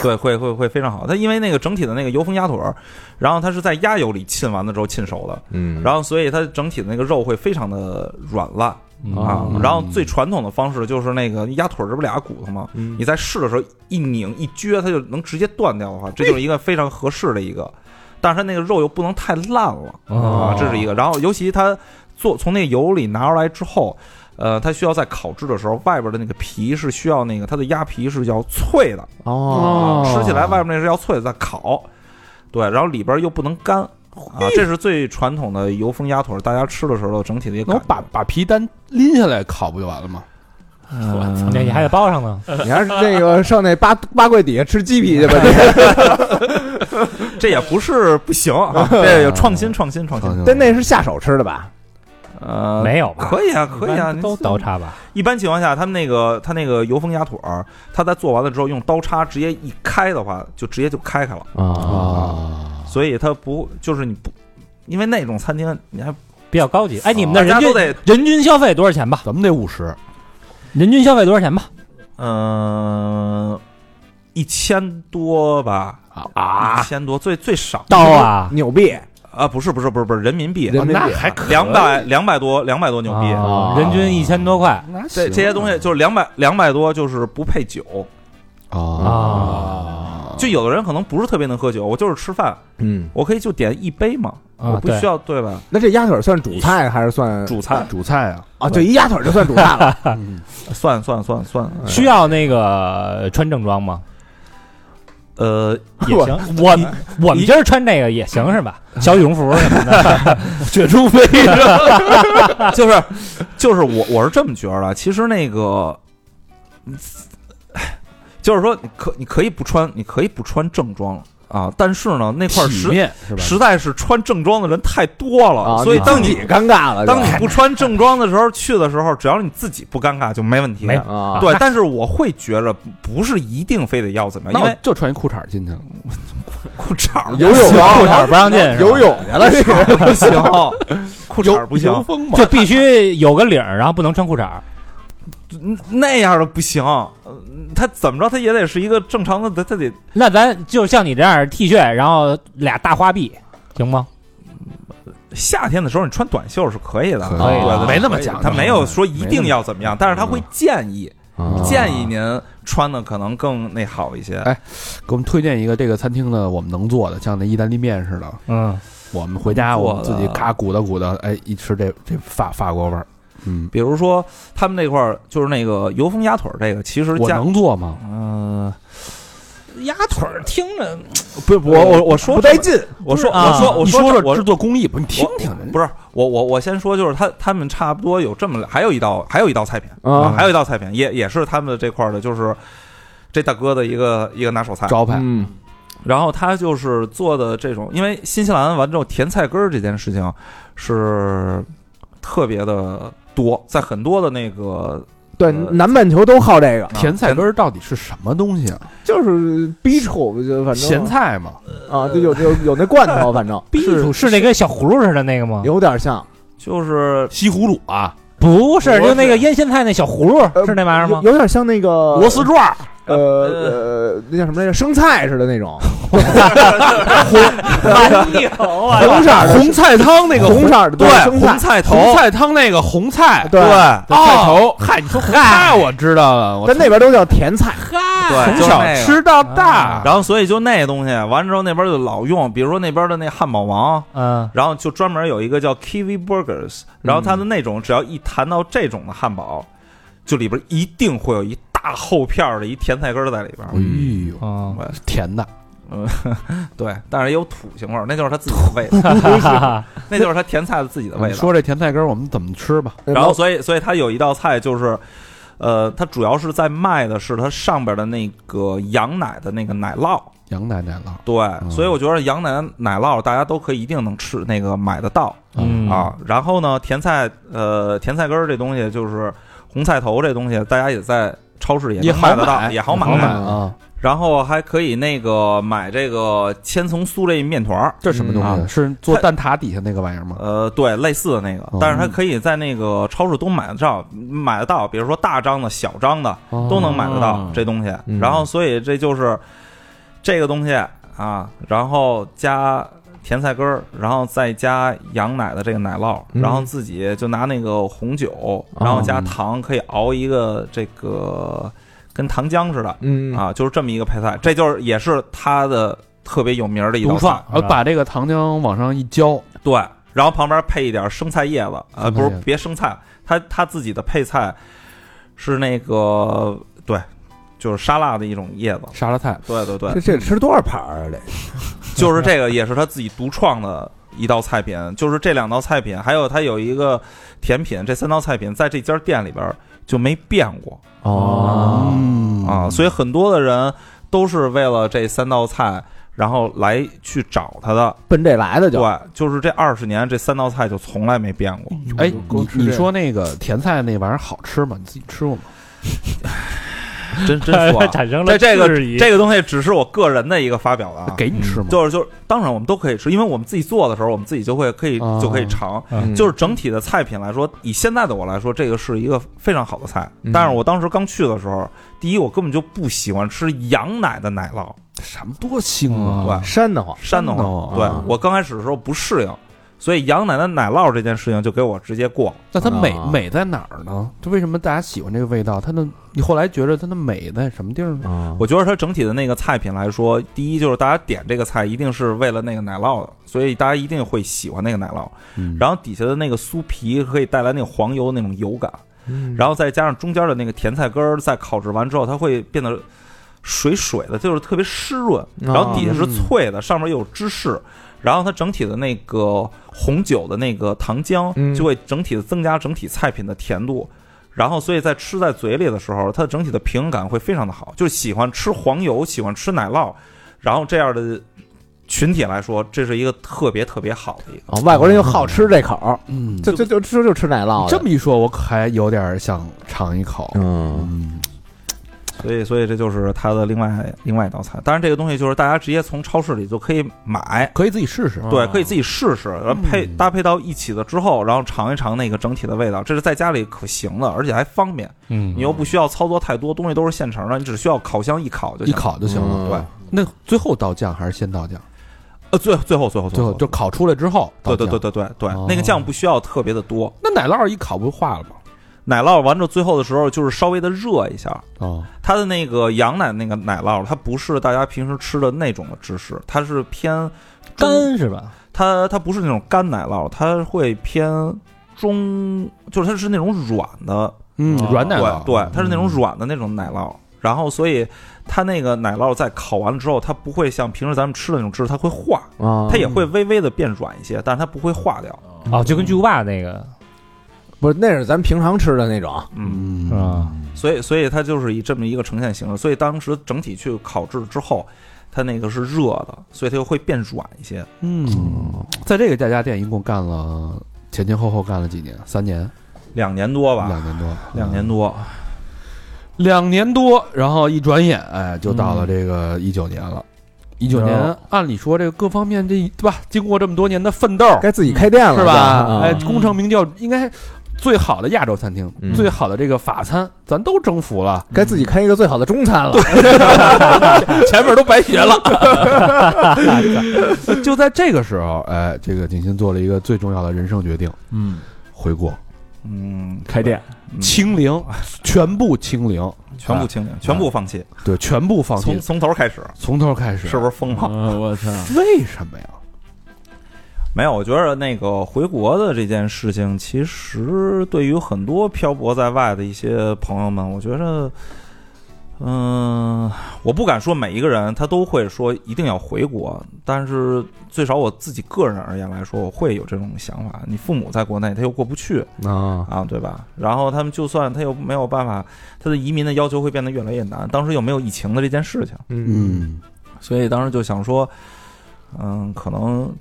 对会会会非常好。它因为那个整体的那个油封鸭腿儿，然后它是在鸭油里浸完了之后浸熟的，嗯然后所以它整体的那个肉会非常的软烂啊。嗯然后最传统的方式就是那个鸭腿儿这不俩骨头吗？嗯你在试的时候一拧一撅，它就能直接断掉的话，这就是一个非常合适的一个。但是它那个肉又不能太烂了啊，这是一个。然后尤其它做从那个油里拿出来之后，呃，它需要在烤制的时候，外边的那个皮是需要那个它的鸭皮是要脆的，啊哦，吃起来外面那是要脆的，在烤。对，然后里边又不能干啊，这是最传统的油封鸭腿儿，大家吃的时候整体的一那个我感把觉。把皮单拎下来烤不就完了吗？嗯我操，那你还得包上呢。你还是那个上那八八柜底下吃鸡皮去吧，你这也不是不行 啊，这有创新创新创新。但那是下手吃的吧？呃，没有吧？可以啊，可以啊，一般都你刀叉吧？一般情况下，他们那个他那个油封鸭腿儿，他在做完了之后用刀叉直接一开的话，就直接就开开了，啊，所以它不就是你不，因为那种餐厅你还比较高级。哎，你们那啊大人家都均得人均消费多少钱吧？咱们得五十，人均消费多少钱吧？嗯一千多吧啊，一千多最最少刀啊！纽币，啊，不是不是不是不是人民币，啊人民币还可两百两百多两百多牛逼，啊人均一千多块这这些东西就是两百两百多就是不配酒，啊就有的人可能不是特别能喝酒，我就是吃饭，嗯，我可以就点一杯嘛，我啊！不对需，要对吧？那这鸭腿算主菜还是算主菜主菜啊，啊？对，一鸭腿就算主菜了。 算算算算，需要那个穿正装 吗？呃，也我行，我我们今儿穿这个也行是吧？小羽绒服什么的，雪中 飞就是就是我我是这么觉得，其实那个，就是说你可你可以不穿，你可以不穿正装啊，但是呢，那块儿体实面是吧？实在是穿正装的人太多了，啊， 所以你当自你己尴尬了就，当你不穿正装的时候去的时候，只要你自己不尴尬就没问题。没啊，对，但是我会觉着不是一定非得要怎么那样，啊因我为就穿一裤衩进去了，裤衩儿游泳啊裤衩不让进是吧，游泳去了，这个不行，裤衩儿不行，风嘛就必须有个领儿，然后不能穿裤衩儿。嗯那样的不行，呃他怎么着他也得是一个正常的，他他得那咱就像你这样 T 恤，然后俩大花臂，行吗？夏天的时候你穿短袖是可以的，可以对的对没那么可以的讲究他啊没有说一定要怎么样，但是他嗯会建议啊建议您穿的可能更那好一些。哎给我们推荐一个这个餐厅呢，我们能做的，像那意大利面似的，嗯，我们回家我们自己做的咔鼓捣鼓捣，哎，一吃这这法法国味儿，嗯，比如说他们那块儿就是那个油封鸭腿儿这个，其实我加能做吗？嗯，鸭腿儿听着不我我我说不带劲，我说啊我说我你说这说我制作工艺吧，你听听人家不是我我我先说，就是他他们差不多有这么还有一道还有一道菜品啊还有一道菜品也也是他们的这块儿的，就是这大哥的一个一个拿手菜。招牌，嗯，然后他就是做的这种，因为新西兰完之后甜菜根儿这件事情是特别的多，在很多的那个啊对，南半球都好这个，甜菜根儿到底是什么东西啊？就是 B 处，就反正咸菜嘛，啊，就有有有那罐头，反正是是那跟小葫芦似的那个吗？有点像，就是西葫芦啊，不是，不是就那个腌咸菜那小葫芦呃是那玩意儿吗？呃有有点像那个螺丝转儿，呃呃，那叫什么来着？生菜似的那种，蛮牛啊！红色儿的红菜汤那个红色儿的对生菜，红菜头，红菜汤那个红菜对，菜头，嗨，你说红菜我知道了，我但那边都叫甜菜，对，从就是小那个吃到大，然后所以就那东西，完之后那边就老用，比如说那边的那汉堡王，嗯，然后就专门有一个叫 Kiwi Burgers，然后它的那种只要一谈到这种的汉堡，就里边一定会有一大厚片儿的一甜菜根儿在里边儿。哎呦，嗯，甜的，对，但是也有土腥味儿，那就是它自己的味道，哈哈，那就是它甜菜的自己的味你道。说这甜菜根儿我们怎么吃吧？嗯然后所以所以它有一道菜就是，呃，它主要是在卖的是它上边的那个羊奶的那个奶酪。羊奶奶酪，对，所以我觉得羊奶奶酪大家都可以一定能吃那个买得到嗯啊。然后呢，甜菜呃甜菜根儿这东西就是红菜头这东西，大家也在超市也也能好买得到，买也好买。好买啊！然后还可以那个买这个千层酥这面团儿，这什么东西？啊嗯是做蛋挞底下那个玩意儿吗？呃，对，类似的那个嗯，但是它可以在那个超市都买得到，买得到，比如说大张的、小张的都能买得到哦这东西。嗯然后，所以这就是这个东西啊，然后加甜菜根儿，然后再加羊奶的这个奶酪，嗯然后自己就拿那个红酒，然后加糖，可以熬一个这个跟糖浆似的嗯啊，就是这么一个配菜，这就是也是它的特别有名儿的一道独菜创。，呃，把这个糖浆往上一浇，对，然后旁边配一点生菜叶子，呃，生菜不叶是子别生菜，他他自己的配菜是那个对，就是沙拉的一种叶子。沙拉菜，对对这对，这吃多少盘儿啊？这 就是这个也是他自己独创的一道菜品，就是这两道菜品，还有他有一个甜品，这三道菜品在这家店里边就没变过哦嗯啊，所以很多的人都是为了这三道菜，然后来去找他的。奔这来的就对，就是这二十年，这三道菜就从来没变过。哎，光你吃你这说那个甜菜那玩意儿好吃吗？你自己吃过吗？真真说、啊嗯 产生了这这个质疑这个东西只是我个人的一个发表了啊，给你吃吗？就是就是，当然我们都可以吃，因为我们自己做的时候，我们自己就会可以啊就可以尝。嗯就是整体的菜品来说，以现在的我来说，这个是一个非常好的菜。嗯但是我当时刚去的时候，第一我根本就不喜欢吃羊奶的奶酪，什么多腥啊！对，山的慌，山的山的慌。慌对啊我刚开始的时候不适应，所以羊奶的奶酪这件事情就给我直接过。那它美啊美在哪儿呢？就为什么大家喜欢这个味道？它的你后来觉得它的美在什么地儿呢？啊我觉得它整体的那个菜品来说，第一就是大家点这个菜一定是为了那个奶酪的，所以大家一定会喜欢那个奶酪。然后底下的那个酥皮可以带来那种黄油的那种油感，嗯然后再加上中间的那个甜菜根儿，在烤制完之后，它会变得水水的，就是特别湿润。然后底下是脆的，上面又有芝士，然后它整体的那个红酒的那个糖浆嗯就会整体的增加整体菜品的甜度。然后，所以在吃在嘴里的时候，它的整体的平衡感会非常的好。就是喜欢吃黄油、喜欢吃奶酪，然后这样的群体来说，这是一个特别特别好的一个。啊，外国人就好吃这口儿，嗯，就就就吃就吃奶酪的，这么一说，我可还有点想尝一口。嗯嗯，所以，所以这就是它的另外另外一道菜。当然，这个东西就是大家直接从超市里就可以买，可以自己试试。对，可以自己试试，然后配搭配到一起了之后，然后尝一尝那个整体的味道，这是在家里可行的，而且还方便。嗯你又不需要操作太多，东西都是现成的，你只需要烤箱一烤就一行。烤就行了。嗯对，那最后倒酱还是先倒酱？呃，最后最后最后最后就烤出来之后倒对酱。对对对对对哦，那个酱不需要特别的多，那奶酪一烤不就化了吗？奶酪完之后最后的时候就是稍微的热一下。哦，它的那个羊奶那个奶酪，它不是大家平时吃的那种的芝士，它是偏中干是吧？它它不是那种干奶酪，它会偏中，就是它是那种软的，嗯，软奶酪，哦嗯对对，它是那种软的那种奶酪。然后，所以它那个奶酪在烤完了之后，它不会像平时咱们吃的那种芝士，它会化，嗯啊，它也会微微的变软一些，但是它不会化掉。哦，就跟巨无霸那个不是那是咱平常吃的那种，嗯，是嗯，吧？所以所以它就是以这么一个呈现形式。所以当时整体去烤制之后，它那个是热的，所以它又会变软一些。嗯，在这个家家店一共干了前前后后干了几年？三年，两年多吧，两嗯年多，两年多。两年多，然后一转眼，哎，就到了这个一九年了。一九然年后，按理说这个各方面这对吧？经过这么多年的奋斗，该自己开店了是吧？啊哎，功成名就，应该最好的亚洲餐厅、嗯最好的这个法餐，咱都征服了。该自己开一个最好的中餐了。 前面都白学了。 就在这个时候，哎，这个景欣做了一个最重要的人生决定，嗯，回国嗯，开店，嗯清零，全部清零，全部清零，全部放弃，对，全部啊放弃从，从头开始，从头开始，啊是不是疯了？嗯我操，为什么呀？没有，我觉得那个回国的这件事情，其实对于很多漂泊在外的一些朋友们，我觉得，嗯、我不敢说每一个人他都会说一定要回国，但是最少我自己个人而言来说，我会有这种想法。你父母在国内，他又过不去啊，啊，对吧？然后他们就算他又没有办法，他的移民的要求会变得越来越难。当时又没有疫情的这件事情。嗯，嗯，所以当时就想说，嗯，可能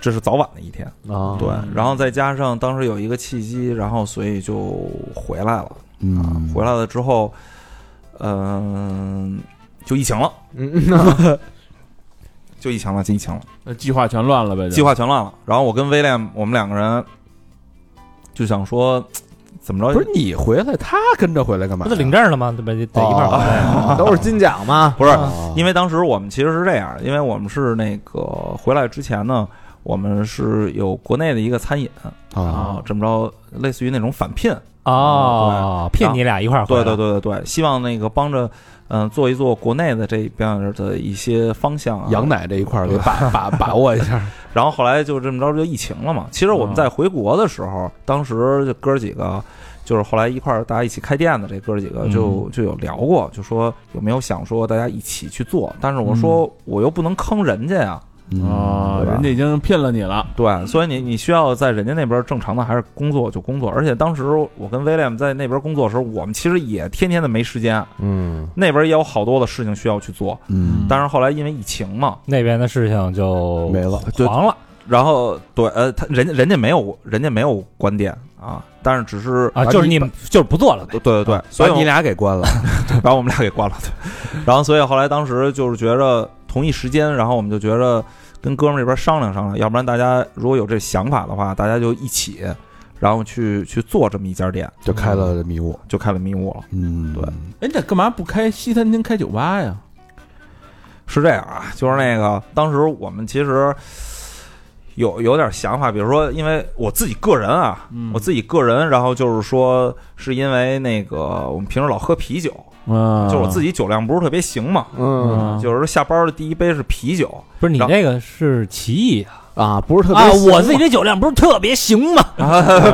这是早晚的一天，啊哦对。然后再加上当时有一个契机，然后所以就回来了啊。嗯，回来了之后，嗯、 就疫情了，嗯，就疫情了，就疫情了，那计划全乱了呗，就计划全乱了。然后我跟威廉，我们两个人就想说，怎么着？不是你回来，他跟着回来干嘛不呀？得领证了吗？对吧？得哦得一哦块儿回来那 都是金奖嘛。不是啊因为当时我们其实是这样的，因为我们是那个回来之前呢，我们是有国内的一个餐饮哦啊，，这么着类似于那种返聘，哦，骗你俩一块儿回对来。对对对对，希望那个帮着嗯、呃做一做国内的这边的一些方向、啊。羊奶这一块儿给啊把把把握一下，然后后来就这么着就疫情了嘛。其实我们嗯在回国的时候，当时就哥儿几个。就是后来一块儿大家一起开店的这哥儿几个嗯就就有聊过，就说有没有想说大家一起去做，但是我说我又不能坑人家呀，嗯嗯啊，对吧人家已经骗了你了，对，所以你你需要在人家那边正常的还是工作就工作，而且当时我跟威廉在那边工作的时候，我们其实也天天的没时间，嗯，那边也有好多的事情需要去做，嗯但是后来因为疫情嘛，那边的事情就没了对黄了。然后对，呃，他人家人家没有人家没有观点啊，但是只是啊，就是你们就是不做了呗对对对，所以把我你俩给关了。把我们 俩给关了，对，然后所以后来当时就是觉着同一时间，然后我们就觉着跟哥们儿这边商量商量，要不然大家如果有这想法的话，大家就一起，然后去去做这么一家店， 就开了迷雾，就开了迷雾了。嗯，对哎，那干嘛不开西餐厅开酒吧呀？是这样啊，就是那个当时我们其实有有点想法，比如说，因为我自己个人啊，嗯我自己个人，然后就是说，是因为那个我们平时老喝啤酒，啊，就是我自己酒量不是特别行嘛，嗯嗯，就是下班的第一杯是啤酒，不是你然后那个是歧义啊！啊，不是特别啊行我自己这酒量不是特别行吗？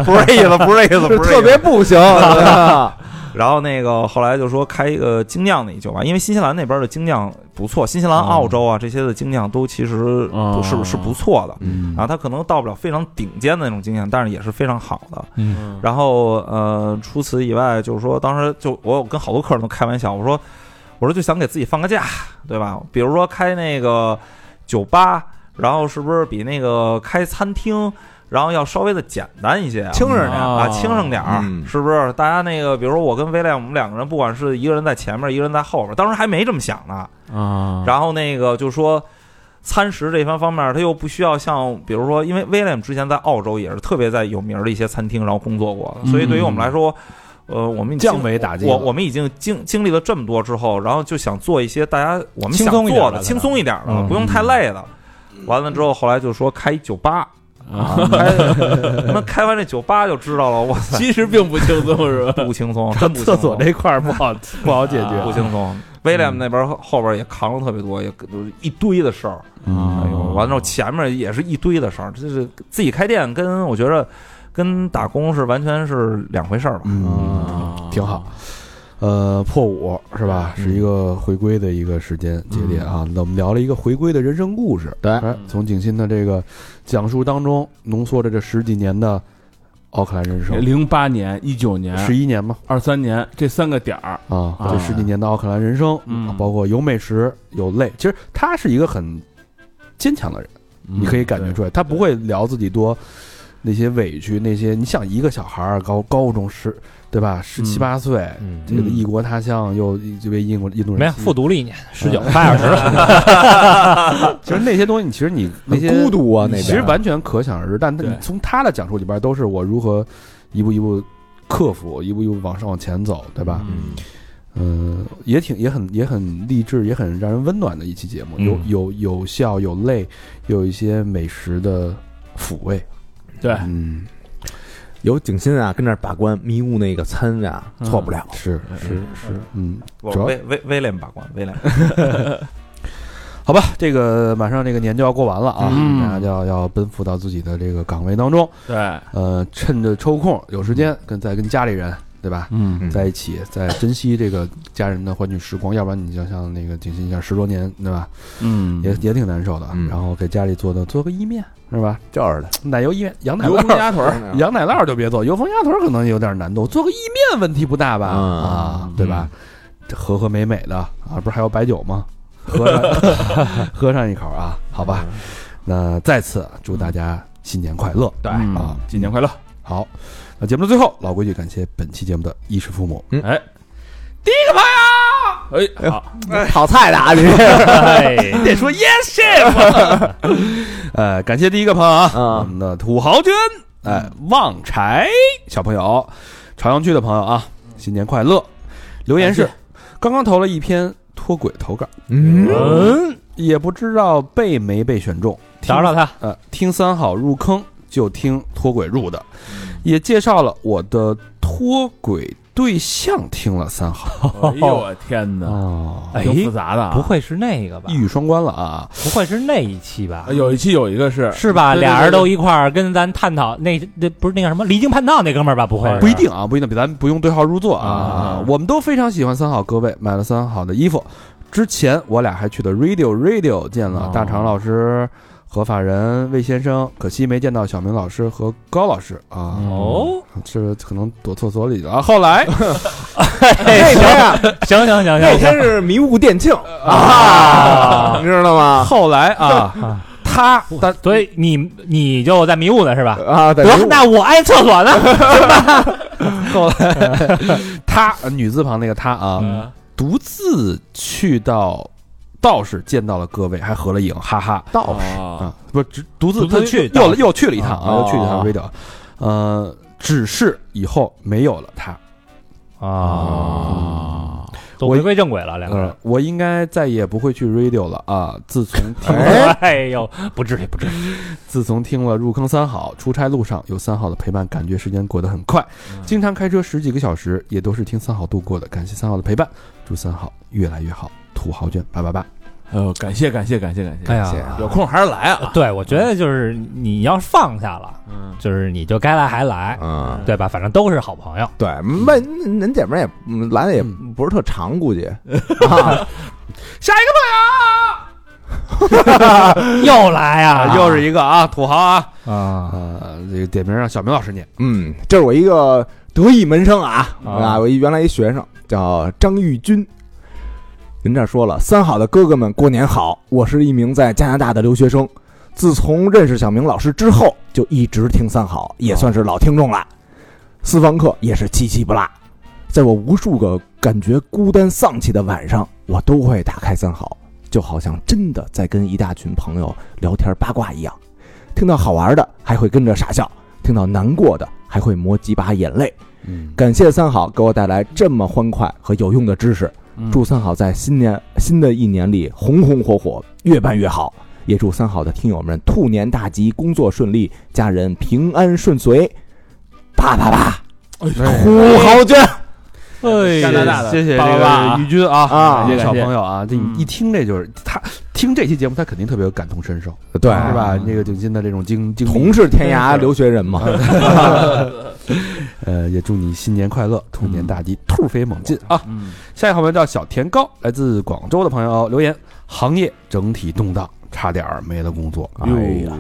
不是这意思，不是这意思，是不是这意思特别。不行。然后那个后来就说开一个精酿的一酒吧，因为新西兰那边的精酿不错，新西兰、哦澳洲啊这些的精酿都其实哦不是是不错的。嗯然后它可能到不了非常顶尖的那种精酿，但是也是非常好的。嗯，嗯然后呃，除此以外，就是说当时就我有跟好多客人都开玩笑，我说我说就想给自己放个假，对吧？比如说开那个酒吧，然后是不是比那个开餐厅，然后要稍微的简单一些啊？轻着啊呢，啊，轻省点儿，嗯是不是？大家那个，比如说我跟威廉，我们两个人，不管是一个人在前面，一个人在后边，当时还没这么想呢。啊，然后那个就说餐食这方方面，他又不需要像比如说，因为威廉之前在澳洲也是特别在有名儿的一些餐厅然后工作过的，所以对于我们来说，呃，我们已经降维打击我了我们已经经经历了这么多之后，然后就想做一些大家我们轻想松一点做的的轻松一点的，嗯不用太累的。完了之后，后来就说开酒吧，啊，开 那开完这酒吧就知道了，哇塞，其实并不轻松，是吧？不轻松，真不轻松厕啊所这块儿不好不好解不决，轻松。威廉那边后后边也扛了特别多，也就是一堆的事儿，哎呦，完了之后前面也是一堆的事儿，这是自己开店跟我觉着跟打工是完全是两回事儿吧。嗯，啊挺好。呃，破五是吧？是一个回归的一个时间节点啊。那我们聊了一个回归的人生故事，对哎从景欣的这个讲述当中，浓缩着这十几年的奥克兰人生，零八年、一九年、十一年嘛二三年这三个点儿，啊，啊这十几年的奥克兰人生，啊嗯包括有美食有泪，其实他是一个很坚强的人，嗯你嗯可以感觉出来，他不会聊自己多那些委屈，那些你想一个小孩儿高高中十对吧，十七嗯八岁，嗯这个异国他乡又就被印国印度没人有，欺负啊复读了一年，十九嗯八小时了。其实那些东西，你其实你那很些嗯孤独啊，那边其实完全可想而知。但他对你从他的讲述里边都是我如何一步一步克服，一步一步往上往前走，对吧？嗯，嗯，也挺也很也很励志，也很让人温暖的一期节目，有嗯有有笑有泪，有一些美食的抚慰。对嗯，有景新啊，跟那儿把关，迷雾那个参啊，错不了。是是是，嗯，我主要威威威廉把关，威廉好吧，这个马上这个年就要过完了啊，嗯大家要要奔赴到自己的这个岗位当中，嗯对，呃，趁着抽空有时间跟再跟家里人，对吧？嗯，在一起，再珍惜这个家人的欢聚时光，要不然你就像那个景欣一样，十多年，对吧？嗯也也挺难受的。嗯然后给家里做的做个意面，是吧？就是的，奶油意面，羊奶油封酪，鸭腿儿， 羊奶酪就别做，油封鸭腿可能有点难度，做个意面问题不大吧？嗯啊，对吧？这和和美美的啊，不是还有白酒吗？喝 上喝上一口啊，好吧。嗯那再次祝大家新年快乐！对嗯啊，新年快乐，好，那节目的最后，老规矩，感谢本期节目的衣食父母。哎，第一个朋友，哎，好，炒菜的啊，你哎，得说 yes chef。 呃，嗯感谢第一个朋友啊，嗯我们的土豪君，哎，旺柴小朋友，朝阳区的朋友啊，新年快乐！留言是刚刚投了一篇脱轨投稿， 嗯，嗯，也不知道被没被选中。听 找找他，呃，听三好入坑就听脱轨入的，也介绍了我的脱轨对象，听了三好哎呦我天哪，哦哎挺复杂的啊，不会是那个吧一？语双关了啊！不会是那一期吧？有一期有一个是是吧？哎对对对俩人都一块儿跟咱探讨那那不是那个什么离经叛道那哥们儿吧？不会是不一定啊，不一定，咱不用对号入座啊啊。我们都非常喜欢三好各位，买了三好的衣服。之前我俩还去的 Radio Radio 见了哦大肠老师、合法人魏先生，可惜没见到小明老师和高老师啊，哦。这可能躲厕所里了啊。后来 那天啊，嗯 行行行那行天行是迷雾店庆啊啊你！知道吗？后来啊，他但所以你你就在迷雾呢是吧？啊，在迷得，雾那我挨厕所呢。后来他呃女字旁那个他啊嗯，独自去到道士见到了各位，还合了影，哈哈。道士啊，啊，不是只独自独自他又去到又又去了一趟啊，哦又去了一趟 radio，呃，只是以后没有了他，啊，都我回归正轨了，两个人呃。，我应该再也不会去 radio 了啊！自从听哎 哎呦，不至于，不至于。 自从听了入坑三好，出差路上有三好的陪伴，感觉时间过得很快，经常开车十几个小时，也都是听三好度过的。感谢三好的陪伴，祝三好越来越好。土豪卷八八八，哎呦，感谢感谢感谢感谢，哎呀感谢有空还是来啊，对，我觉得就是你要是放下了，嗯，就是你就该来还来，啊，对吧？反正都是好朋友。 对，那恁姐们儿也嗯来的也嗯不是特长，估计啊，又来呀，又是一个啊，土豪啊，啊，呃，这个点名让小明老师念，嗯，这是我一个得意门生啊啊啊，我一原来一学生叫张玉军。您这说了，三好的哥哥们，过年好！我是一名在加拿大的留学生，自从认识小明老师之后，就一直听三好，也算是老听众了。私房课也是七七不落，在我无数个感觉孤单丧气的晚上，我都会打开三好，就好像真的在跟一大群朋友聊天八卦一样。听到好玩的，还会跟着傻笑；听到难过的，还会抹几把眼泪。嗯，感谢三好给我带来这么欢快和有用的知识。祝三好在新年新的一年里红红火火，越办越好。也祝三好的听友们兔年大吉，工作顺利，家人平安顺遂。啪啪啪！土豪君哎加拿大的，谢谢爸这爸个玉军啊啊这个小朋友啊，这嗯一听这就是他听这期节目，他肯定特别有感同身受。对是吧？那个景欣的这种经经历同是天涯留学人嘛，呃，也祝你新年快乐，兔年大吉，兔飞猛进啊！嗯，下一个好朋友叫小甜糕，来自广州的朋友留言：行业整体动荡，差点儿没了工作，哎呀，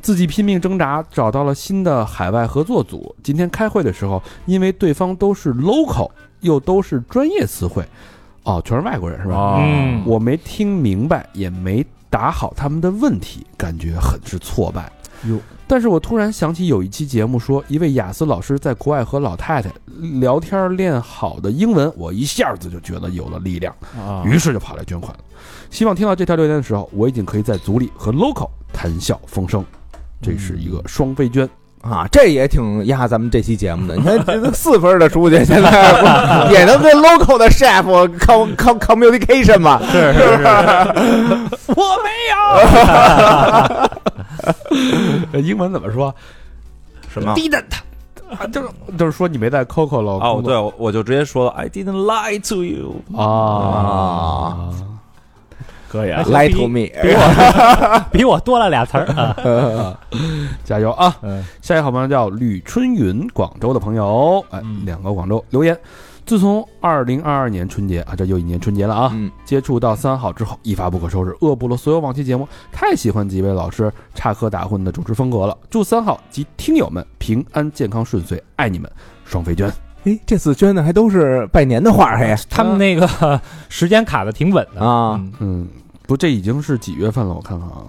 自己拼命挣扎，找到了新的海外合作组。今天开会的时候，因为对方都是 local，又都是专业词汇，哦，全是外国人是吧？啊，嗯，我没听明白，也没答好他们的问题，感觉很是挫败。哟，但是我突然想起有一期节目说，一位雅思老师在国外和老太太聊天练好的英文，我一下子就觉得有了力量，啊嗯于是就跑来捐款了。希望听到这条留言的嗯时候，我已经可以在组里和 local 谈笑风生。这是一个双飞捐，啊，这也挺压咱们这期节目的。你看这都四分的出去，现在也能跟 local 的 chef com com communication 嘛？是是呃 英文怎么说 什么？ ？Didn't，啊就是就是说你没在 Coco 了哦，对，我我就直接说了，I didn't lie to you。啊，可以啊， ，lie to me。比我比我 多了俩词儿啊。加油啊！嗯下一个好朋友叫吕春云，广州的朋友，哎，嗯两个广州留言。自从二零二二年春节啊，这又一年春节了啊，嗯接触到三好之后，一发不可收拾，恶补了所有往期节目，太喜欢几位老师插科打诨的主持风格了。祝三好及听友们平安健康顺遂，爱你们，双飞娟。哎，这次捐的还都是拜年的话嘿他们那个 时间卡的挺稳的，啊，嗯，不，这已经是几月份了？我看看啊，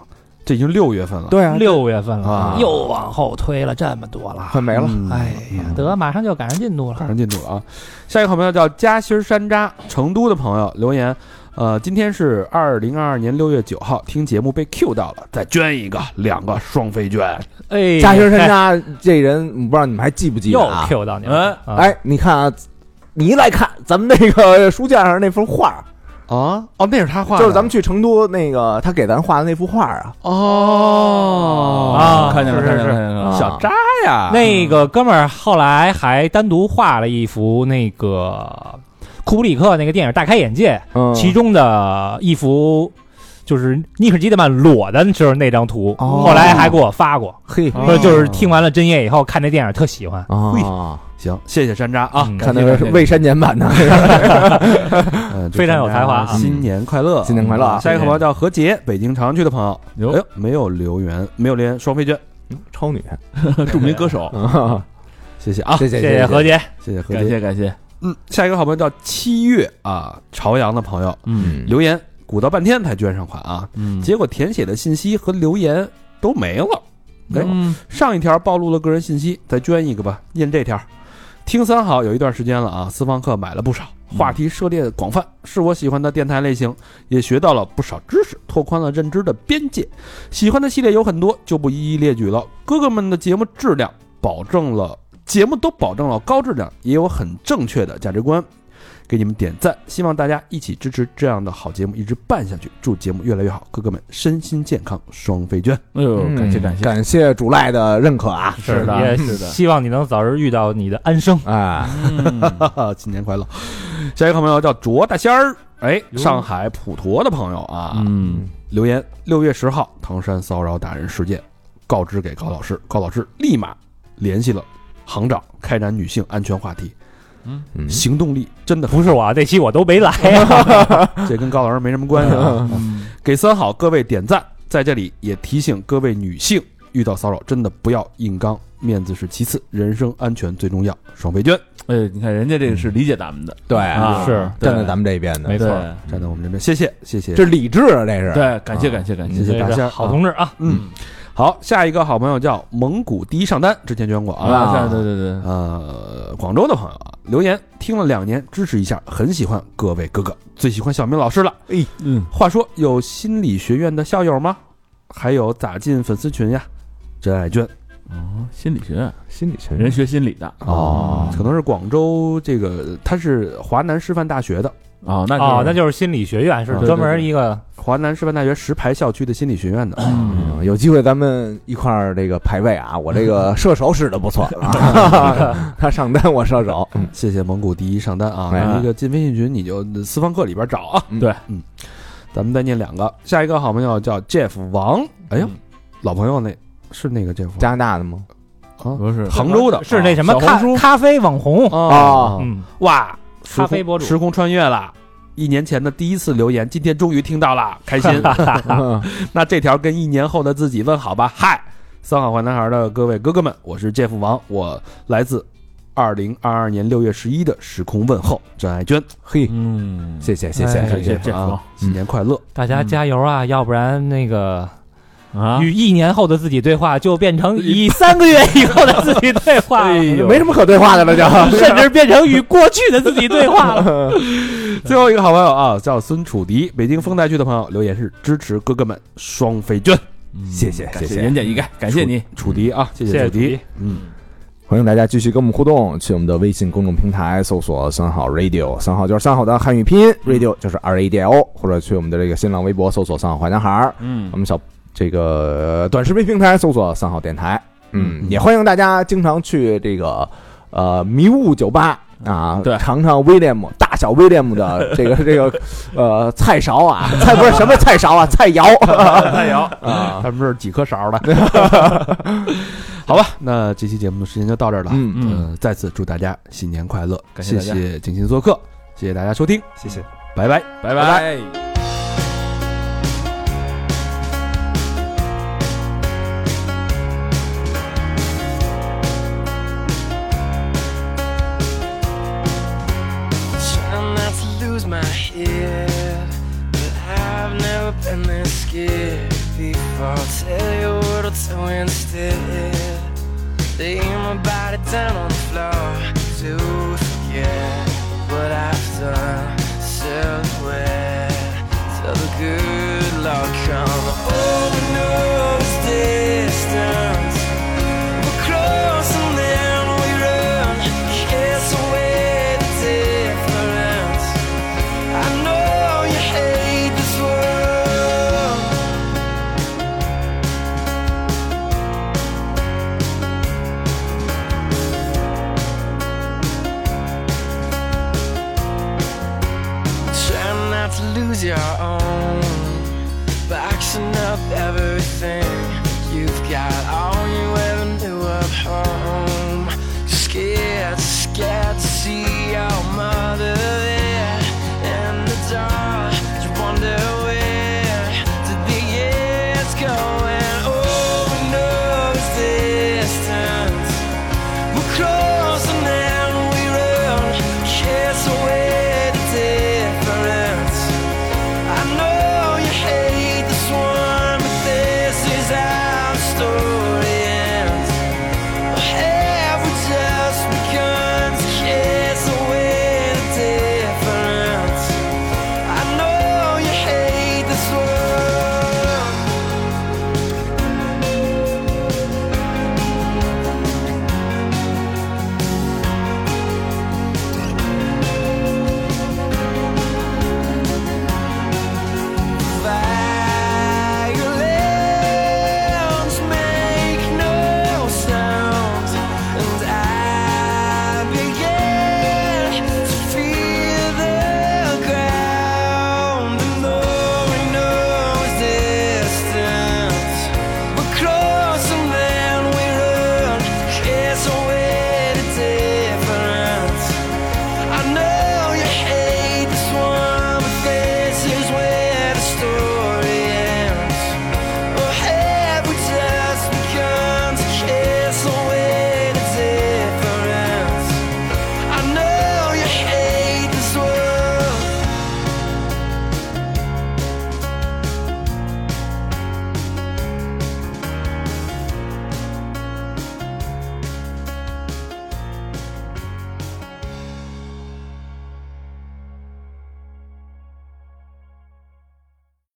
这已经六月份了，对啊，六月份啊了，又往后推了这么多了，快没了。嗯哎呀，得马上就赶上进度赶了。上进度了啊！下一个好朋友叫夹心儿山楂，成都的朋友留言，呃，今天是二零二二年六月九号，听节目被 Q 到了，再捐一个，两个双飞捐，哎，嗯嘉兴山楂这人，我不知道你们还记不记得又啊？ Q 到你了。啊，嗯哎，你看啊，你一来看咱们那个书架上那幅画，啊，哦，那是他画的，就是咱们去成都那个他给咱画的那幅画啊。哦啊看见了，是看是见了，看见了。小扎呀，那个哥们儿后来还单独画了一幅那个库布里克那个电影《大开眼界》嗯，其中的一幅，就是尼克基德曼裸的时候那张图，哦后来还给我发过，嘿哦说就是听完了真夜以后看这电影特喜欢啊，行，谢谢山楂啊，嗯看那个是未删减版的， 呃祝非常有才华山楂新年快乐，嗯新年快乐啊！下一个好朋友叫何洁，北京朝阳区的朋友，哟哎呦，没有留言，没有留言，双飞捐，哎超女，著名歌手，谢谢啊，谢谢谢谢何姐，洁，谢谢何感洁。谢感谢。嗯，下一个好朋友叫七月啊，朝阳的朋友嗯留言，鼓捣半天才捐上款啊，嗯结果填写的信息和留言都没了。哎，嗯上一条暴露了个人信息，再捐一个吧，念这条。听三好有一段时间了啊，私房课买了不少，话题涉猎广泛，是我喜欢的电台类型，也学到了不少知识，拓宽了认知的边界。喜欢的系列有很多，就不一一列举了。哥哥们的节目质量保证了，节目都保证了高质量，也有很正确的价值观。给你们点赞，希望大家一起支持这样的好节目，一直办下去。祝节目越来越好，哥哥们身心健康，双飞捐。哎呦，感谢嗯感谢。感谢主赖的认可啊！是的，也希望你能早日遇到你的安生。哎，啊， 新年快乐！下一个好朋友叫卓大仙儿，哎，上海普陀的朋友啊，嗯，留言：六月十号，唐山骚扰打人事件告知给高老师，高老师立马联系了行长，开展女性安全话题。嗯行动力真的不是我，啊这期我都没来。这跟高老师没什么关系啊。嗯给三好各位点赞，在这里也提醒各位女性，遇到骚扰真的不要硬刚，面子是其次，人身安全最重要。双倍捐，嗯哎，你看人家这个是理解咱们的，对啊是站在咱们这边的没，错，对站在我们这边，谢谢谢谢。这理智啊，这嗯是对，感谢感谢感谢谢。谢大这家个好同志啊，嗯，好，下一个好朋友叫蒙古第一上单，之前捐过啊。啊，对对对，呃，广州的朋友啊，留言听了两年，支持一下，很喜欢各位哥哥，最喜欢小明老师了。嗯，话说有心理学院的校友吗？还有咋进粉丝群呀？真爱捐哦，心理学院，心理学人学心理的哦，可能是广州这个，他是华南师范大学的，哦，那哦，那就是心理学院，是啊对专门一个华南师范大学石牌校区的心理学院的。嗯啊有机会咱们一块儿这个排位啊！我这个射手使的不错，啊他上单我射手，谢谢蒙古第一上单啊！哎那个进微信群你就私房课里边找啊。嗯对，嗯，咱们再念两个，下一个好朋友叫 Jeff 王，哎呦嗯，老朋友那是那个 Jeff 加拿大的吗？王啊，不是杭州的啊是那什么小红咖书咖啡网红，啊嗯，哇，时空咖啡博主时空穿越了。一年前的第一次留言，今天终于听到了，开 心。那这条跟一年后的自己问好吧，嗨，三好坏男孩的各位哥哥们，我是 Jeff 王，我来自二零二二年六月十一的时空问候，真爱娟。嘿，嗯，谢谢谢哎谢感谢谢谢，这啊，新年快乐！大家加油啊，要不然那个啊，与一年后的自己对话，就变成以三个月以后的自己对话，没什么可对话哎的了就。 甚至变成与过去的自己对话了。最后一个好朋友啊，叫孙楚迪，北京丰台区的朋友留言是支持哥哥们双飞捐，谢谢感谢谢谢言简意赅，感谢你。楚迪啊，谢谢谢楚迪迪。欢迎大家继续跟我们互动，去我们的微信公众平台搜索“三好 radio”，三好就是三好的汉语拼音，radio 就是 R A D I O，或者去我们的这个新浪微博搜索“三好坏男孩儿”，嗯我们小这个呃短视频平台搜索“三好电台”，嗯，也欢迎大家经常去这个呃迷雾酒吧啊，对尝尝威廉姆大小威廉姆 的这个这个呃菜勺啊，菜不是什么菜勺啊， 菜肴太阳啊，他们是几颗勺 的。好吧，那这期节目的时间就到这儿了。嗯嗯，呃，再次祝大家新年快乐，感谢谢大家谢景星做客，谢谢大家收听，谢谢。拜拜。拜拜。 Trying not to lose my head, but I've never been this scared before. I'll tell you what I'll tell you instead. Lay my body down on the floor to forget what I've done. Silhouette, till the good Lord come. Oh no. Oh,